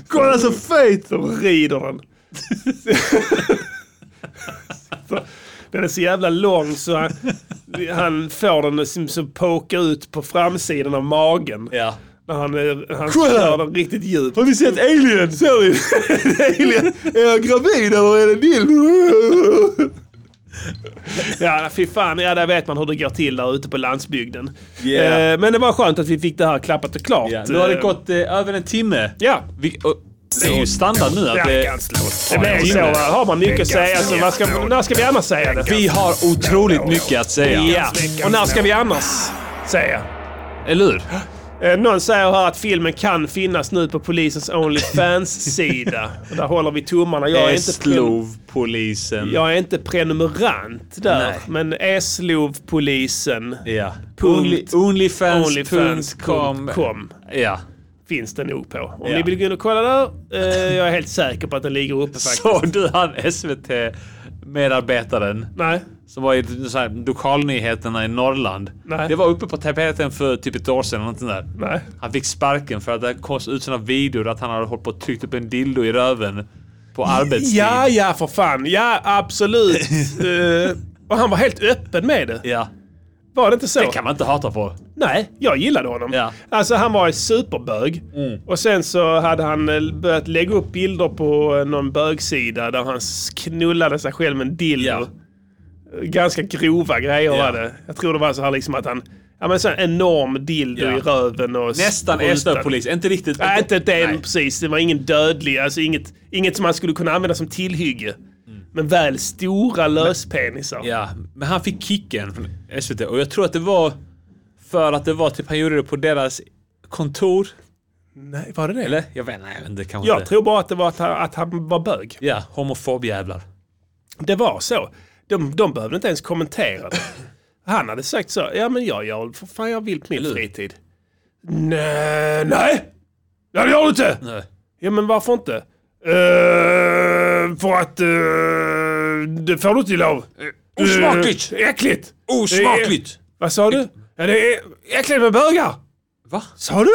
Speaker 6: Kolla så fet! De rider den. Den är så jävla lång så han, han får den som, som poka ut på framsidan av magen.
Speaker 1: Ja.
Speaker 6: När han, är- han kör den riktigt djupt.
Speaker 1: Har ni sett Alien?
Speaker 6: Ser vi? Alien. Är jag gravid eller är det dildo? ja, fy fan. Ja, där vet man hur det går till där ute på landsbygden.
Speaker 1: Yeah.
Speaker 6: Eh, men det var skönt att vi fick det här klappat och klart.
Speaker 1: Ja, nu har det
Speaker 6: Eh,
Speaker 1: gått eh, över en timme.
Speaker 6: Ja,
Speaker 1: Vi, och, det är ju standard nu att det,
Speaker 9: Veckans låt.
Speaker 6: det blev så. va? Har man mycket att säga så vad ska, när ska vi annars säga det?
Speaker 1: vi har otroligt mycket att säga.
Speaker 6: Ja, och när ska vi annars säga?
Speaker 1: Eller hur?
Speaker 6: Eh, Någon säger här att filmen kan finnas nu på polisens Onlyfans-sida. Och där håller vi tummarna. Jag är,
Speaker 1: Eh,
Speaker 6: inte pre-
Speaker 1: Eslovpolisen.
Speaker 6: jag är inte prenumerant där,
Speaker 1: Nej.
Speaker 6: men Eslovpolisen
Speaker 1: Ja. Only-
Speaker 6: Punkt.
Speaker 1: Onlyfans.com.
Speaker 6: Onlyfans.com
Speaker 1: Ja.
Speaker 6: finns det nog på. Om
Speaker 1: Ja.
Speaker 6: ni vill gå in och kolla där. Eh, jag är helt säker på att den ligger uppe faktiskt.
Speaker 1: Såg du han SVT-medarbetaren
Speaker 6: Nej.
Speaker 1: som var i så här, lokalnyheterna i Norrland?
Speaker 6: Nej.
Speaker 1: Det var uppe på tapeten för typ ett år sedan. eller någonting där.
Speaker 6: Nej.
Speaker 1: Han fick sparken för att det kom ut såna videor att han hade hållit på och tryckt upp en dildo i röven på arbetstid.
Speaker 6: Ja, ja, för fan. Ja, absolut. Eh, och han var helt öppen med det.
Speaker 1: ja.
Speaker 6: Var det inte så?
Speaker 1: Det kan man inte hata på.
Speaker 6: Nej, jag gillade honom.
Speaker 1: Ja. Mm.
Speaker 6: Alltså han var superbög. Och sen så hade han eh, börjat lägga upp bilder på eh, någon bögsida där han s- knullade sig själv med en dildo.
Speaker 1: Ja.
Speaker 6: Ganska grova grejer
Speaker 1: Ja.
Speaker 6: var det. Jag tror det var så här liksom att han... Ja men så en enorm dildo
Speaker 1: Ja.
Speaker 6: i röven och...
Speaker 1: Nästan
Speaker 6: sprutan.
Speaker 1: Eslövpolis. Inte riktigt.
Speaker 6: Nej, inte det
Speaker 1: Nej.
Speaker 6: precis. Det var ingen dödlig, alltså inget, inget som man skulle kunna använda som tillhygge. Men väl stora löspenisar.
Speaker 1: Mm. Ja, men han fick kicken från SVT och jag tror att det var för att det var typ han gjorde det på deras kontor.
Speaker 6: Nej, var det det?
Speaker 1: Eller? Jag vet, nej, jag vet inte. Kanske
Speaker 6: Jag
Speaker 1: inte.
Speaker 6: tror bara att det var att han, att han var bög.
Speaker 1: Ja, homofobjävlar.
Speaker 6: Det var så. De, de behövde inte ens kommentera det. Han hade sagt så. Ja men jag gör för fan jag vill på min
Speaker 1: Eller?
Speaker 6: fritid. Nej, nej! Ja, det gör du inte!
Speaker 1: Nej.
Speaker 6: Ja men varför inte? Eh, för att eh, det får du inte lov. Eh,
Speaker 1: osmakligt.
Speaker 6: äckligt! Eh,
Speaker 1: Osmakligt!
Speaker 6: Vad sa du? Ja det är äckligt med bögar!
Speaker 1: Va?
Speaker 6: Sa du?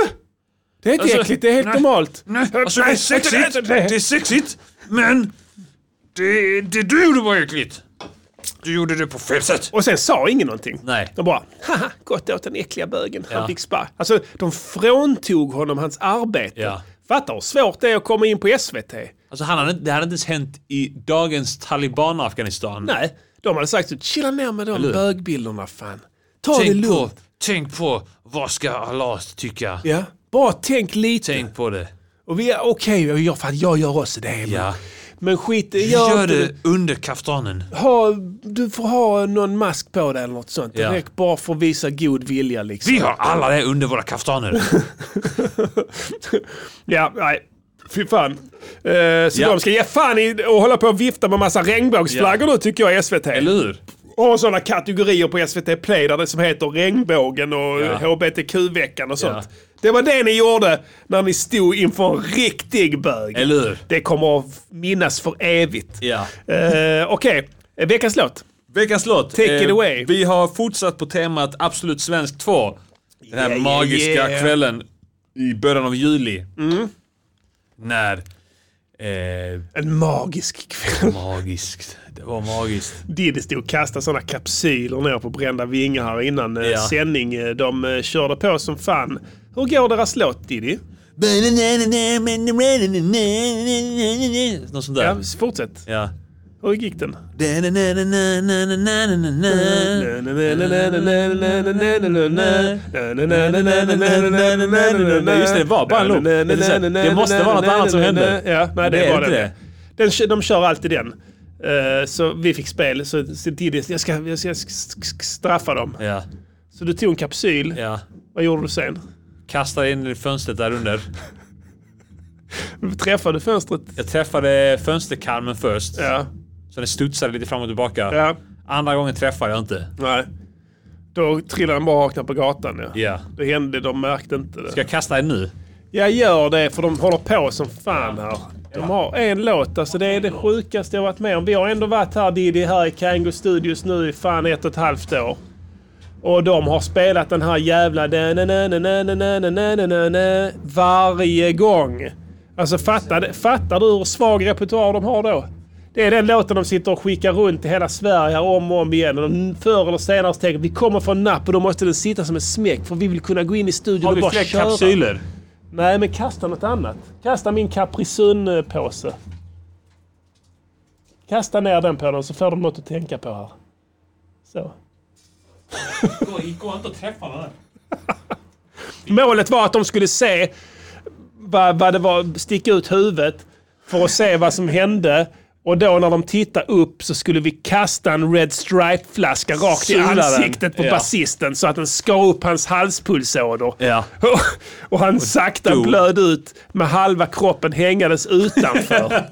Speaker 6: Det är inte
Speaker 1: Alltså,
Speaker 6: äckligt, det är helt
Speaker 1: nej.
Speaker 6: normalt. Eh,
Speaker 1: Nej, alltså det är sexigt.
Speaker 6: inte det.
Speaker 1: Det är sexigt, men det, det du gjorde var äckligt. Du gjorde det på fel sätt.
Speaker 6: Och sen sa ingen någonting.
Speaker 1: Nej.
Speaker 6: De bara, haha, gott åt den äckliga bögen. Han
Speaker 1: Ja.
Speaker 6: fick spark. Alltså, de fråntog honom hans arbete.
Speaker 1: Ja.
Speaker 6: Fattar hur svårt det är att komma in på SVT?
Speaker 1: Alltså han hade, det hade inte ens hänt i dagens Taliban-Afghanistan.
Speaker 6: Nej, de hade sagt så, chilla ner med de
Speaker 1: hur?
Speaker 6: bögbilderna fan. Ta det
Speaker 1: Tänk på,
Speaker 6: lugnt.
Speaker 1: tänk på vad ska Allah tycka?
Speaker 6: Ja. Bara tänk lite.
Speaker 1: Tänk på det.
Speaker 6: Och vi är okej, okay, fan jag gör också det. men-
Speaker 1: Ja.
Speaker 6: Men skit,
Speaker 1: Gör,
Speaker 6: gör, inte
Speaker 1: det under kaftanen.
Speaker 6: Ha, du får ha någon mask på dig eller något sånt.
Speaker 1: Ja.
Speaker 6: Direkt bara för att visa god vilja liksom.
Speaker 1: Vi har alla det under våra kaftaner.
Speaker 6: Ja, nej. Fy fan. Eh, så
Speaker 1: Ja.
Speaker 6: de ska ge fan i och hålla på och vifta med massa regnbågsflaggor nu tycker jag SVT.
Speaker 1: Eller hur?
Speaker 6: Och ha sådana kategorier på SVT Play där det som heter regnbågen och
Speaker 1: Ja.
Speaker 6: HBTQ-veckan och sånt. Det var det ni gjorde när ni stod inför en riktig bög.
Speaker 1: Eller hur?
Speaker 6: Det kommer att minnas för evigt.
Speaker 1: Ja.
Speaker 6: Eh, Okej, Eh, veckans låt.
Speaker 1: Veckans låt. Eh,
Speaker 6: Take it away.
Speaker 1: Vi har fortsatt på temat Absolut Svensk 2. Den här
Speaker 6: Yeah, yeah,
Speaker 1: magiska
Speaker 6: yeah. Mm.
Speaker 1: kvällen i början av juli. När... Eh,
Speaker 6: En magisk kväll.
Speaker 1: magiskt. Det var magiskt.
Speaker 6: Diddy stod och kastade sådana kapsyler ner på brända vingar här innan eh,
Speaker 1: Ja.
Speaker 6: sändning. Eh, De eh, körde på som fan. Hur går deras låt Diddy?
Speaker 1: Något sånt
Speaker 6: Ja,
Speaker 1: där.
Speaker 6: fortsätt.
Speaker 1: Ja.
Speaker 6: Hur gick den?
Speaker 1: Just det, det var bara en loop. Det är så här, det måste vara något annat som hände.
Speaker 6: Ja, nej, det,
Speaker 1: Det är
Speaker 6: var
Speaker 1: inte
Speaker 6: den.
Speaker 1: det.
Speaker 6: den. kö- De kör alltid den. Eh, så vi fick spel, så så Diddy, jag ska, jag ska sk- sk- straffa dem.
Speaker 1: Ja.
Speaker 6: Så du tog en kapsyl.
Speaker 1: Ja.
Speaker 6: Vad gjorde du sen?
Speaker 1: Kastade in i fönstret där under.
Speaker 6: Träffade fönstret?
Speaker 1: Jag träffade fönsterkarmen först.
Speaker 6: Ja.
Speaker 1: Så den studsade lite fram och tillbaka.
Speaker 6: ja.
Speaker 1: Andra gången träffade jag inte.
Speaker 6: Nej. Då trillade han bara rakt ner på gatan. Ja.
Speaker 1: Ja.
Speaker 6: Det hände, de märkte inte det.
Speaker 1: Ska jag kasta den nu?
Speaker 6: Jag gör det för de håller på som fan här. De har en låt, alltså det är det sjukaste jag varit med om. Vi har ändå varit här Diddy här i Kango Studios nu i fan ett och ett halvt år. Och de har spelat den här jävla da-na-na-na-na-na-na-na-na-na varje gång. Alltså fattar, fattar du hur svag repertoar de har då? Det är den låten de sitter och skickar runt i hela Sverige om och om igen. Och de förr eller senare så tänker vi kommer få napp och då måste den sitta som en smäck för vi vill kunna gå in i studion
Speaker 1: Har
Speaker 6: och
Speaker 1: vi
Speaker 6: bara
Speaker 1: fler
Speaker 6: köra.
Speaker 1: kapsyler?
Speaker 6: Nej, men kasta något annat. Kasta min Caprisun-påse. Kasta ner den på dem så får de något att tänka på här. Så.
Speaker 1: Gå inte och träffa den
Speaker 6: Målet var att de skulle se vad, vad det var, sticka ut huvudet för att se vad som hände. Och då när de tittar upp så skulle vi kasta en Red Stripe-flaska rakt i
Speaker 1: Sula den.
Speaker 6: ansiktet på
Speaker 1: Ja.
Speaker 6: basisten så att den skar upp hans halspulsåder.
Speaker 1: Ja.
Speaker 6: Och, och han sakta
Speaker 1: dog.
Speaker 6: blöd ut med halva kroppen hängandes utanför.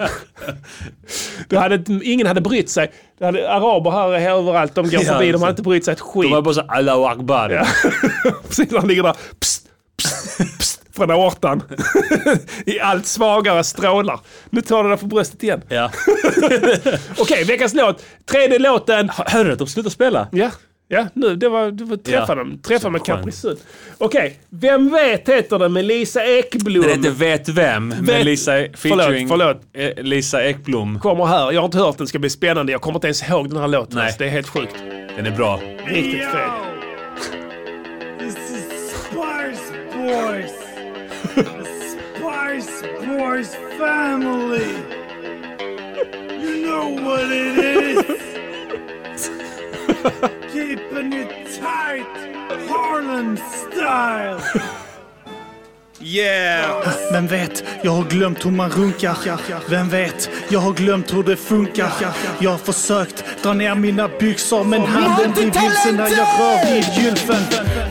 Speaker 6: Då hade, inte- ingen hade brytt sig. Det hade, araber här, och här överallt, de går
Speaker 1: Ja,
Speaker 6: förbi. De
Speaker 1: så-
Speaker 6: har inte brytt sig ett skit.
Speaker 1: De var bara så Allahu Akbar.
Speaker 6: Precis när han ligger där. Psst, psst, psst, från aortan. I allt svagare strålar. Nu tar du den från bröstet igen.
Speaker 1: Ja.
Speaker 6: Okej, veckans låt. Tredje låten.
Speaker 1: Hör du att de slutar spela?
Speaker 6: Ja, ja nu. Det var, det var träffa
Speaker 1: Ja.
Speaker 6: dem. Träffa
Speaker 1: Så
Speaker 6: med
Speaker 1: skönt.
Speaker 6: Caprisun. Okej, Vem vet heter den med Lisa Ekblom.
Speaker 1: Den heter Vet Vem
Speaker 6: Vet-
Speaker 1: med Lisa, E- featuring
Speaker 6: förlåt.
Speaker 1: eh, Lisa Ekblom.
Speaker 6: Kommer här. Jag har inte hört den. ska bli spännande. Jag kommer inte ens ihåg den här låten.
Speaker 1: Nej.
Speaker 6: Alltså, det är helt sjukt.
Speaker 1: Den är bra.
Speaker 6: Riktigt fel.
Speaker 9: This is Sparse Boys. the Sparse Boys family. You know what it is. Keeping it tight, Harlem style.
Speaker 6: Yeah!
Speaker 8: Vem vet, jag har glömt hur man runkar. Vem vet, jag har glömt hur det funkar. Jag har försökt dra ner mina byxor men handen blir vilse när jag rör vid gylfen.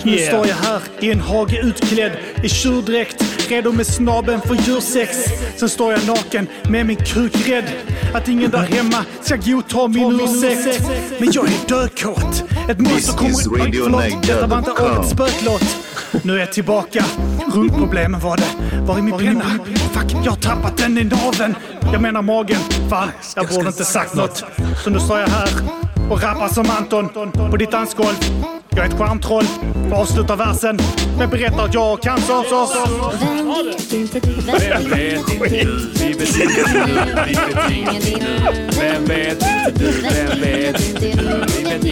Speaker 8: Nu
Speaker 6: Yeah.
Speaker 8: står jag här i en hage utklädd i tjurdräkt, redo med snabeln för djursex. Sen står jag naken med min kuk rädd att ingen där hemma ska godta min ursäkt. Men jag är dökåt. Ett monster
Speaker 10: is
Speaker 8: kommer... Oj, förlåt. Detta var inte
Speaker 10: radionegdel.com.
Speaker 8: årets spöklåt. Nu är jag tillbaka. Runkproblemen var det. Var är min penna? Fuck, jag har tappat den i naveln. Jag menar magen. Fan, jag borde inte sagt något. Så nu står jag här och rappar som Anton på ditt dansgolv. Jag är ett charmtroll och avslutar versen med berättar att jag har cancer. Så, så.
Speaker 1: Vem vet inte du? Vi betingar nu, vi betingar nu. Vem vet inte du? Vem vet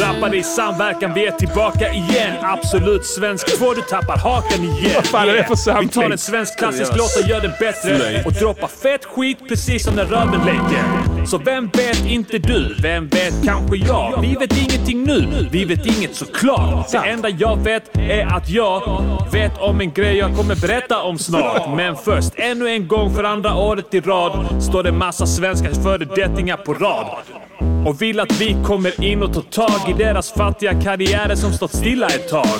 Speaker 1: Rappar i samverkan, vi är tillbaka igen. Absolut svensk två, du tappar hakan igen. Vad
Speaker 6: fan är det för
Speaker 1: Vi
Speaker 6: sampling?
Speaker 11: Vi
Speaker 1: tar en svensk klassisk låt och gör den bättre.
Speaker 11: Slöjd.
Speaker 1: Och droppar fett skit precis som när röven leker. Så vem vet inte du? Vem vet kanske jag? Vi vet ingenting nu. Vi vet inget såklart. Det enda jag vet är att jag vet om en grej jag kommer berätta om snart. Men först, ännu en gång för andra året i rad står det massa svenska föredettingar på rad och vill att vi kommer in och tar tag i deras fattiga karriärer som stått stilla ett tag.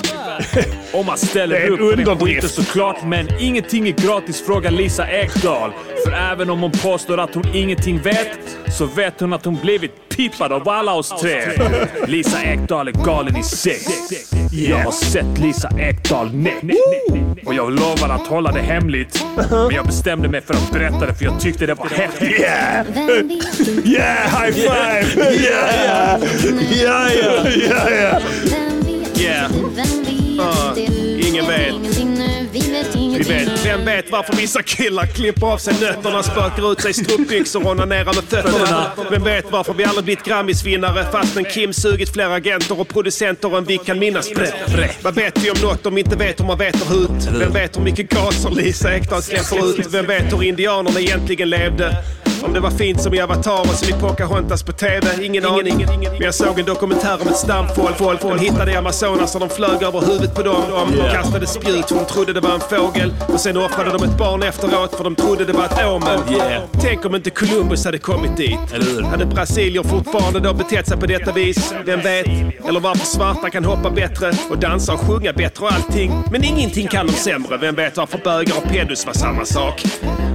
Speaker 1: Om man
Speaker 6: Det är
Speaker 1: ställer
Speaker 6: en
Speaker 1: upp för den
Speaker 6: underdrift.
Speaker 1: skiten såklart, men ingenting är gratis, frågar Lisa Ekdahl. För även om hon påstår att hon ingenting vet, så vet hon att hon blivit pipad av alla oss tre. Lisa Ekdahl är galen i sex. Jag har sett Lisa Ekdahl näck. Och jag lovar att hålla det hemligt.
Speaker 6: Uh-huh.
Speaker 1: Men jag bestämde mig för att berätta det för jag tyckte det var häftigt.
Speaker 6: Yeah! High five! Yeah! Yeah, yeah, yeah, yeah.
Speaker 8: Ingen vet.
Speaker 6: Vi vet, vem vet varför vissa killar klipper av sig nötterna, spökar ut sig i strumpbyxor och onanerar med fötterna? Vem vet varför vi aldrig blivit Grammisvinnare fastän Kim sugit fler agenter och producenter än vi kan minnas? Bre- bre. Vad vet vi om något om vi inte vet hur man veter ut? Vem vet hur mycket gaser Lisa Ekdahl släpper ut? Vem vet hur indianerna egentligen levde? Om det var fint som i Avatar och som i Pocahontas på TV? Ingen aning. Men jag såg en dokumentär om ett stamfolk. Folk, folk hittade i Amazonas och de flög över huvudet på dem. De kastade spjut för de trodde det var en fågel. Och sen offrade de ett barn efteråt för de trodde det var ett åmål.
Speaker 1: Yeah.
Speaker 6: Tänk om inte Columbus hade kommit dit.
Speaker 1: Eller hur?
Speaker 6: Hade brasilier fortfarande då betett sig på detta vis? Vem vet? Eller varför svarta kan hoppa bättre och dansa och sjunga bättre och allting. Men ingenting kan de sämre. Vem vet varför bögar och pedus var samma sak?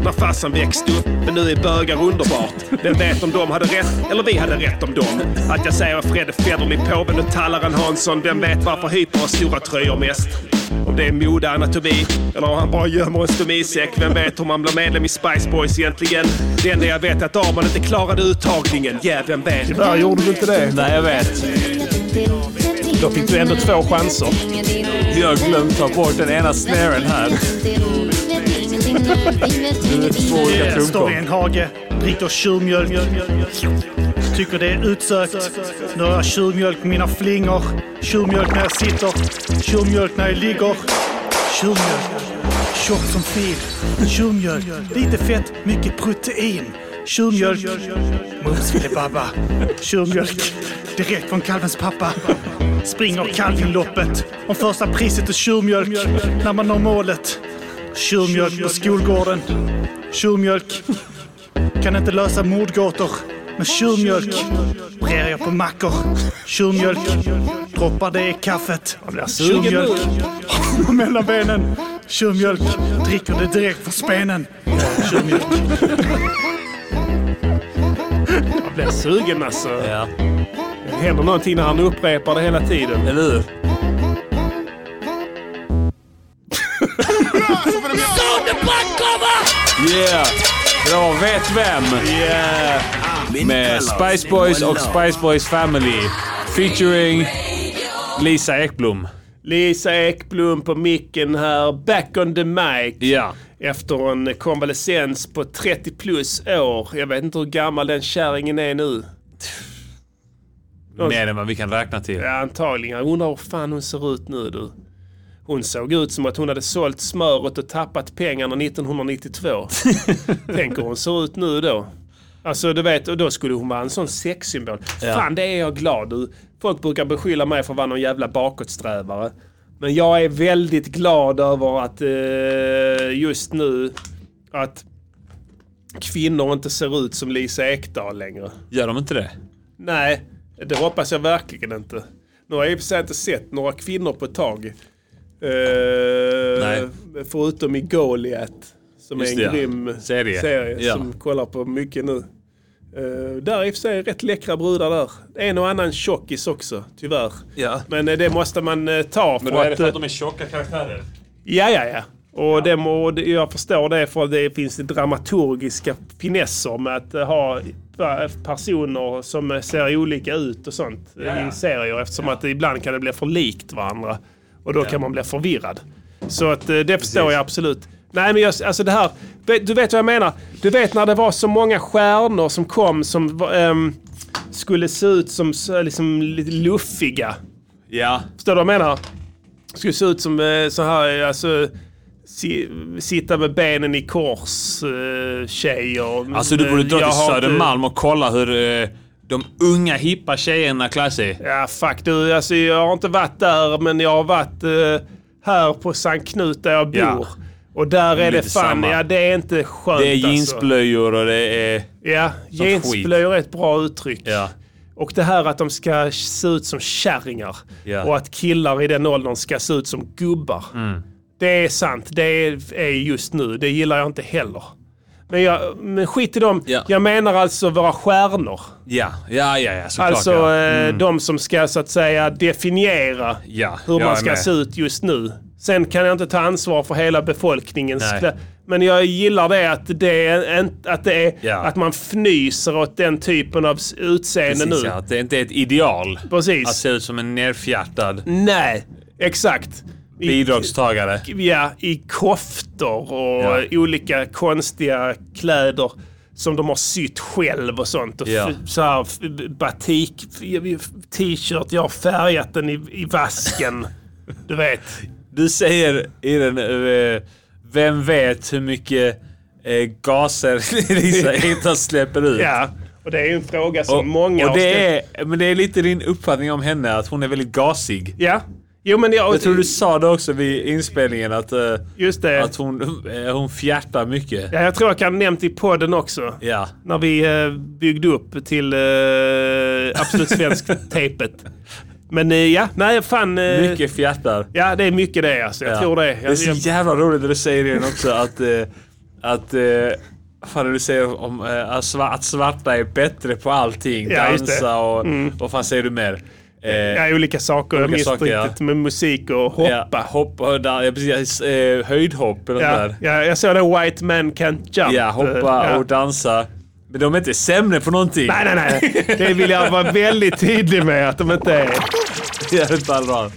Speaker 6: När farsan växte upp, men nu är bögar underbart. Vem vet om de hade rätt, eller vi hade rätt om dem? Att jag säger Fredde Federley, påven och Tallaren Hansson. Vem vet varför hyper har stora tröjor mest? Om det är mode, anatomi eller om han bara gömmer en stomisäck. Vem vet hur man blir medlem i Spice Boys egentligen? Det enda jag vet är att Arman inte klarade uttagningen. Ja, vem vet? Tyvärr gjorde du inte det.
Speaker 1: Nej, jag vet.
Speaker 6: Då fick du ändå två chanser.
Speaker 1: Vi har glömt ta bort den ena snaren här.
Speaker 6: Två olika
Speaker 8: Jag Står i
Speaker 6: trumpor.
Speaker 8: en hage, dricker tjurmjölk. Tycker det är utsökt. Nu har jag tjurmjölk på mina flingor. Tjurmjölk när jag sitter. Tjurmjölk när jag ligger. Tjurmjölk. Tjock som fil. Tjurmjölk. Lite fett, mycket protein. Tjurmjölk. Mums filibabba. Tjurmjölk. Direkt från kalvens pappa. Springer Kalvinloppet. Om första priset är tjurmjölk. När man når målet. Tjurmjölk på skolgården. Tjurmjölk. Kan inte lösa mordgåtor. Men tjurmjölk brer jag på mackor. Tjurmjölk droppar det i kaffet. Tjurmjölk mellan benen. Tjurmjölk dricker det direkt från spenen. Tjurmjölk.
Speaker 6: Jag blir sugen alltså.
Speaker 1: Ja,
Speaker 6: Det händer någonting när han upprepar det hela tiden.
Speaker 1: eller hur? Yeah! Bra, vet vem? Yeah! Med Spice Boys och Spice Boys Family. Featuring Lisa Ekblom.
Speaker 6: Lisa Ekblom på micken här. Back on the mic.
Speaker 1: Ja.
Speaker 6: Efter en konvalescens på 30 plus år. Jag vet inte hur gammal den kärringen är nu.
Speaker 1: Mer än vad vi kan räkna till.
Speaker 6: Ja, antagligen. Jag undrar hur fan hon ser ut nu du. Hon såg ut som att hon hade sålt smöret och tappat pengarna 1992. Tänk hur hon ser ut nu då. Alltså du vet, och då skulle hon vara en sån sexsymbol. Fan det är jag glad du. Folk brukar beskylla mig för att vara någon jävla bakåtsträvare. Men jag är väldigt glad över att eh, just nu att kvinnor inte ser ut som Lisa Ekdahl längre.
Speaker 1: Gör de inte det?
Speaker 6: Nej, det hoppas jag verkligen inte. Nu har jag i och för sig inte sett några kvinnor på ett tag. Eh,
Speaker 1: Nej.
Speaker 6: Förutom i Goliat. Som
Speaker 1: Just
Speaker 6: är en
Speaker 1: det, ja.
Speaker 6: grym
Speaker 1: Serie. Ja.
Speaker 6: som kollar på mycket nu. Eh, där är i och för sig rätt läckra brudar där. En och annan tjockis också, tyvärr.
Speaker 1: Ja.
Speaker 6: Men eh, det måste man eh, ta för att... eh,
Speaker 1: är tjocka karaktärer.
Speaker 6: Ja, ja, ja. Och, Det må, och det- jag förstår det för det finns dramaturgiska finesser med att eh, ha va- personer som eh, ser olika ut och sånt eh, i serier eftersom att ibland kan det bli för likt varandra. Och då kan man bli förvirrad. Så att, eh, det förstår jag absolut. Nej men jag, alltså det här, vet- du vet vad jag menar? Du vet när det var så många stjärnor som kom som var, ehm, skulle se ut som så- liksom, lite luffiga.
Speaker 1: Ja.
Speaker 6: Förstår du vad jag menar? Skulle se ut som eh, så här, alltså si, sitta med benen i kors eh, tjejer.
Speaker 1: Alltså du borde dra
Speaker 6: Jag
Speaker 1: till
Speaker 6: har inte-
Speaker 1: Södermalm och kolla hur eh, de unga hippa tjejerna klär sig.
Speaker 6: Ja fuck du, alltså jag har inte varit där men jag har varit eh, här på Sankt Knut där jag bor.
Speaker 1: Ja.
Speaker 6: Och där är
Speaker 1: Lite
Speaker 6: det fan,
Speaker 1: samma.
Speaker 6: ja det är inte skönt
Speaker 1: Det är
Speaker 6: alltså.
Speaker 1: jeansblöjor och det är...
Speaker 6: Ja, jeansblöjor är ett bra uttryck.
Speaker 1: Ja.
Speaker 6: Och det här att de ska se ut som kärringar
Speaker 1: Ja. Mm.
Speaker 6: och att killar i den åldern ska se ut som gubbar. Det är sant, det är, är just nu. Det gillar jag inte heller. Men, jag, men skit i dem.
Speaker 1: Ja.
Speaker 6: Jag menar alltså våra stjärnor.
Speaker 1: Ja, ja, ja, ja såklart
Speaker 6: Alltså
Speaker 1: ja. Mm.
Speaker 6: eh, de som ska så att säga definiera
Speaker 1: Ja,
Speaker 6: hur
Speaker 1: jag
Speaker 6: man
Speaker 1: är
Speaker 6: ska
Speaker 1: med.
Speaker 6: se ut just nu. Sen kan jag inte ta ansvar för hela befolkningens
Speaker 1: Nej.
Speaker 6: klä- Men jag gillar det att det är, en- att, det är
Speaker 1: Ja.
Speaker 6: att man fnyser åt den typen av s- utseende
Speaker 1: Precis,
Speaker 6: nu.
Speaker 1: ja, att det inte är ett ideal.
Speaker 6: Precis.
Speaker 1: Att se ut som en nerfjärtad
Speaker 6: Nej, exakt. I-
Speaker 1: bidragstagare.
Speaker 6: ja, i koftor och
Speaker 1: Ja.
Speaker 6: olika konstiga kläder som de har sytt själv och sånt. Och
Speaker 1: Ja.
Speaker 6: f- så här, f- batik, f- t-shirt, jag har färgat den i, i vasken. du vet.
Speaker 1: Du säger i den... eh, vem vet hur mycket eh, gaser Lisa Ekdahl släpper ut?
Speaker 6: Ja, och det är ju en fråga som många
Speaker 1: och
Speaker 6: har ställt.
Speaker 1: det är, men det är lite din uppfattning om henne, att hon är väldigt gasig.
Speaker 6: Ja. Jo, men jag,
Speaker 1: Jag tror du sa det också vid inspelningen, att, eh,
Speaker 6: Just det.
Speaker 1: att hon, eh, hon fjärtar mycket.
Speaker 6: Ja, jag tror jag kan ha nämnt i podden också.
Speaker 1: Ja.
Speaker 6: När vi eh, byggde upp till eh, Absolut Svensk-tejpet. Men eh, ja, nej fan. eh,
Speaker 1: Mycket fjärtar.
Speaker 6: Ja, det är mycket det alltså. Jag
Speaker 1: Ja.
Speaker 6: tror det.
Speaker 1: Det är så
Speaker 6: Jag-
Speaker 1: jävla roligt när du säger det också att... Eh, att eh, vad fan är det du säger om eh, att sva- att svarta är bättre på allting.
Speaker 6: Ja, just det. Mm.
Speaker 1: Dansa och... Vad fan säger du mer? Eh,
Speaker 6: Ja, olika saker. jag
Speaker 1: Olika
Speaker 6: minns
Speaker 1: saker,
Speaker 6: inte
Speaker 1: ja.
Speaker 6: riktigt med musik och
Speaker 1: ja,
Speaker 6: hoppa. Ja,
Speaker 1: hoppa och dan- ja, precis, eh, höjdhopp eller
Speaker 6: ja,
Speaker 1: där.
Speaker 6: jag såg det White Man Can't Jump.
Speaker 1: Ja, hoppa
Speaker 6: Ja.
Speaker 1: och dansa. Men de är inte sämre på någonting.
Speaker 6: Nej, nej, nej. Det vill jag vara väldigt tydlig med att de inte är.
Speaker 1: Det är inte allvar.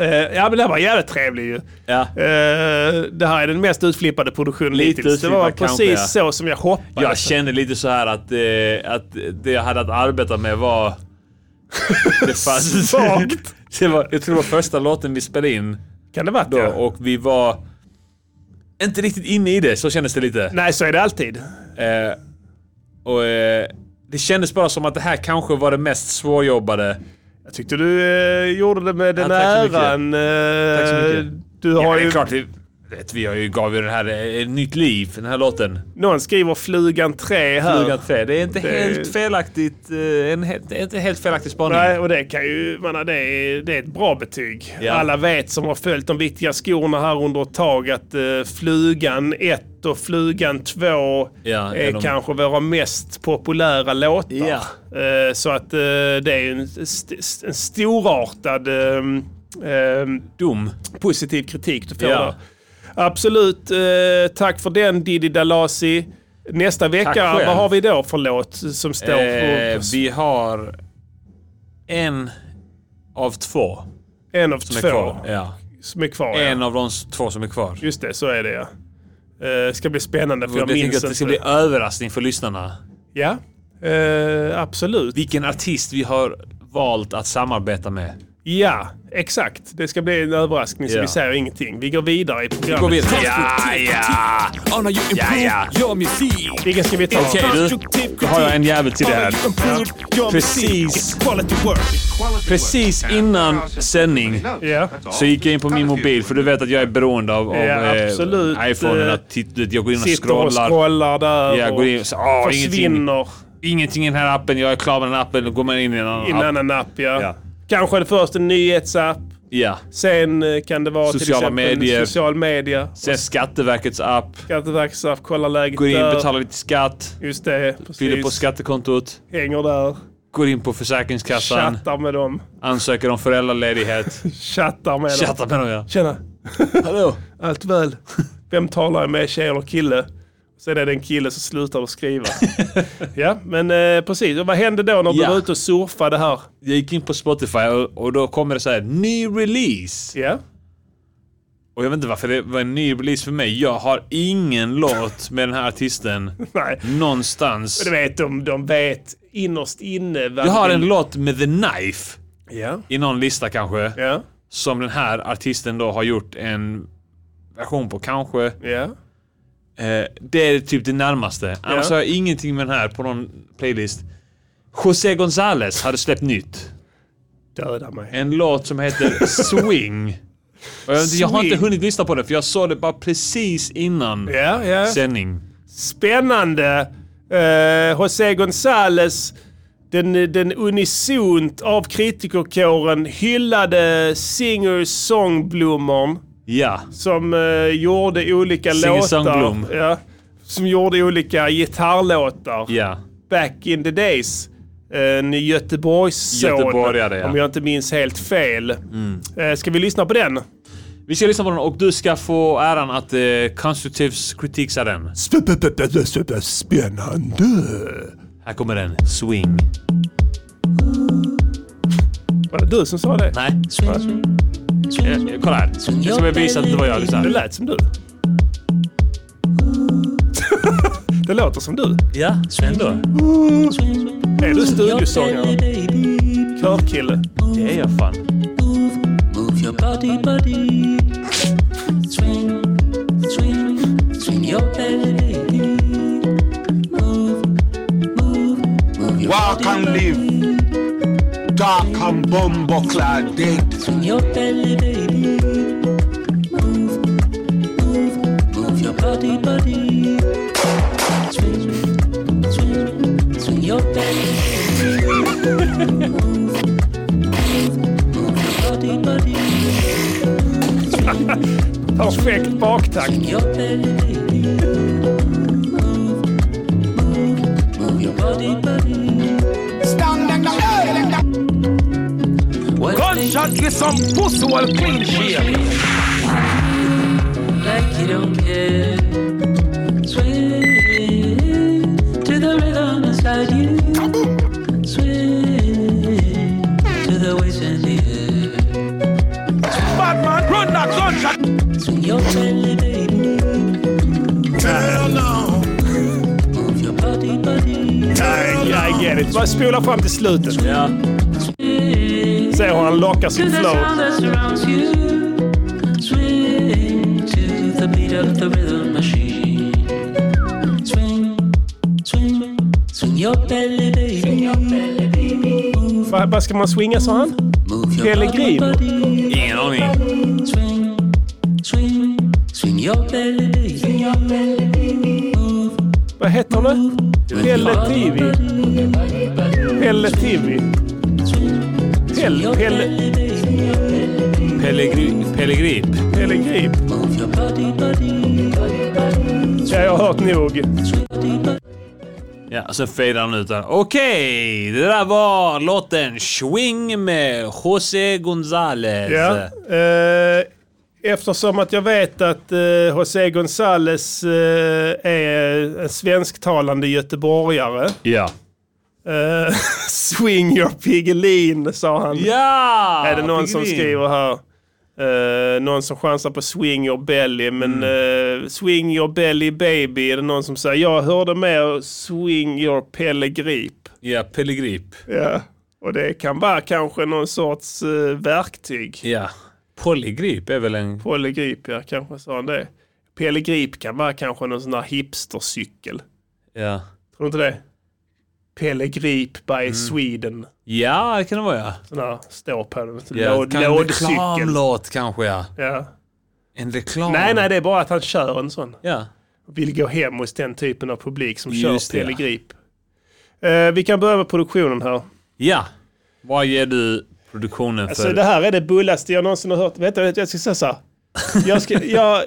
Speaker 6: Eh, ja men den var jävligt trevlig ju.
Speaker 1: Ja.
Speaker 6: Eh, det här är den mest utflippade produktionen
Speaker 1: Lite
Speaker 6: hittills. Det var
Speaker 1: utflippad kanske,
Speaker 6: precis
Speaker 1: ja.
Speaker 6: så som jag hoppades.
Speaker 1: Jag kände lite så här att, eh, att det jag hade att arbeta med var... Det fanns...
Speaker 6: Svagt.
Speaker 1: det var, jag tror det var första låten vi spelade in
Speaker 6: Kan det vara
Speaker 1: då
Speaker 6: det?
Speaker 1: och vi var... Inte riktigt inne i det, så kändes det lite.
Speaker 6: Nej, så är det alltid.
Speaker 1: Eh, och eh, Det kändes bara som att det här kanske var det mest svårjobbade.
Speaker 6: Jag tyckte du eh, gjorde det med den
Speaker 1: Ja, tack så mycket.
Speaker 6: äran. eh,
Speaker 1: Tack så mycket.
Speaker 6: Du
Speaker 1: Ja,
Speaker 6: har
Speaker 1: det är
Speaker 6: ju...
Speaker 1: klart, det, vet, vi har ju gav ju den här eh, ett nytt liv, den här låten.
Speaker 6: Någon skriver flugan 3 här.
Speaker 1: Flugan 3. Det är inte
Speaker 6: Det-
Speaker 1: helt felaktigt. eh, En, he- det är inte helt felaktig spaning.
Speaker 6: Nej, och det kan ju, jag menar, det, är, det är ett bra betyg.
Speaker 1: Ja.
Speaker 6: Alla vet som har följt de viktiga skorna här under ett tag att eh, flugan 1 och flugan 2
Speaker 1: Ja,
Speaker 6: är
Speaker 1: är de-
Speaker 6: kanske våra mest populära låtar.
Speaker 1: Ja.
Speaker 6: Eh, så att eh, det är ju en, st- st- en storartad ehm, ehm,
Speaker 1: Dum.
Speaker 6: positiv kritik du får
Speaker 1: Ja.
Speaker 6: där. Absolut, eh, tack för den Didi Dalasi. Nästa vecka,
Speaker 1: själv.
Speaker 6: vad har vi då för låt som står på,
Speaker 1: Eh,
Speaker 6: på
Speaker 1: vi har en av två
Speaker 6: en av
Speaker 1: som
Speaker 6: två
Speaker 1: är kvar. Ja.
Speaker 6: som är kvar? ja.
Speaker 1: En av de s- två som är kvar.
Speaker 6: Just det, så är det ja. Eh, ska bli spännande för
Speaker 1: Jag
Speaker 6: jag
Speaker 1: tänker
Speaker 6: minns
Speaker 1: att det ska
Speaker 6: inte.
Speaker 1: bli överraskning för lyssnarna.
Speaker 6: Ja, eh, absolut.
Speaker 1: Vilken artist vi har valt att samarbeta med.
Speaker 6: Ja, exakt. Det ska bli en överraskning så
Speaker 1: Ja.
Speaker 6: vi säger ingenting. Vi går vidare i programmet.
Speaker 1: går vidare.
Speaker 6: Ja, ja.
Speaker 9: On how you improve
Speaker 6: ja.
Speaker 9: your music.
Speaker 6: Vilken ska vi ta?
Speaker 1: Okej du, då har jag en jävel till det här. Precis.
Speaker 9: Precis. Quality work.
Speaker 1: Precis innan sändning
Speaker 6: Ja.
Speaker 1: så gick jag in på min mobil för du vet att jag är beroende av, av
Speaker 6: Ja,
Speaker 1: eh,
Speaker 6: absolut.
Speaker 1: iPhonen.
Speaker 6: Eh,
Speaker 1: Att titta, jag går in och
Speaker 6: Sitter och
Speaker 1: scrollar.
Speaker 6: scrollar där
Speaker 1: Ja, går in och så, ah,
Speaker 6: och
Speaker 1: ingenting,
Speaker 6: försvinner
Speaker 1: ingenting i den här appen. Jag är klar med den här appen. Då går man in i en annan
Speaker 6: innan
Speaker 1: app.
Speaker 6: en app. Ja.
Speaker 1: Ja.
Speaker 6: Kanske det först en nyhetsapp.
Speaker 1: Ja.
Speaker 6: Sen eh, kan det vara
Speaker 1: Sociala
Speaker 6: till exempel
Speaker 1: medier.
Speaker 6: social media.
Speaker 1: Sen Skatteverkets app.
Speaker 6: Skatteverksapp, kolla läget
Speaker 1: Går in,
Speaker 6: där.
Speaker 1: betalar lite skatt.
Speaker 6: Just det,
Speaker 1: Fyller på
Speaker 6: precis.
Speaker 1: skattekontot.
Speaker 6: Hänger där.
Speaker 1: Går in på Försäkringskassan.
Speaker 6: Chattar med dem.
Speaker 1: Ansöker om föräldraledighet.
Speaker 6: Chattar med dem.
Speaker 1: Chattar med dem ja.
Speaker 6: Tjena,
Speaker 1: Hallå?
Speaker 6: allt väl? Vem talar jag med, tjej eller kille? Sen är det en kille som slutar att skriva. ja, men eh, precis. Och vad hände då när du
Speaker 1: Ja.
Speaker 6: var ute och surfade här?
Speaker 1: Jag gick in på Spotify och, och då kommer det så här ny release.
Speaker 6: Ja,
Speaker 1: Och jag vet inte varför det var en ny release för mig. Jag har ingen låt med den här artisten
Speaker 6: nej.
Speaker 1: någonstans.
Speaker 6: Du vet, de, de vet innerst inne. Vad
Speaker 1: Jag har
Speaker 6: vi-
Speaker 1: en låt med The Knife
Speaker 6: Ja.
Speaker 1: i någon lista kanske.
Speaker 6: Ja,
Speaker 1: Som den här artisten då har gjort en version på kanske.
Speaker 6: ja.
Speaker 1: Eh, det är typ det närmaste. Annars
Speaker 6: Ja.
Speaker 1: har jag ingenting med den här på någon playlist. José González hade släppt nytt.
Speaker 6: Döda mig.
Speaker 1: En låt som heter Swing. Och jag, jag har inte
Speaker 6: Swing.
Speaker 1: hunnit lyssna på den för jag såg det bara precis innan
Speaker 6: Ja, ja.
Speaker 1: sändning.
Speaker 6: Spännande. Eh, José González, den, den unisont av kritikerkåren hyllade singer-songblomman.
Speaker 1: Ja.
Speaker 6: som eh, gjorde olika
Speaker 1: Singer Songblom.
Speaker 6: låtar. Ja, som gjorde olika gitarrlåtar.
Speaker 1: Ja.
Speaker 6: Back in the days. Eh, En Göteborgsson.
Speaker 1: Göteborgare, ja.
Speaker 6: Om jag inte minns helt fel. Eh, Ska vi lyssna på den?
Speaker 1: Vi ska lyssna på den och du ska få äran att eh, konstruktivt kritiksa den.
Speaker 6: Spännande.
Speaker 1: Här kommer den. Swing.
Speaker 6: Var det du som sa det?
Speaker 1: Nej. Swing. Eh, kolla här. Jag ska bevisa att det var jag.
Speaker 6: Det
Speaker 1: Lyssna.
Speaker 6: lät som du. det låter som du.
Speaker 1: Ja, ändå.
Speaker 6: Är du studiosångare? Körkille?
Speaker 1: Det är jag fan.
Speaker 10: Walk and live. Dark and bumbo clad dead.
Speaker 6: Perfekt baktakt.
Speaker 10: Gunshot get some pussy while clean shit.
Speaker 12: Swing your belly, baby.
Speaker 9: Turn on.
Speaker 12: Move your body, body.
Speaker 6: Yeah, I get it. Bara spola fram till slutet.
Speaker 1: Ja.
Speaker 6: Se hur han lockar
Speaker 12: To
Speaker 6: sitt
Speaker 12: the
Speaker 6: flow.
Speaker 12: sound that surrounds you. Swing to the beat of the rhythm machine. Swing, swing, swing your belly, baby.
Speaker 6: Va- Vad ska man swinga, sa han?
Speaker 12: Move your body,
Speaker 6: Pellegrino.
Speaker 12: body.
Speaker 1: Ingen aning.
Speaker 12: Swing, swing, swing your belly, baby. Swing your belly, baby. Move,
Speaker 6: Vad heter hon nu? Pelle Tivi. Pelle Tivi.
Speaker 12: swing your
Speaker 6: Pelle, Pelle,
Speaker 12: belly, baby.
Speaker 1: Pellegri- Pellegrip.
Speaker 6: Pelle Grip.
Speaker 12: Move your body, body, body, body.
Speaker 6: Ja, jag har hört nog.
Speaker 12: Body, body.
Speaker 1: Ja, sen fejdar han ut den. Okej, det där var låten Swing med José González.
Speaker 6: Ja. Eh, eftersom att jag vet att eh, José González eh, är en svensktalande göteborgare.
Speaker 1: Ja.
Speaker 6: Eh, swing your Piggelin, sa han.
Speaker 1: Ja!
Speaker 6: Är det någon som
Speaker 1: Piggelin.
Speaker 6: skriver här? Eh, någon som chansar på swing your belly, men
Speaker 1: Mm.
Speaker 6: eh, swing your belly baby är det någon som säger. Jag hörde mer swing your Pelle Grip.
Speaker 1: Ja, Pellegrip.
Speaker 6: Ja, och det kan vara kanske någon sorts eh, verktyg.
Speaker 1: Ja. Polygrip är väl en...
Speaker 6: Pelle Grip, ja kanske sa han det. Pelle Grip kan vara kanske någon sån där hipstercykel.
Speaker 1: Ja.
Speaker 6: Tror du inte det? Pelle Grip by
Speaker 1: Mm.
Speaker 6: Sweden.
Speaker 1: Ja, det kan det vara ja.
Speaker 6: Sån där stå på den.
Speaker 1: ja
Speaker 6: Låd,
Speaker 1: kan En
Speaker 6: lådcykel.
Speaker 1: reklamlåt kanske ja.
Speaker 6: Ja.
Speaker 1: En reklam.
Speaker 6: Nej, nej, det är bara att han kör en sån.
Speaker 1: Ja.
Speaker 6: Vill gå hem hos den typen av publik som
Speaker 1: Just
Speaker 6: kör
Speaker 1: det,
Speaker 6: Pelle
Speaker 1: ja.
Speaker 6: Grip. Eh, vi kan börja med produktionen här.
Speaker 1: Ja. Vad ger du produktionen för...
Speaker 6: Alltså det här är det bullaste jag någonsin har hört. Vänta, vänta, jag ska säga så här. Jag ska, jag,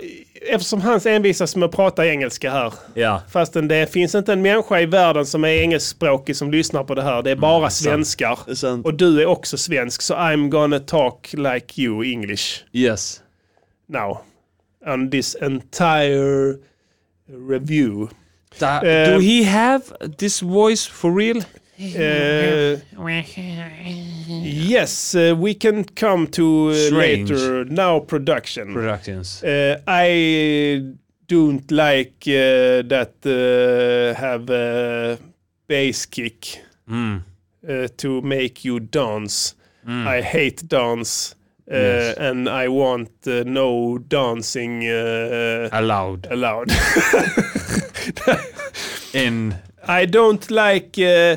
Speaker 6: eftersom han envisas med att prata engelska här.
Speaker 1: Ja.
Speaker 6: Fastän det finns inte en människa i världen som är engelskspråkig som lyssnar på det här. Det är
Speaker 1: Mm,
Speaker 6: bara svenskar.
Speaker 1: sant.
Speaker 6: Och du är också svensk, så I'm gonna talk like you English
Speaker 1: Yes.
Speaker 6: now. On this entire review.
Speaker 1: Da,
Speaker 6: Eh.
Speaker 1: do he have this voice for real?
Speaker 6: Uh, yes, uh, we can come to uh,
Speaker 1: Strange.
Speaker 6: later. Now production.
Speaker 1: Productions.
Speaker 6: Uh, I don't like uh, that uh, have a bass kick
Speaker 1: Mm.
Speaker 6: uh, to make you dance. I hate dance. Uh,
Speaker 1: Yes.
Speaker 6: And I want uh, no dancing uh,
Speaker 1: Allowed.
Speaker 6: allowed.
Speaker 1: In...
Speaker 6: I don't like uh,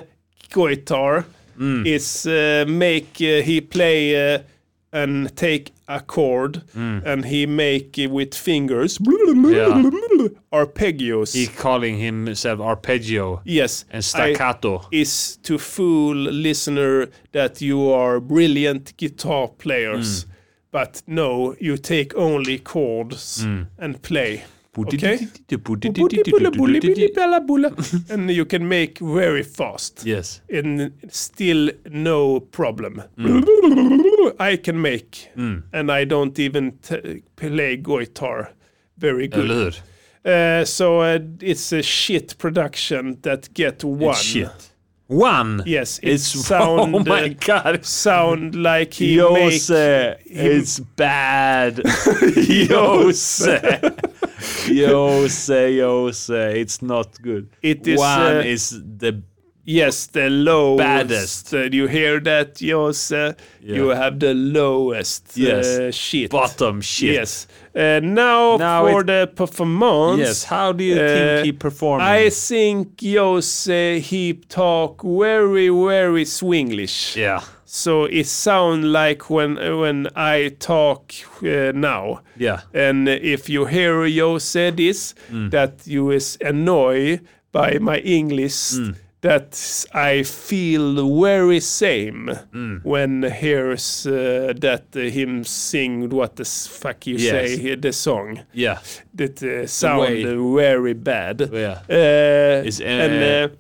Speaker 6: guitar. It's uh, make uh, he play uh, and take a chord and he make it with fingers
Speaker 1: Yeah.
Speaker 6: arpeggios.
Speaker 1: He calling himself arpeggio
Speaker 6: yes,
Speaker 1: and
Speaker 6: I-
Speaker 1: staccato.
Speaker 6: is to fool listener that you are brilliant guitar players. But no, you take only chords and play. Okay? and you can make very fast.
Speaker 1: Yes.
Speaker 6: and still no problem.
Speaker 1: Mm.
Speaker 6: I can make, and I don't even t- play guitar very
Speaker 1: Eller
Speaker 6: good.
Speaker 1: hur?
Speaker 6: Uh, so uh, it's a shit production that get one.
Speaker 1: Shit. One?
Speaker 6: Yes, it
Speaker 1: It's...
Speaker 6: sound uh,
Speaker 1: oh my god.
Speaker 6: sound like he make.
Speaker 1: Jose, it's bad. Jose. Jose, Jose, it's not good.
Speaker 6: It is,
Speaker 1: One
Speaker 6: uh,
Speaker 1: is the
Speaker 6: Yes, the lowest.
Speaker 1: Baddest.
Speaker 6: Uh, you hear that, Jose? You have the lowest uh,
Speaker 1: Yes.
Speaker 6: shit.
Speaker 1: bottom shit.
Speaker 6: Yes. Uh, now,
Speaker 1: Now
Speaker 6: for
Speaker 1: it-
Speaker 6: the performance.
Speaker 1: Yes, how do you
Speaker 6: Uh,
Speaker 1: think he performed?
Speaker 6: I think Jose he talk very very swinglish.
Speaker 1: yeah.
Speaker 6: So it sound like when when I talk uh, now.
Speaker 1: Yeah. Mm.
Speaker 6: And if you hear Jose this, that you is annoyed by my English.
Speaker 1: Mm.
Speaker 6: That I feel very same
Speaker 1: Mm.
Speaker 6: when hears uh, that uh, him sing what the s- fuck you
Speaker 1: Yes.
Speaker 6: say uh, the song
Speaker 1: Yeah.
Speaker 6: that uh, sound
Speaker 1: way-
Speaker 6: very bad.
Speaker 1: Yeah.
Speaker 6: Uh,
Speaker 1: It's, uh,
Speaker 6: and uh,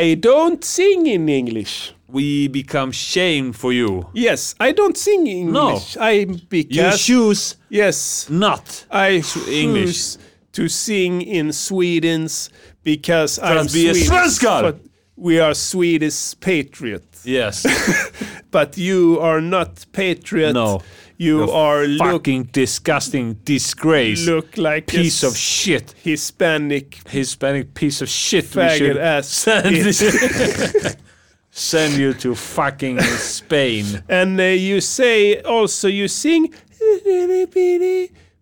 Speaker 6: I don't sing in English.
Speaker 1: We become shame for you.
Speaker 6: Yes, I don't sing in
Speaker 1: No.
Speaker 6: English. I
Speaker 1: You
Speaker 6: because
Speaker 1: choose
Speaker 6: yes,
Speaker 1: not
Speaker 6: I
Speaker 1: English.
Speaker 6: choose to sing in Sweden's because I'm
Speaker 1: att vi är
Speaker 6: Swedish.
Speaker 1: svenskar.
Speaker 6: But we are Swedish patriot.
Speaker 1: Yes.
Speaker 6: But you are not patriot.
Speaker 1: No.
Speaker 6: You are look,
Speaker 1: Fucking disgusting disgrace.
Speaker 6: look like a
Speaker 1: piece of shit.
Speaker 6: Hispanic
Speaker 1: Hispanic piece of shit. we
Speaker 6: faggot
Speaker 1: should
Speaker 6: ass. bitch.
Speaker 1: send, send you to fucking Spain.
Speaker 6: and uh, you say also you sing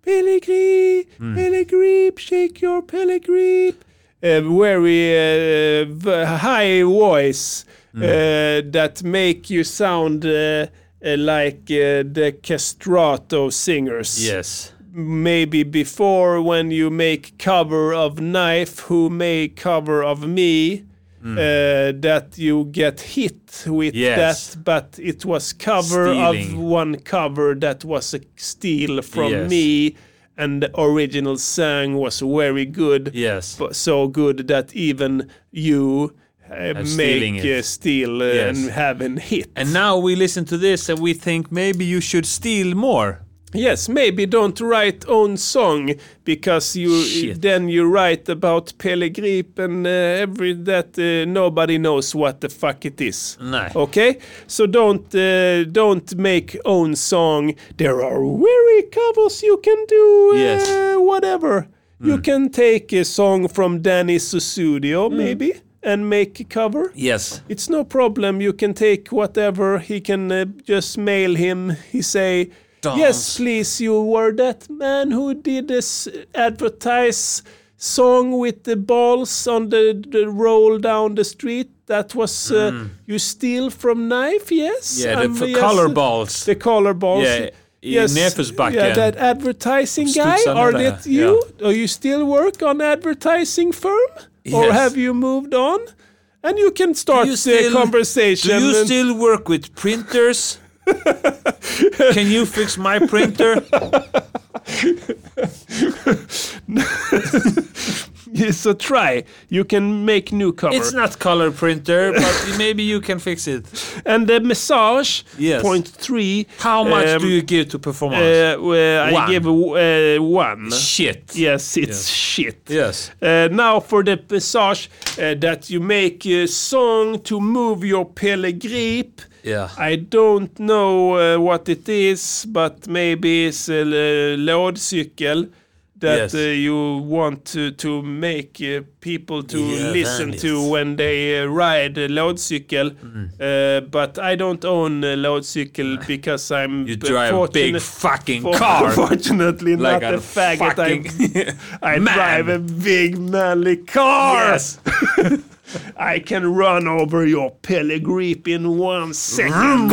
Speaker 6: Pellegrini, Pellegrini, shake your Pellegrini. A very uh, v- high voice uh, that make you sound uh, uh, like uh, the castrato singers.
Speaker 1: Yes.
Speaker 6: maybe before when you make cover of knife who make cover of me uh, that you get hit with
Speaker 1: Hmm. Yes.
Speaker 6: that but it was cover of
Speaker 1: Stealing.
Speaker 6: one cover that was a steal from
Speaker 1: Yes.
Speaker 6: me and the original song was very good
Speaker 1: Yes.
Speaker 6: but so good that even you uh,
Speaker 1: stealing
Speaker 6: make
Speaker 1: it.
Speaker 6: uh, steal uh,
Speaker 1: Yes.
Speaker 6: and have a hit
Speaker 1: and now we listen to this and we think maybe you should steal more.
Speaker 6: Yes, maybe don't write own song because you
Speaker 1: Shit.
Speaker 6: then you write about Pellegrip and uh, every that uh, nobody knows what the fuck it is.
Speaker 1: Nej.
Speaker 6: Okay, so don't uh, don't make own song. There are very covers you can do. Uh,
Speaker 1: Yes. Mm.
Speaker 6: whatever you can take a song from Danny Susudio maybe and make a cover.
Speaker 1: Yes.
Speaker 6: It's no problem. You can take whatever. He can uh, just mail him. He say, yes,
Speaker 1: Dance.
Speaker 6: please. You were that man who did this uh, advertise song with the balls on the, the roll down the street. That was uh, you steal from knife. Yes.
Speaker 1: Mm. Yeah, the
Speaker 6: I'm-
Speaker 1: f-
Speaker 6: yes,
Speaker 1: color balls.
Speaker 6: The color balls.
Speaker 1: Yeah, i Nerfusbacken.
Speaker 6: Yeah, that advertising
Speaker 1: Stod
Speaker 6: guy.
Speaker 1: sådana
Speaker 6: Are
Speaker 1: där,
Speaker 6: that you? Are you still work on advertising firm, or
Speaker 1: Yes.
Speaker 6: have you moved on? And you can start
Speaker 1: you
Speaker 6: the
Speaker 1: still-
Speaker 6: conversation.
Speaker 1: Do you
Speaker 6: and-
Speaker 1: still work with printers? Can you fix my printer?
Speaker 6: Yeah, so try. You can make new cover.
Speaker 1: It's not color printer, but maybe you can fix it.
Speaker 6: and the massage,
Speaker 1: Yes.
Speaker 6: point three.
Speaker 1: How much
Speaker 6: um,
Speaker 1: do you give to performance?
Speaker 6: Uh, well, I
Speaker 1: One.
Speaker 6: give uh, one.
Speaker 1: Shit.
Speaker 6: Yes, it's
Speaker 1: Yes.
Speaker 6: shit.
Speaker 1: Yes.
Speaker 6: Uh, now for the passage uh, that you make a song to move your pellegrip.
Speaker 1: Yeah.
Speaker 6: I don't know uh, what it is, but maybe it's a l- lådcykel that
Speaker 1: Yes.
Speaker 6: uh, you want to, to make uh, people to
Speaker 1: Yeah,
Speaker 6: listen
Speaker 1: that
Speaker 6: to
Speaker 1: is. Mm.
Speaker 6: when they uh, ride a lådcykel. Uh, but I don't own a lådcykel because I'm
Speaker 1: You
Speaker 6: b-
Speaker 1: drive a big
Speaker 6: fortunate-
Speaker 1: fucking
Speaker 6: for-
Speaker 1: car.
Speaker 6: Fortunately,
Speaker 1: Like
Speaker 6: not a
Speaker 1: a
Speaker 6: faggot.
Speaker 1: fucking
Speaker 6: I, I
Speaker 1: man.
Speaker 6: drive a big manly car.
Speaker 1: Yes.
Speaker 6: I can run over your pellegrip in one second.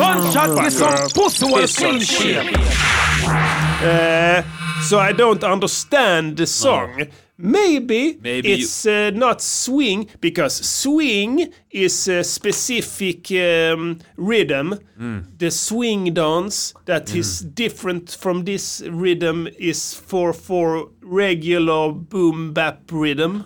Speaker 6: Uh, so I don't understand the song. Maybe,
Speaker 1: Maybe you-
Speaker 6: it's uh, not swing because swing is a specific um, rhythm.
Speaker 1: Hmm.
Speaker 6: The swing dance that is different from this rhythm is for for regular boom bap rhythm.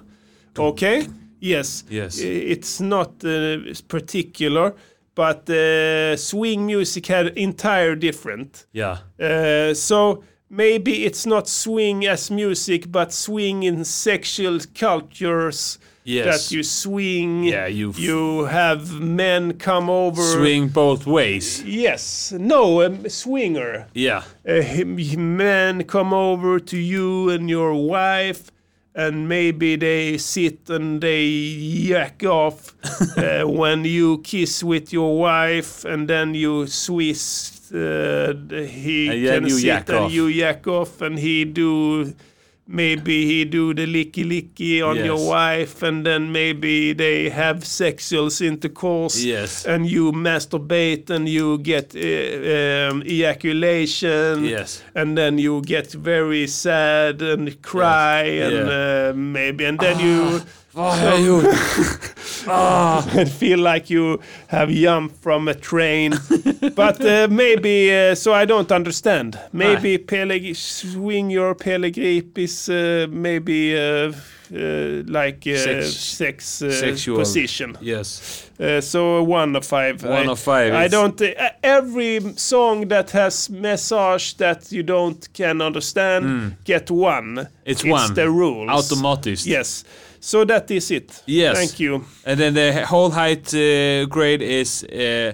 Speaker 6: Okay. Yes.
Speaker 1: Yes.
Speaker 6: I- It's not uh, particular, but uh, swing music had entire different.
Speaker 1: Yeah.
Speaker 6: Uh, so maybe it's not swing as music, but swing in sexual cultures.
Speaker 1: Yes.
Speaker 6: That you swing.
Speaker 1: Yeah, you f-
Speaker 6: you have men come over.
Speaker 1: Swing both ways.
Speaker 6: Yes. No, um, swinger.
Speaker 1: Yeah.
Speaker 6: A Eh, him- men come over to you and your wife. And maybe they sit and they yak off uh, when you kiss with your wife, and then you swiss. Uh, he
Speaker 1: And then
Speaker 6: can
Speaker 1: you
Speaker 6: sit
Speaker 1: yak
Speaker 6: and
Speaker 1: off.
Speaker 6: you yak off, and he do maybe he do the licky licky on your
Speaker 1: Yes.
Speaker 6: wife, and then maybe they have sexual intercourse
Speaker 1: Yes.
Speaker 6: and you masturbate and you get uh, um, ejaculation
Speaker 1: Yes.
Speaker 6: and then you get very sad and cry and uh, maybe and
Speaker 1: Ah.
Speaker 6: then you
Speaker 1: Vad har jag gjort?
Speaker 6: feel like you have jumped from a train but uh, maybe uh, so I don't understand maybe Peleg- swing your pellegrip is uh, maybe uh, uh, like uh,
Speaker 1: Sex-
Speaker 6: sex, uh,
Speaker 1: Sexual.
Speaker 6: position
Speaker 1: Yes.
Speaker 6: Uh, so one of five.
Speaker 1: One
Speaker 6: I,
Speaker 1: of five
Speaker 6: I
Speaker 1: is-
Speaker 6: don't. Uh, every song that has message that you don't can understand, get one.
Speaker 1: Mm. It's one.
Speaker 6: the rules.
Speaker 1: Automatiskt.
Speaker 6: Yes. So that is it.
Speaker 1: Yes.
Speaker 6: Thank you.
Speaker 1: And then the whole height uh, grade is uh,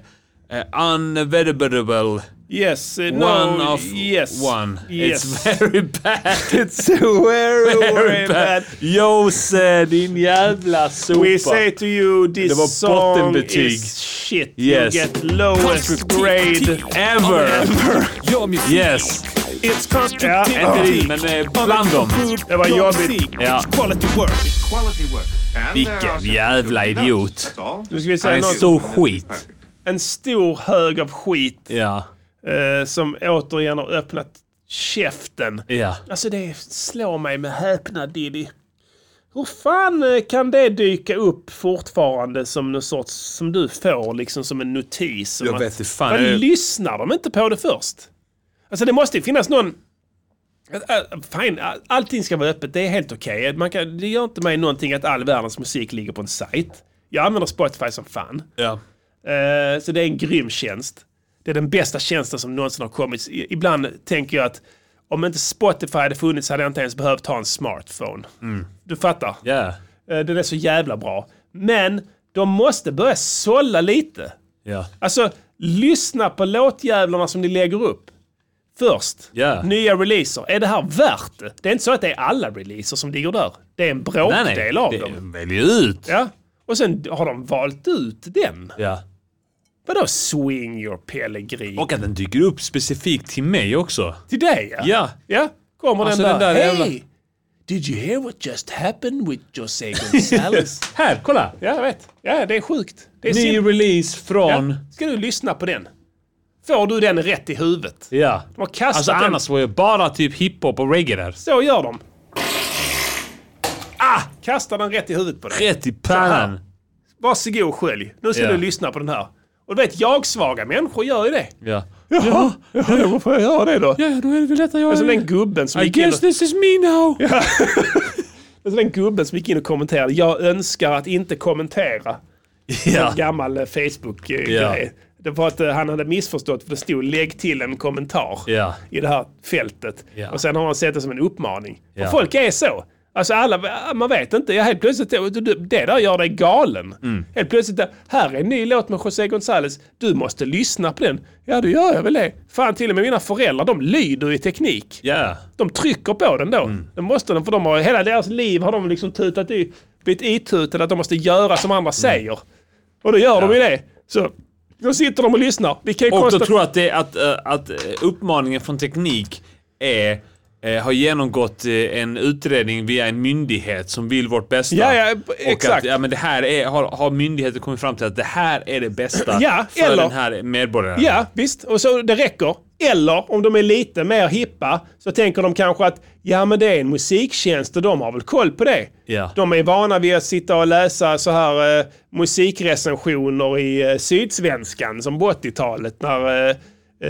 Speaker 1: uh, unavailable.
Speaker 6: Yes, eh, no,
Speaker 1: One of
Speaker 6: yes.
Speaker 1: one.
Speaker 6: Yes.
Speaker 1: It's very bad.
Speaker 6: It's very, very bad.
Speaker 1: Jose, din jävla sopa.
Speaker 6: We say to you this
Speaker 1: Det var
Speaker 6: song
Speaker 1: bottenbetyg.
Speaker 6: is shit.
Speaker 1: Yes.
Speaker 6: You get lowest grade.
Speaker 1: Ever! Yes!
Speaker 13: It's constructive
Speaker 6: Ja.
Speaker 1: Inte din, men eh, bland dem.
Speaker 6: Det var jobbigt.
Speaker 1: Ja.
Speaker 13: quality work.
Speaker 1: Vilken jävla idiot.
Speaker 6: Nu ska vi
Speaker 1: Han är
Speaker 6: säga
Speaker 1: en
Speaker 6: något.
Speaker 1: stor skit.
Speaker 6: en stor hög av skit
Speaker 1: Ja.
Speaker 6: eh, som återigen har öppnat käften.
Speaker 1: Ja.
Speaker 6: Alltså det slår mig med häpnad Diddy. Hur fan eh, kan det dyka upp fortfarande som någon sorts, som du får liksom som en notis? om
Speaker 13: Jag
Speaker 6: att-
Speaker 13: vet inte fan.
Speaker 6: Men
Speaker 13: Jag-
Speaker 6: lyssnar de inte på det först? Alltså det måste ju finnas någon... Ä- ä- Fine, all- allting ska vara öppet. Det är helt okej. Man kan- Det gör inte mig någonting att all världens musik ligger på en sajt. Jag använder Spotify som fan.
Speaker 1: Ja.
Speaker 6: Eh, Så det är en grym tjänst. Det är den bästa tjänsten som någonsin har kommit. I- Ibland tänker jag att om inte Spotify hade funnits hade jag inte ens behövt ha en smartphone. Du fattar?
Speaker 1: Mm. Ja.
Speaker 6: Eh, Den är så jävla bra. Men de måste börja sålla lite.
Speaker 1: Ja.
Speaker 6: Alltså, lyssna på låtjävlarna som ni lägger upp. Först,
Speaker 1: Ja.
Speaker 6: nya releaser. Är det här värt det? Det är inte så att det är alla releaser som ligger där. Det är en bråkdel
Speaker 1: Nej, nej.
Speaker 6: av
Speaker 1: Det-
Speaker 6: dem.
Speaker 1: Välj ut!
Speaker 6: Ja. Och sen har de valt ut den.
Speaker 1: Ja.
Speaker 6: Vadå swing your Pellegrin?
Speaker 1: Och att den dyker upp specifikt till mig också.
Speaker 6: till dig ja?
Speaker 1: Ja.
Speaker 6: Ja, kommer
Speaker 1: Alltså,
Speaker 6: den där.
Speaker 1: den där
Speaker 6: hey!
Speaker 1: jävla-
Speaker 6: Did you hear what just happened with Jose Gonzales?
Speaker 1: Här, kolla!
Speaker 6: ja, jag vet. Ja, det är sjukt. Det är
Speaker 1: Ny
Speaker 6: sin...
Speaker 1: release från...
Speaker 6: ja. Ska du lyssna på den? Får du den rätt i huvudet?
Speaker 1: Ja.
Speaker 6: De har kastat
Speaker 1: Alltså
Speaker 6: den.
Speaker 1: annars var ju bara typ hiphop och reggae där.
Speaker 6: Så gör de. Ah! Kastar den rätt i huvudet på dig.
Speaker 1: Rätt i pannan.
Speaker 6: Varsågod skölj. Nu ska
Speaker 1: Ja.
Speaker 6: du lyssna på den här. Och du vet, jag-svaga människor gör ju det.
Speaker 1: Ja.
Speaker 6: Jaha, ja, varför får jag göra det då?
Speaker 1: Ja, då är det väl detta
Speaker 6: Det är
Speaker 1: jag...
Speaker 6: som den gubben som
Speaker 1: I
Speaker 6: gick in och...
Speaker 1: guess this is me now! Ja.
Speaker 6: Det är som den gubben som gick in och kommenterade. Jag önskar att inte kommentera. En gammal eh, Facebook-grej.
Speaker 1: Ja.
Speaker 6: Det var att eh, han hade missförstått för det stod lägg till en kommentar
Speaker 1: Ja.
Speaker 6: i det här fältet.
Speaker 1: Ja.
Speaker 6: Och sen har han sett det som en uppmaning.
Speaker 1: Ja.
Speaker 6: Och folk är så. Alltså alla, man vet inte. Ja, helt plötsligt, det det där gör dig galen.
Speaker 1: Mm.
Speaker 6: Helt plötsligt, eh, här är en ny låt med José González. Du måste lyssna på den. Ja, då gör jag väl det. Fan, till och med mina föräldrar, de lyder i teknik.
Speaker 1: Ja.
Speaker 6: De trycker på den då.
Speaker 1: Mm.
Speaker 6: Det måste de, för de har, hela deras liv har de liksom tutat i, blivit itutade att de måste göra som
Speaker 1: Mm.
Speaker 6: andra säger. Och då gör de ju det. Så då sitter de och lyssnar. Vi kan ju
Speaker 1: Och då
Speaker 6: konstatera...
Speaker 1: tror jag att, det, att, eh, att eh, uppmaningen från teknik är eh, har genomgått eh, en utredning via en myndighet som vill vårt bästa.
Speaker 6: Ja, ja, b-
Speaker 1: Och
Speaker 6: exakt.
Speaker 1: att ja, men det här är, har, har myndigheten kommit fram till att det här är det bästa
Speaker 6: Ja,
Speaker 1: för
Speaker 6: eller-
Speaker 1: den här medborgaren.
Speaker 6: Ja, visst. Och så det räcker. Eller om de är lite mer hippa så tänker de kanske att ja men det är en musiktjänst och de har väl koll på det.
Speaker 1: Ja.
Speaker 6: De är vana vid att sitta och läsa så här eh, musikrecensioner i eh, Sydsvenskan som på 80-talet när eh,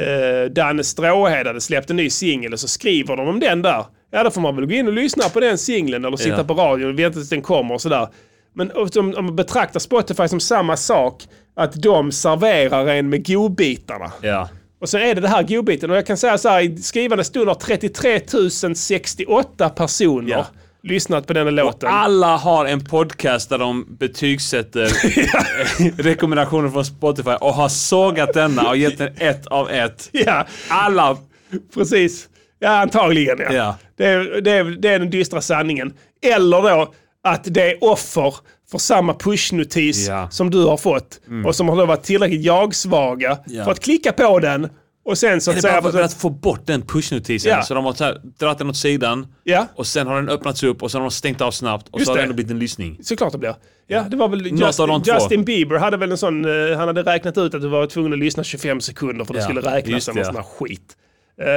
Speaker 6: eh, Danne Stråhed hade släppt en ny singel och så skriver de om den där. Ja då får man väl gå in och lyssna på den singeln eller sitta
Speaker 1: Ja.
Speaker 6: på radion och vänta tills den kommer och sådär. Men om om man betraktar Spotify som samma sak, att de serverar en med godbitarna.
Speaker 1: Ja.
Speaker 6: Och så är det det här godbiten. Och jag kan säga så här, i skrivande stund har 33 068 personer
Speaker 1: Ja.
Speaker 6: lyssnat på denna låten.
Speaker 1: Alla har en podcast där de betygsätter rekommendationer från Spotify och har sågat denna och gett den ett av ett.
Speaker 6: Ja,
Speaker 1: Alla...
Speaker 6: precis. Ja, antagligen ja.
Speaker 1: Ja.
Speaker 6: Det, är, det, är, det är den dystra sanningen. Eller då att det är offer för samma pushnotis
Speaker 1: Ja. Mm.
Speaker 6: som du har fått. Och som har då varit tillräckligt jag-svaga
Speaker 1: Ja.
Speaker 6: för att klicka på den och sen så
Speaker 1: Det
Speaker 6: att
Speaker 1: är bara
Speaker 6: säga...
Speaker 1: för, för att få bort den pushnotisen.
Speaker 6: Ja.
Speaker 1: Så de har så här, dragit den åt sidan
Speaker 6: Ja.
Speaker 1: och sen har den öppnats upp och sen har de stängt av snabbt och
Speaker 6: Just
Speaker 1: så har det
Speaker 6: det.
Speaker 1: ändå blivit en lyssning.
Speaker 6: Såklart det blir. Ja, det var väl
Speaker 1: Något av
Speaker 6: Justin,
Speaker 1: de två.
Speaker 6: Justin Bieber hade väl en sån, eh, han hade räknat ut att du var tvungen att lyssna 25 sekunder för det
Speaker 1: Ja,
Speaker 6: skulle räknas
Speaker 1: just
Speaker 6: som
Speaker 1: det,
Speaker 6: en
Speaker 1: ja.
Speaker 6: sån här skit. Eh,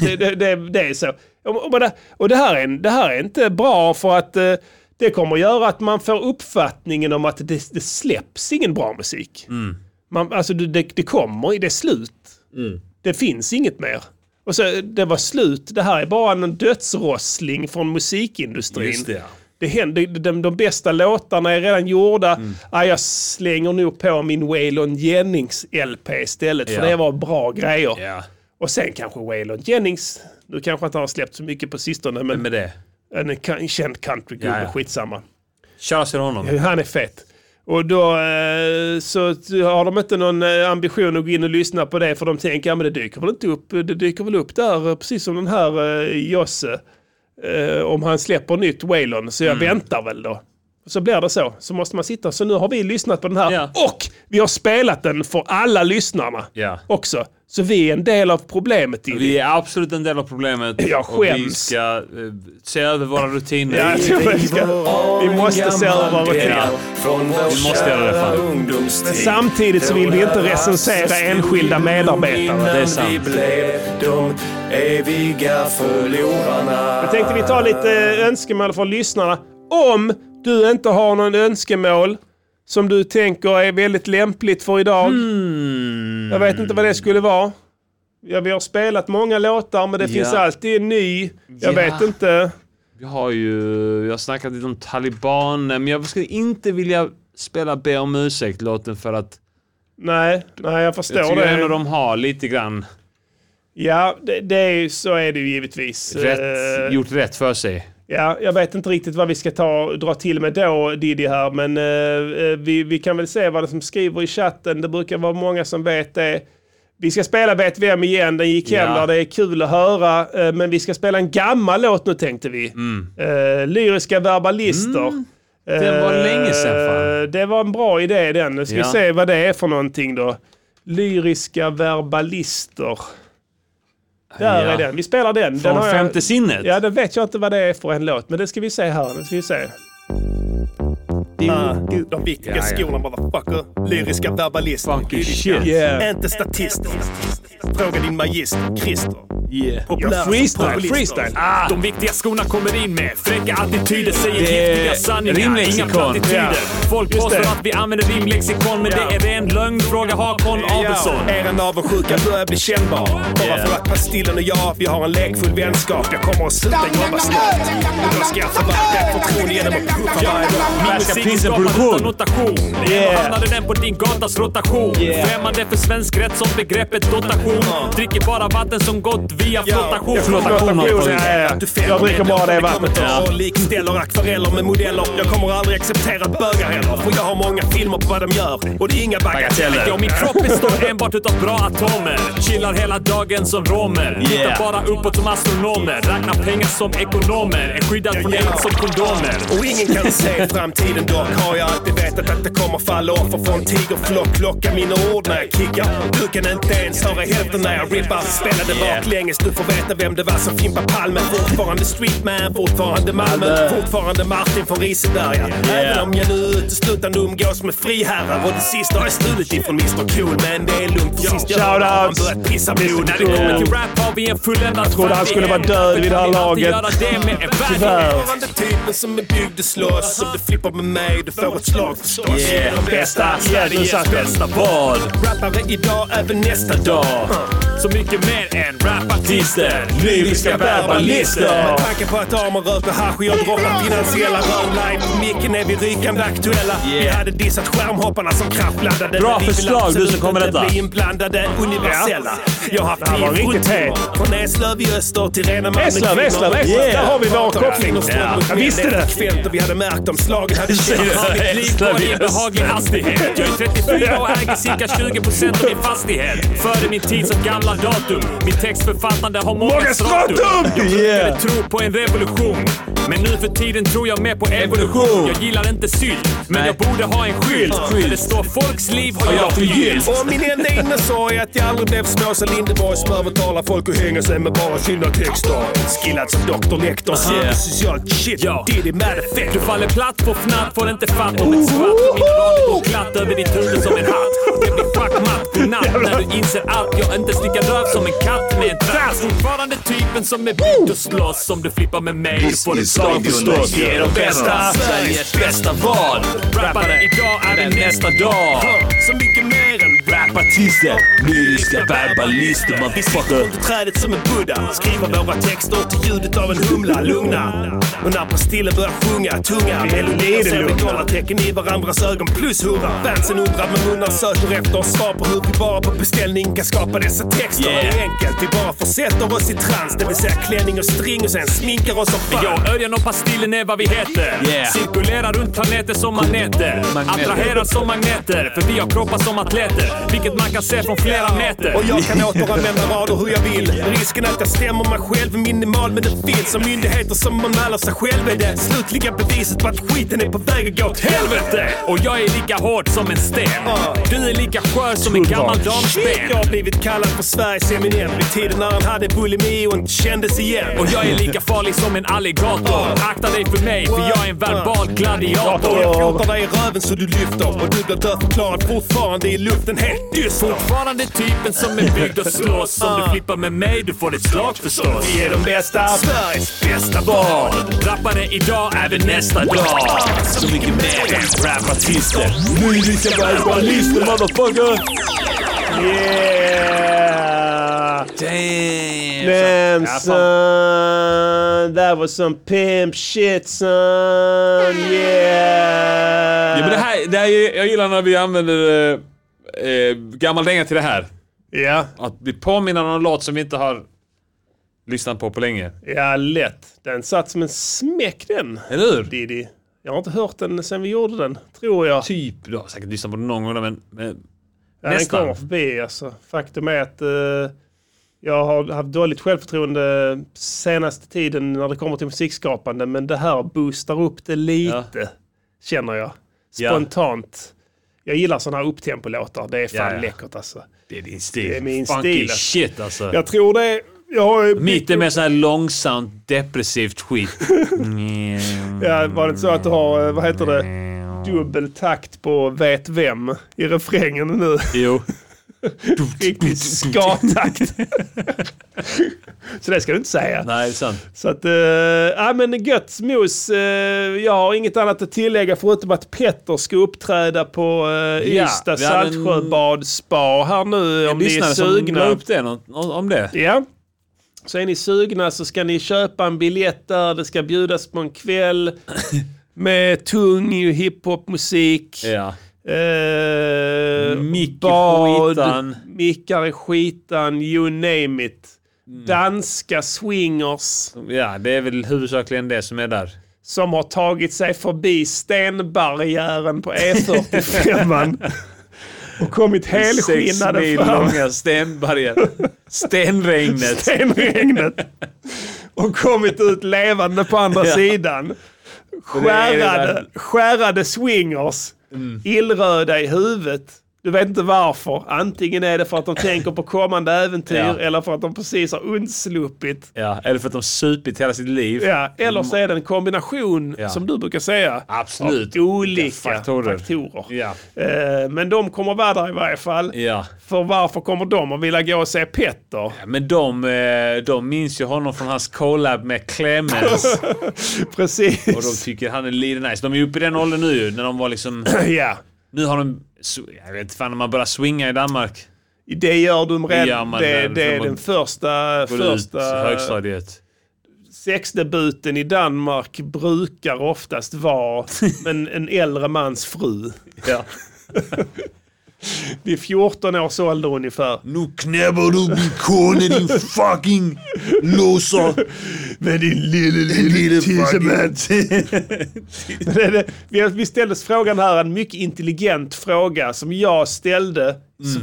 Speaker 6: så det, det, det, det är så. Och, och, bara- och det, här är, en- det här är inte bra för att eh, det kommer att göra att man får uppfattningen om att det, det släpps ingen bra musik.
Speaker 1: Mm.
Speaker 6: Man, alltså det- det, det kommer, det är slut.
Speaker 1: Mm.
Speaker 6: Det finns inget mer. Och så, det var slut. Det här är bara en dödsrossling från musikindustrin.
Speaker 1: Just det, ja.
Speaker 6: Det händer, de, de bästa låtarna är redan gjorda.
Speaker 1: Mm.
Speaker 6: Ah, jag slänger nog på min Waylon Jennings-LP istället, för
Speaker 1: Ja.
Speaker 6: det var bra grejer.
Speaker 1: Ja,
Speaker 6: Och sen kanske Waylon Jennings, nu kanske inte han har släppt så mycket på sistone, men
Speaker 1: med det.
Speaker 6: en, en känd countrygubbe,
Speaker 1: Ja, ja.
Speaker 6: skitsamma.
Speaker 1: Shoutout till honom.
Speaker 6: Han är fet. Och då eh, så har de inte någon eh, ambition att gå in och lyssna på det för de tänker ja men det dyker väl inte upp, det dyker väl upp där eh, precis som den här eh, Josse. Eh, om han släpper nytt Waylon så jag väntar väl då. Så blir det så. Så måste man sitta. Så nu har vi lyssnat på den här
Speaker 9: Ja.
Speaker 6: och vi har spelat den för alla lyssnarna
Speaker 9: Ja.
Speaker 6: också. Så vi är en del av problemet. Ili.
Speaker 9: Vi är absolut en del av problemet.
Speaker 6: Jag
Speaker 9: och vi
Speaker 6: skäms.
Speaker 9: ska eh, se över våra rutiner.
Speaker 6: Ja, jag tror vi ska- vi måste se över våra rutiner.
Speaker 1: Från vår
Speaker 9: Vi måste göra det, fan.
Speaker 1: kära ungdomstid.
Speaker 6: Men samtidigt så vill vi inte recensera enskilda medarbetare.
Speaker 9: Det är
Speaker 1: Vi
Speaker 9: sant.
Speaker 1: blev de eviga förlorarna.
Speaker 6: Jag tänkte vi tar lite eh, önskemål från lyssnarna. Om du inte har någon önskemål som du tänker är väldigt lämpligt för idag.
Speaker 9: Hmm.
Speaker 6: Jag vet inte vad det skulle vara. Ja, vi har spelat många låtar men det
Speaker 9: Ja.
Speaker 6: finns alltid en ny. Jag
Speaker 9: Ja.
Speaker 6: vet inte.
Speaker 9: Jag har ju, jag har snackat lite om talibaner, men jag skulle inte vilja spela Be om ursäkt-låten för att
Speaker 6: Nej, nej jag förstår
Speaker 9: jag tycker
Speaker 6: det.
Speaker 9: ändå de har lite grann
Speaker 6: Ja, det, det är, ju- så är det ju givetvis. Eh,
Speaker 9: rätt, gjort rätt för sig.
Speaker 6: Ja, jag vet inte riktigt vad vi ska ta, dra till med då, Diddy här, men eh, eh, vi, vi kan väl se vad det som skriver i chatten. Det brukar vara många som vet det. Vi ska spela Vet Vem igen, den gick hem
Speaker 9: Ja.
Speaker 6: där, det är kul att höra. eh, men vi ska spela en gammal låt nu tänkte vi. Eh, Lyriska verbalister.
Speaker 9: Mm. Den var länge sedan, fan.
Speaker 6: Eh, Det var en bra idé den. Nu ska
Speaker 9: Ja.
Speaker 6: vi se vad det är för någonting då. Lyriska verbalister. Där
Speaker 9: Ja.
Speaker 6: är den. Vi spelar den. den
Speaker 9: Från
Speaker 6: har jag-
Speaker 9: femte sinnet.
Speaker 6: Ja, det vet jag inte vad det är för en låt, men det ska vi se här. Det ska vi se.
Speaker 8: Ah, De viktiga skorna motherfucker. Lyriska verbalister.
Speaker 9: Funky shit.
Speaker 6: Yeah.
Speaker 8: Inte statister. Fråga din magister, Christer.
Speaker 9: Yeah.
Speaker 8: Populära som
Speaker 6: freestyle,
Speaker 8: populister.
Speaker 6: freestyle.
Speaker 1: Ah, de viktiga skorna kommer in med fräcka attityder, säger
Speaker 9: Det är
Speaker 1: giftiga sanningar, inga
Speaker 9: rimlexikon.
Speaker 1: plattityder.
Speaker 6: Ja.
Speaker 1: Folk
Speaker 6: Just
Speaker 1: påstår
Speaker 6: det.
Speaker 1: att vi använder rimlexikon, men det är ren lögn. Fråga Hakon Abelsson.
Speaker 8: Ja, er en avundsjuka börjar bli kännbar. Bara för att Pastillen och jag, vi har en lekfull vänskap. Jag kommer att sluta jobba snart. Och då ska jag förvalta ert förtroende genom att puffa varje dag.
Speaker 1: Min musik
Speaker 9: Prinsen
Speaker 1: skapar
Speaker 9: Produktion.
Speaker 1: utan notation.
Speaker 6: Yeah.
Speaker 1: Yeah. hamnade den på din gatas rotation.
Speaker 6: Yeah.
Speaker 1: Främmande för svensk rätt som begreppet dotation. Dricker bara vatten som gått via flotation.
Speaker 9: Flotation har
Speaker 6: Jo,
Speaker 9: fått-
Speaker 6: det är- Jag dricker bara det vattnet.
Speaker 8: Ja. Och likställer akvareller med modeller. Jag kommer aldrig acceptera bögar heller. För jag har många filmer på vad de gör. Och det är inga bagateller.
Speaker 1: Jag och min kropp består enbart utav bra atomer. Chillar hela dagen som romer. Tittar bara uppåt som astronomer. Räknar pengar som ekonomer. Är skyddad från
Speaker 8: Yeah.
Speaker 1: eld som kondomer.
Speaker 8: Och ingen kan se framtiden dock har jag alltid vetat att det kommer falla offer från tigerflock. Locka mina ord när jag kickar. Du kan inte ens höra hälften när jag rippar. Spelade baklänges, du får veta vem det var som fimpade Palme. Fortfarande streetman, fortfarande Malmö. Fortfarande Martin från Riseberga. Även om jag nu uteslutande umgås med friherrar. Och det sista har jag stulit ifrån Mr Cool. Men det är lugnt, för sist jag hörde har han
Speaker 6: Shoutouts.
Speaker 8: börjat pissa blod.
Speaker 1: När det kommer till rap har vi en fulländad Jag
Speaker 6: trodde han skulle vara död vid det här laget.
Speaker 1: Göra det med en
Speaker 6: Tyvärr.
Speaker 1: värld.
Speaker 8: Fortfarande typen som är byggd och slåss. Om du flippar med mig, du får ett slag förstås. Yeah, bästa Sveriges bästa
Speaker 1: Vad?
Speaker 8: rappare idag, även nästa dag.
Speaker 1: Så mycket mer än rapartister.
Speaker 6: Lyriska
Speaker 8: Med tanke på att Arman röker hasch och jag droppar finansiella rör live. På micken är vi rykande aktuella. Vi hade dissat skärmhopparna som kraschlandade.
Speaker 9: Bra
Speaker 8: men vi vill
Speaker 9: förslag,
Speaker 8: absolut
Speaker 9: du som kommer
Speaker 8: inte
Speaker 9: detta.
Speaker 8: bli inblandade, universella. Jag har haft
Speaker 6: var
Speaker 8: liv
Speaker 6: riktigt het.
Speaker 8: Från Eslöv i öster till rena mannen.
Speaker 6: Eslöv, Eslöv, Eslöv.
Speaker 8: Yeah.
Speaker 6: Där har vi vår koppling.
Speaker 8: Ja,
Speaker 6: Jag visste det.
Speaker 8: Fält och vi hade märkt om slagen hade
Speaker 1: Mitt liv
Speaker 8: känts.
Speaker 1: går i en behaglig hastighet. Jag är 34 och äger cirka 20% av min fastighet. Före min tid som gamla datum. Mitt textförfattande har många
Speaker 6: Många
Speaker 1: stratum.
Speaker 6: stratum! Yeah.
Speaker 1: Jag tror på en revolution. Men nu för tiden tror jag mer på evolution. Jag gillar inte sylt, men jag borde ha en skylt. Där det står folks liv har jag förgyllt.
Speaker 8: Om min enda innesorg är att jag aldrig blev Småsa Lindeborg som övertalar folk att hänga sig med bara sina texter. Skillad som doktor Lektor, yeah. socialt shit,
Speaker 1: Ja.
Speaker 8: Diddy mad effect.
Speaker 1: Du faller platt på fnatt, får inte fatt om ett skvatt. Och Mineraler går glatt över ditt huvud som en hatt. Det blir schackmatt godnatt när du inser att jag inte slickar röv som en katt med en tratt. Fortfarande typen som är bytt och slåss. Om du flippar med mig, du får ett slag förstås. Ge de bästa, Sveriges bästa vad. Rappare idag är det nästa dag.
Speaker 8: Så mycket mer än
Speaker 9: Rapartister, lyriska verbalister, motherfucker.
Speaker 14: Under trädet som en Buddha, skriver våra texter till ljudet av en humla. Lugna. Och när pastillen börjar sjunga, tunga melodier ser vi dollartecken i varandras ögon. Plus hurra. Fansen undrar med munnar söker efter svar på hur vi bara på beställning kan skapa dessa texter.
Speaker 9: Yeah.
Speaker 14: Det är enkelt, vi bara försätter oss i trans. Det vill säga klänning och string och sen sminkar oss som fan.
Speaker 9: Jag, Örjan och Pastillen är vad vi heter.
Speaker 14: Yeah.
Speaker 9: Cirkulerar runt planeter som magneter. Attraherar som magneter, för vi har kroppar som atleter. Vilket man kan se från flera meter.
Speaker 14: Och jag kan återanvända rader hur jag vill. Risken att jag stämmer mig själv är minimal men det finns. Som myndigheter som anmäler sig själv är det slutliga beviset på att skiten är på väg att gå åt helvete.
Speaker 9: Och jag är lika hård som en sten. Du är lika skör som en gammal
Speaker 14: Shit,
Speaker 9: damsten.
Speaker 14: Jag har blivit kallad för Sveriges Eminem vid tiden när han hade bulimi och inte kändes igen.
Speaker 9: Och jag är lika farlig som en alligator. Akta dig för mig, för jag är en verbal
Speaker 14: Jag
Speaker 9: gladiator.
Speaker 14: fotar dig i röven så du lyfter och du blir dödförklarad fortfarande i luften helt dyster.
Speaker 9: Fortfarande typen som är byggd att slåss. Om du flippar med mig, du får ett slag förstås.
Speaker 14: Vi är de bästa, Sveriges bästa barn.
Speaker 9: Rappare idag, även nästa dag. Så mycket mer än rapartister. Myriska verbalister, motherfucker!
Speaker 6: Yeah! Damn son! That was some pimp shit son! Yeah!
Speaker 1: Ja, men det här, det här, är- jag gillar när vi använder eh, eh, gammal dänga till det här.
Speaker 6: Ja,
Speaker 1: Att vi påminner om en låt som vi inte har lyssnat på på länge.
Speaker 6: ja lätt. Den satt som en smäck den,
Speaker 1: Eller hur?
Speaker 6: Diddy. Jag har inte hört den sen vi gjorde den, tror jag.
Speaker 1: Typ, du har säkert lyssnat på den någon gång men... men
Speaker 6: Ja, den
Speaker 1: nästan.
Speaker 6: kommer förbi alltså. Faktum är att eh, jag har haft dåligt självförtroende senaste tiden när det kommer till musikskapande. Men det här boostar upp det lite, känner jag.
Speaker 1: Ja.
Speaker 6: Spontant. Jag gillar sådana här upptempolåtar. Det är fan
Speaker 1: ja.
Speaker 6: läckert alltså.
Speaker 1: Det är din stil.
Speaker 6: Det är min
Speaker 1: Funky
Speaker 6: stil.
Speaker 1: shit alltså.
Speaker 6: Jag tror det. Jag har ju...
Speaker 1: Mitt är mer sån här långsamt depressivt skit.
Speaker 6: Ja, var det inte så att du har, eh, vad heter det, dubbel takt på Vet Vem i refrängen nu?
Speaker 1: Jo.
Speaker 6: Riktig ska-takt. så det ska du inte säga.
Speaker 1: Nej, det är sant.
Speaker 6: Så att, eh, ja men gött mos. Eh, jag har inget annat att tillägga förutom att Petter ska uppträda på eh,
Speaker 1: Ja,
Speaker 6: Ystad
Speaker 1: vi hade en-
Speaker 6: Saltsjöbad Spa här nu om ni är
Speaker 1: Lyssnare som la
Speaker 6: sugna.
Speaker 1: upp det, någon, om det.
Speaker 6: Ja. Så är ni sugna så ska ni köpa en biljett där. Det ska bjudas på en kväll med tung hiphopmusik.
Speaker 1: Ja.
Speaker 6: Eh,
Speaker 1: Mick i
Speaker 6: bad,
Speaker 1: skitan.
Speaker 6: Mickar i skitan, you name it.
Speaker 1: Mm.
Speaker 6: Danska swingers.
Speaker 1: ja, det är väl huvudsakligen det som är där.
Speaker 6: som har tagit sig förbi stenbarriären på E45 och kommit
Speaker 1: Sex
Speaker 6: helskinnade
Speaker 1: mil
Speaker 6: fram
Speaker 1: långa stenberget. Stenregnet.
Speaker 6: stenregnet och kommit ut levande på andra
Speaker 1: Ja.
Speaker 6: sidan.
Speaker 1: det är ju Mm.
Speaker 6: Skärade, skärade swingers, illröda i huvudet. Du vet inte varför. Antingen är det för att de tänker på kommande äventyr
Speaker 1: Ja.
Speaker 6: eller för att de precis har undsluppit.
Speaker 1: Ja, eller för att de supit hela sitt liv.
Speaker 6: Ja, eller så är det en kombination,
Speaker 1: Ja.
Speaker 6: som du brukar säga,
Speaker 1: Absolut.
Speaker 6: av olika
Speaker 1: Faktorer.
Speaker 6: faktorer.
Speaker 1: Ja.
Speaker 6: Eh, Men de kommer vara där i varje fall.
Speaker 1: Ja.
Speaker 6: För varför kommer de att vilja gå och se Petter?
Speaker 1: Men de, eh, de minns ju honom från hans collab med Clemens.
Speaker 6: Precis.
Speaker 1: Och de tycker han är lite nice. De är ju uppe i den åldern nu ju, när de var liksom...
Speaker 6: ja.
Speaker 1: Nu har de... sw- Jag vet inte fan, när man börjar swinga i Danmark.
Speaker 6: Det gör de redan.
Speaker 1: Ja, men
Speaker 6: det,
Speaker 1: den-
Speaker 6: det är
Speaker 1: man
Speaker 6: den första,
Speaker 1: Går ut
Speaker 6: första
Speaker 1: högstadiet.
Speaker 6: sexdebuten i Danmark brukar oftast vara en, en äldre mans fru.
Speaker 1: Ja.
Speaker 6: Vid 14 års ålder ungefär.
Speaker 9: Nu knäpper du min kone din fucking loser.
Speaker 6: Med din lille, lille tisseman. Det är det. Vi- Vi ställdes frågan här, en mycket intelligent fråga som jag ställde.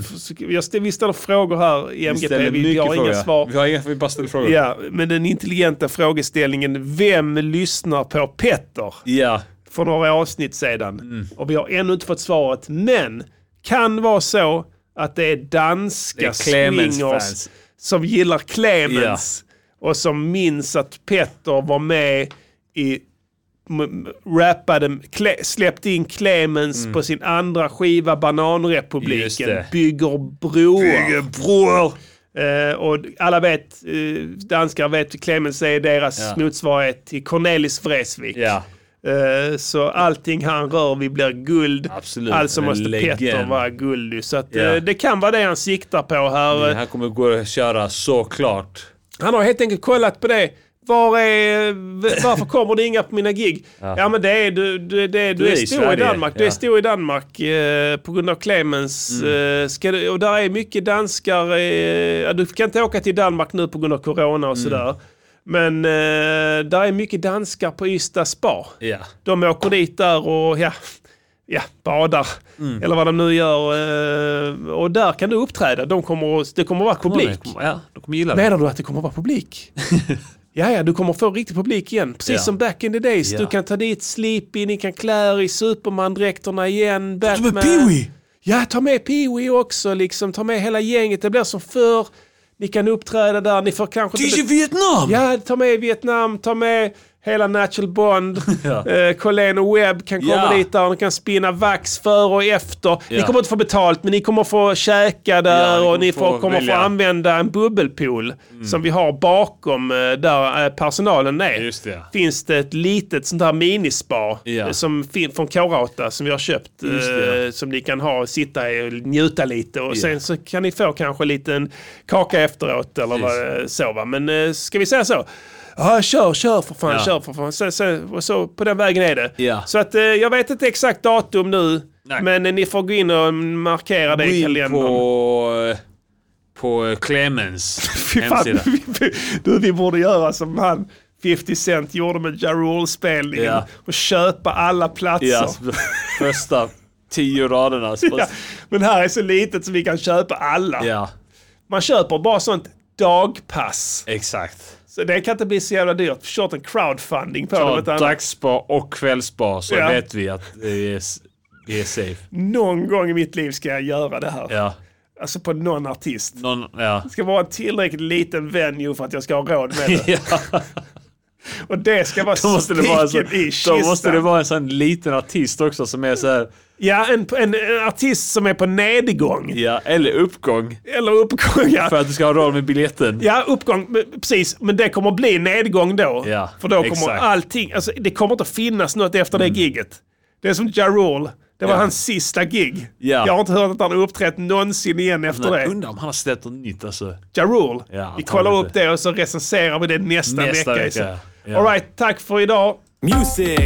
Speaker 6: Så- så- Jag ställ, vi ställer frågor här i MGP, vi,
Speaker 1: Mm. ställer
Speaker 6: vi,
Speaker 1: mycket
Speaker 6: har inga
Speaker 1: frågor.
Speaker 6: svar.
Speaker 1: Vi har inga, vi bara ställer frågor.
Speaker 6: Ja, men den intelligenta frågeställningen, vem lyssnar på Petter?
Speaker 1: Ja.
Speaker 6: För några avsnitt sedan.
Speaker 1: Mm.
Speaker 6: Och vi har ännu inte fått svaret, men kan vara så att det är danska
Speaker 1: Det är Clemens
Speaker 6: swingers
Speaker 1: fans.
Speaker 6: som gillar Clemens och som minns att Petter var med i m- m- rappade, Cle- släppte in Clemens på sin andra skiva
Speaker 1: Mm. Just
Speaker 6: Bananrepubliken,
Speaker 1: det.
Speaker 6: bygger broar.
Speaker 1: Bror!
Speaker 6: Eh, och alla vet, eh, danskar vet, Clemens är deras
Speaker 1: Ja.
Speaker 6: motsvarighet till Cornelis Vreeswijk.
Speaker 1: Ja.
Speaker 6: Eh, Så allting han rör vid blir guld.
Speaker 1: Absolut,
Speaker 6: alltså
Speaker 1: en
Speaker 6: måste
Speaker 1: legend.
Speaker 6: Petter vara guldig. Så att, eh,
Speaker 1: Ja.
Speaker 6: det kan vara det han siktar på här.
Speaker 1: Det här kommer gå att köra såklart.
Speaker 6: Han har helt enkelt kollat på det. Var är, v- varför kommer det inga på mina gig? Ja,
Speaker 1: Ja.
Speaker 6: men det är, du, du, det, du,
Speaker 1: Du
Speaker 6: är,
Speaker 1: är i
Speaker 6: stor i
Speaker 1: Sverige,
Speaker 6: Danmark. Du är
Speaker 1: ja.
Speaker 6: stor i Danmark eh, på grund av Clemens.
Speaker 1: Mm.
Speaker 6: Eh, ska du, och där är mycket danskar. Eh, ja, du kan inte åka till Danmark nu på grund av corona och
Speaker 1: Mm.
Speaker 6: sådär. Men eh, där är mycket danskar på Ystad Spa.
Speaker 1: Ja.
Speaker 6: De åker dit där och ja, ja, badar. Eller vad de nu gör. Eh, och där kan du uppträda. De kommer, att- det kommer att vara publik.
Speaker 1: Ja, de kommer gilla det.
Speaker 6: Menar du att det kommer vara publik? ja, ja, du kommer få riktig publik igen. Precis
Speaker 1: Ja.
Speaker 6: som back in the days.
Speaker 1: Ja.
Speaker 6: Du kan ta dit Sleepy, ni kan klä er i Superman-dräkterna igen. Batman. Ta med Pee-Wee! Ja, ta med Pee-Wee också. Liksom. Ta med hela gänget. Det blir som förr. Ni kan uppträda där. Ni får kanske... inte-
Speaker 1: Vietnam!
Speaker 6: Ja, ta med Vietnam, ta med hela Natural Bond.
Speaker 1: Ja.
Speaker 6: eh, Collén och Webb kan komma
Speaker 1: Ja.
Speaker 6: dit där och de kan spinna vax före och efter. Ni
Speaker 1: Ja.
Speaker 6: kommer inte få betalt, men ni kommer få käka där
Speaker 1: Ja, ni
Speaker 6: och ni
Speaker 1: kommer få
Speaker 6: får, kommer få
Speaker 1: välja.
Speaker 6: använda en bubbelpool som vi har bakom eh, där eh, personalen är.
Speaker 1: Just det.
Speaker 6: Finns det ett litet sånt här minispa
Speaker 1: Ja.
Speaker 6: eh, som fin- från K-Rauta som vi har köpt.
Speaker 1: Just det.
Speaker 6: eh, Som ni kan ha, sitta i och njuta lite och sen så kan ni få kanske en liten kaka efteråt eller
Speaker 1: Precis.
Speaker 6: vad, eh, så va. Men eh, ska vi säga så? Ja, kör, kör för fan,
Speaker 1: Ja.
Speaker 6: kör för fan. Så, så, och så, på den vägen är det.
Speaker 1: Ja.
Speaker 6: Så att eh, jag vet inte exakt datum nu.
Speaker 1: Nej.
Speaker 6: Men eh, ni får gå in och markera det
Speaker 1: Gå
Speaker 6: i
Speaker 1: in
Speaker 6: kalendern.
Speaker 1: på, eh, på Clemens
Speaker 6: Fy fan,
Speaker 1: hemsida.
Speaker 6: vi- du, vi borde göra som han 50 Cent gjorde med Ja Rule-spelningen.
Speaker 1: Ja.
Speaker 6: Och köpa alla platser.
Speaker 1: Ja, så- första tio raderna. så-
Speaker 6: Ja, Men här är så litet så vi kan köpa alla.
Speaker 1: Ja,
Speaker 6: Man köper bara sånt dagpass.
Speaker 1: exakt.
Speaker 6: Så det kan inte bli så jävla dyrt. Kört en crowdfunding på det.
Speaker 1: Ta
Speaker 6: vet du, annars-
Speaker 1: dagsspar och kvällsspar så
Speaker 6: Ja.
Speaker 1: vet vi att vi är, s- vi är safe.
Speaker 6: Någon gång i mitt liv ska jag göra det här.
Speaker 1: Ja.
Speaker 6: Alltså på någon artist.
Speaker 1: Någon, ja.
Speaker 6: Det ska vara en tillräckligt liten venue för att jag ska ha råd med det.
Speaker 1: ja.
Speaker 6: Och det ska vara
Speaker 1: Då måste, det vara en sån,
Speaker 6: spiken i
Speaker 1: då
Speaker 6: kistan.
Speaker 1: måste det vara en sån liten artist också som är så här,
Speaker 6: Ja, en, en, en artist som är på nedgång.
Speaker 1: ja, eller uppgång.
Speaker 6: Eller uppgång. Ja.
Speaker 1: För att du ska ha råd med biljetten.
Speaker 6: Ja, uppgång, men- precis. Men det kommer bli nedgång då.
Speaker 1: Ja,
Speaker 6: för då kommer
Speaker 1: exakt. Mm.
Speaker 6: allting, alltså, det kommer inte finnas något efter det giget. Det är som Ja Rule. Det var
Speaker 1: Ja.
Speaker 6: hans sista gig.
Speaker 1: Ja.
Speaker 6: Jag har inte hört att han har uppträtt någonsin igen efter
Speaker 1: Men
Speaker 6: det.
Speaker 1: Undrar om han har släppt något nytt alltså.
Speaker 6: Ja Rule.
Speaker 1: Ja,
Speaker 6: vi kollar
Speaker 1: antagligen.
Speaker 6: upp det och så recenserar vi det nästa,
Speaker 1: Nästa
Speaker 6: vecka.
Speaker 1: vecka, ja.
Speaker 6: All right, tack för idag.
Speaker 9: Music,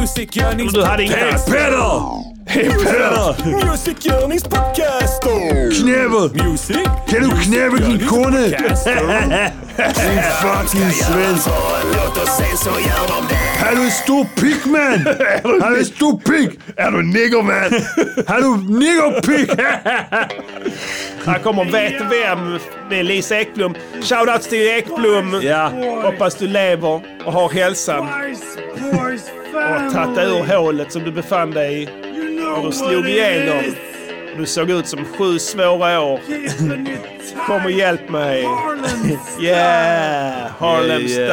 Speaker 9: music görnings...
Speaker 6: Du hade inget alls.
Speaker 9: Pedal! Music görnings podcaster!
Speaker 10: Knävel!
Speaker 9: Music?
Speaker 10: Kan du knävel din kone? Din fucking svensk! Är du en stor pig man? Är Er du en stor pig? Är du nigger man? Är du nigger pig?
Speaker 6: Här kommer Vet Vem med Lisa Ekblom. Shoutouts till Ekblom.
Speaker 1: Ja.
Speaker 6: Hoppas du lever och har hälsan. Och tagit dig ur hålet som du befann dig i. Och du slog igenom. Du såg ut som sju svåra år. Kom och hjälp mig. Yeah! Harlem
Speaker 1: Yeah,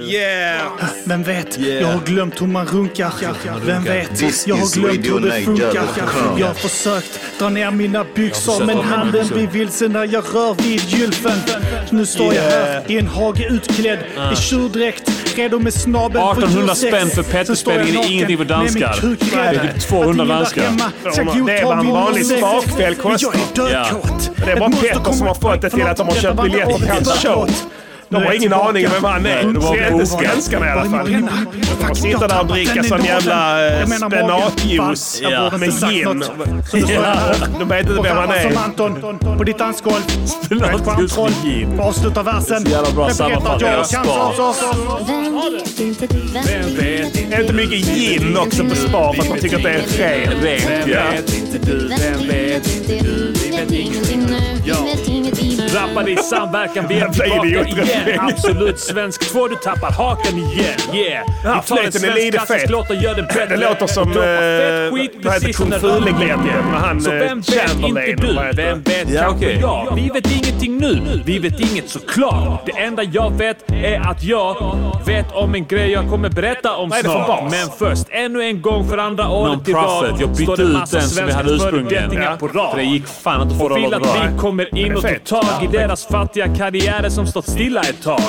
Speaker 1: yeah.
Speaker 6: style.
Speaker 8: Vem vet, jag har glömt hur man runkar. Vem vet, jag har glömt hur det funkar. Jag har försökt dra ner mina byxor men handen blir vilse när jag rör vid gylfen. Nu står jag här i en hage utklädd
Speaker 6: Ah.
Speaker 8: i tjurdräkt, redo med snabeln
Speaker 1: 1800
Speaker 8: djursex.
Speaker 1: spänn för Petter
Speaker 8: Sen står jag
Speaker 1: spänningen är
Speaker 8: naken
Speaker 1: ingenting för danskar.
Speaker 8: med min kuk
Speaker 1: Det är typ
Speaker 8: rädd.
Speaker 1: 200
Speaker 8: Att ingen där
Speaker 1: danskar.
Speaker 8: hemma ska
Speaker 6: Det är
Speaker 8: godta
Speaker 6: vad en
Speaker 8: min
Speaker 6: vanlig
Speaker 8: ursäkt.
Speaker 6: sparkväll kostar.
Speaker 8: Men Jag är dödkåt.
Speaker 6: Det är bara
Speaker 8: Ett monster
Speaker 6: Petter som har
Speaker 8: kommer-
Speaker 6: fått det till att de har köpt
Speaker 8: Förlåt,
Speaker 6: biljetter till hans
Speaker 8: förlåt.
Speaker 6: show.
Speaker 8: Nu
Speaker 6: De
Speaker 8: är
Speaker 6: har
Speaker 8: jag
Speaker 6: ingen
Speaker 8: tillbaka.
Speaker 6: aning om vem han är.
Speaker 8: Men
Speaker 6: De
Speaker 8: det var
Speaker 6: ser inte
Speaker 8: bovarna.
Speaker 6: svenskarna i alla fall.
Speaker 8: Var är Marina?
Speaker 6: De
Speaker 8: Fuck,
Speaker 6: sitter
Speaker 8: jag
Speaker 6: där och
Speaker 8: tappade
Speaker 6: dricker
Speaker 8: den i
Speaker 6: sån
Speaker 8: dagen.
Speaker 6: jävla eh,
Speaker 8: Jag menar magen.
Speaker 6: spenatjuice
Speaker 8: Fan, jag borde
Speaker 6: med
Speaker 8: inte sagt
Speaker 6: gin.
Speaker 8: något. Så nu står jag
Speaker 6: Ja.
Speaker 8: här
Speaker 6: De vet inte
Speaker 8: och
Speaker 6: vem han
Speaker 8: rappar
Speaker 6: är.
Speaker 8: Som Anton på ditt dansgolv.
Speaker 1: Spenatjuice med gin.
Speaker 8: Och avslutar versen.
Speaker 1: Så jävla bra
Speaker 8: Jag berättar att
Speaker 1: sammanfattning av
Speaker 8: jag kan
Speaker 1: spa.
Speaker 8: saker.
Speaker 1: Vem vet?
Speaker 6: Det är inte mycket gin också på spa för att man tycker att det är fel.
Speaker 1: Vem
Speaker 6: Ja.
Speaker 1: vet inte du? Vem vet? Rappar i samverkan, vi är
Speaker 6: Jävla
Speaker 1: tillbaka
Speaker 6: idiot.
Speaker 1: igen. Absolut svensk 2, du tappar hakan igen. Yeah.
Speaker 6: Ja,
Speaker 1: Vi tar en
Speaker 6: flöjten är
Speaker 1: svensk
Speaker 6: lite fet.
Speaker 1: klassisk låt och gör den bättre.
Speaker 6: Det låter som,
Speaker 1: Och droppar
Speaker 6: eh,
Speaker 1: fett skit
Speaker 6: vad heter
Speaker 1: precis som
Speaker 6: Kung
Speaker 1: när
Speaker 6: Fu-legenden? Men han,
Speaker 1: Så
Speaker 6: eh,
Speaker 1: vem vet
Speaker 6: Chamberlain,
Speaker 1: inte du?
Speaker 6: vad heter
Speaker 1: Vem vet
Speaker 9: Ja,
Speaker 1: kanske
Speaker 9: okej.
Speaker 1: jag? Vi vet ingenting nu. Vi vet inget såklart. Det enda jag vet är att jag vet om en grej jag kommer berätta om
Speaker 6: Vad är det för bas?
Speaker 1: snart. Men först, ännu en gång för andra året i rad
Speaker 9: Non-profit. Jag bytte
Speaker 1: står det
Speaker 9: ut
Speaker 1: massa
Speaker 9: den som vi
Speaker 1: svenska
Speaker 9: hade ursprungligen.
Speaker 1: förutsättningar på rad.
Speaker 9: För det gick fan inte att få det att
Speaker 1: Vill
Speaker 9: låta
Speaker 1: att
Speaker 9: bra.
Speaker 1: vi kommer in och
Speaker 6: det
Speaker 1: tar
Speaker 6: är fett.
Speaker 1: tag drag i deras fattiga karriärer som stått stilla ett tag.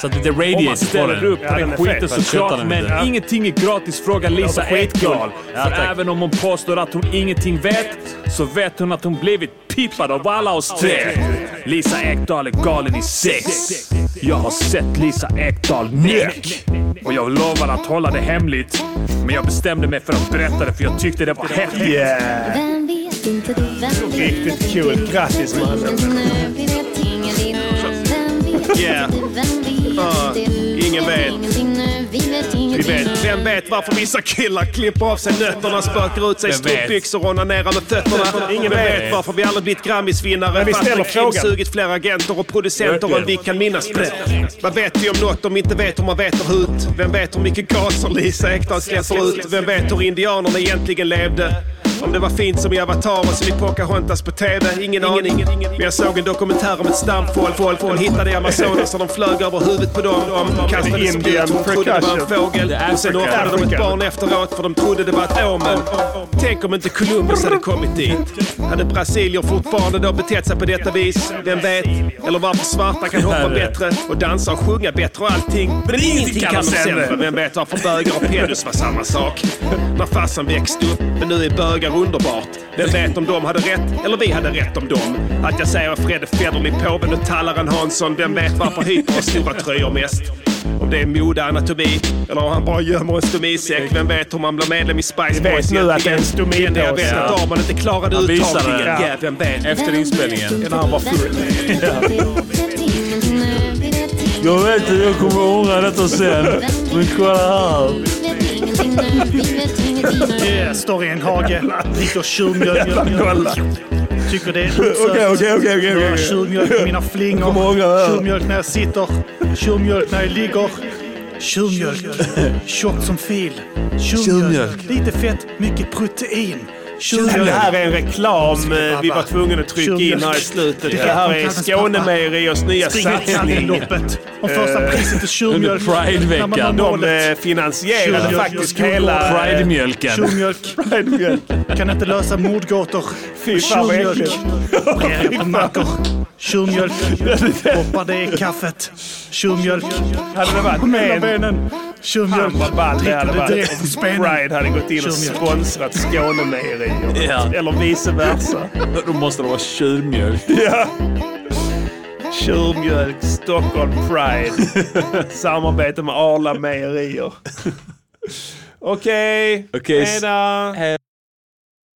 Speaker 15: Så att det är radiator
Speaker 1: Om man ställer upp på den skiten såklart, men ingenting är gratis frågar Lisa
Speaker 15: Ja, det är skitcool.
Speaker 1: Ekdahl.
Speaker 15: Ja,
Speaker 1: För
Speaker 15: tack.
Speaker 1: även om hon påstår att hon ingenting vet, så vet hon att hon blivit pippad av alla oss tre. Lisa Ekdahl är galen i sex. Jag har sett Lisa Ekdahl näck. Och jag lovade att hålla det hemligt. Men jag bestämde mig för att berätta det för jag tyckte det var häftigt.
Speaker 16: Vem vet inte det? Vem vet
Speaker 17: Riktigt kul. Grattis mannen.
Speaker 16: nu? Vi vet ingenting. Vem vet
Speaker 6: Yeah.
Speaker 16: inte det? Vem
Speaker 6: Ah,
Speaker 16: vet det?
Speaker 6: ingen vet.
Speaker 16: Ingenting nu. Vi vet
Speaker 6: Vi
Speaker 16: ingenting
Speaker 6: vet, vem vet varför vissa killar klipper av sig nötterna, spökar ut sig i
Speaker 15: Vem vet?
Speaker 6: strumpbyxor och onanerar med fötterna. Ingen
Speaker 15: Vem
Speaker 6: vet
Speaker 15: vet?
Speaker 6: varför vi aldrig blivit Grammisvinnare
Speaker 15: Men vi ställer
Speaker 6: fast
Speaker 15: frågan.
Speaker 6: sugit fler agenter och producenter än vi kan minnas. Blä. Vad vet vi om något de inte vet hur man veter ut? Vem vet hur mycket gaser Lisa Ekdahl släpper ut? Vem vet hur indianerna egentligen levde? Om det var fint som i Avatar och som i Pocahontas på TV? Ingen aning. Men jag såg en dokumentär om ett stamfolk. Folk, folk hittade i Amazonas och de flög över huvudet på dem. De kastade
Speaker 17: Indian
Speaker 6: spjut och trodde det var en
Speaker 17: percussion.
Speaker 6: fågel.
Speaker 17: Det är
Speaker 6: Och sen offrade de ett
Speaker 17: Afrika.
Speaker 6: barn efteråt för de trodde det var ett omen. Tänk om inte Columbus hade kommit dit. Hade brasilier fortfarande då betett sig på detta vis? Vem vet? Eller varför svarta kan hoppa bättre och dansa och sjunga bättre och allting. Men ingenting kan de sämre. Vem vet varför bögar och pedus var samma sak? När farsan växte upp, men nu är bögar underbart. Vem vet om de hade rätt, eller vi hade rätt om dem? Att jag säger Fredde Federley, påven och Tallaren Hansson. Vem vet varför hyper har stora tröjor mest? Om det är mode, anatomi eller om han bara gömmer en stomisäck. Vem vet om han blir medlem i Spice
Speaker 17: Vi
Speaker 6: Boys
Speaker 17: vet nu att det är en
Speaker 6: egentligen? Det enda jag vet är
Speaker 17: stomipåse.
Speaker 6: att Arman inte klarade
Speaker 17: Han visade
Speaker 6: uttagningen.
Speaker 17: det.
Speaker 6: Ja, vem vet?
Speaker 16: Efter inspelningen.
Speaker 6: När han var full.
Speaker 18: Jag vet att jag kommer ångra detta sen. Men kolla här.
Speaker 8: Yeah, står Eh, i en hage, dricker tjurmjölk. Tycker det är utsökt.
Speaker 18: Okej, okej, okej, okej,
Speaker 8: Några
Speaker 18: okej.
Speaker 8: Tjurmjölk i mina flingor.
Speaker 18: Kommer ihåg det här.
Speaker 8: Tjurmjölk när jag sitter. Tjurmjölk när jag ligger. Tjurmjölk. Tjockt som fil. Tjurmjölk.
Speaker 17: Tjurmjölk.
Speaker 8: Lite fett, mycket protein.
Speaker 6: Det här är en reklam eh, vi var tvungna att trycka in här i slutet. Det här är Skånemejeriers nya
Speaker 8: Spring ut i
Speaker 6: satsning. eh,
Speaker 8: Hallenloppet. Och första
Speaker 18: Eh,
Speaker 8: priset är tjurmjölk. När man har
Speaker 6: Pride-veckan.
Speaker 8: målet.
Speaker 6: De eh, finansierade
Speaker 8: Tjurmjölk.
Speaker 6: faktiskt hela... eh,
Speaker 8: Tjurmjölk. Kan inte lösa mordgåtor.
Speaker 6: Fy fan vad
Speaker 8: Tjurmjölk.
Speaker 6: äckligt.
Speaker 8: Brev på mackor. Tjurmjölk. Hoppar det i kaffet. Tjurmjölk.
Speaker 6: eh, Hade det varit
Speaker 8: Mellan
Speaker 6: med en
Speaker 8: benen. Tjurmjölk.
Speaker 6: Fan vad ball det hade
Speaker 8: Dricker det
Speaker 6: varit
Speaker 8: direkt från
Speaker 6: om
Speaker 8: spenen.
Speaker 6: Pride hade gått in och
Speaker 8: Tjurmjölk.
Speaker 6: sponsrat Skånemejerier. Eller vice versa.
Speaker 15: Då måste det vara tjurmjölk.
Speaker 6: Ja. Tjurmjölk, Stockholm Pride. Samarbete med Arla Mejerier. Okej,
Speaker 15: Okej, s-
Speaker 6: hejdå!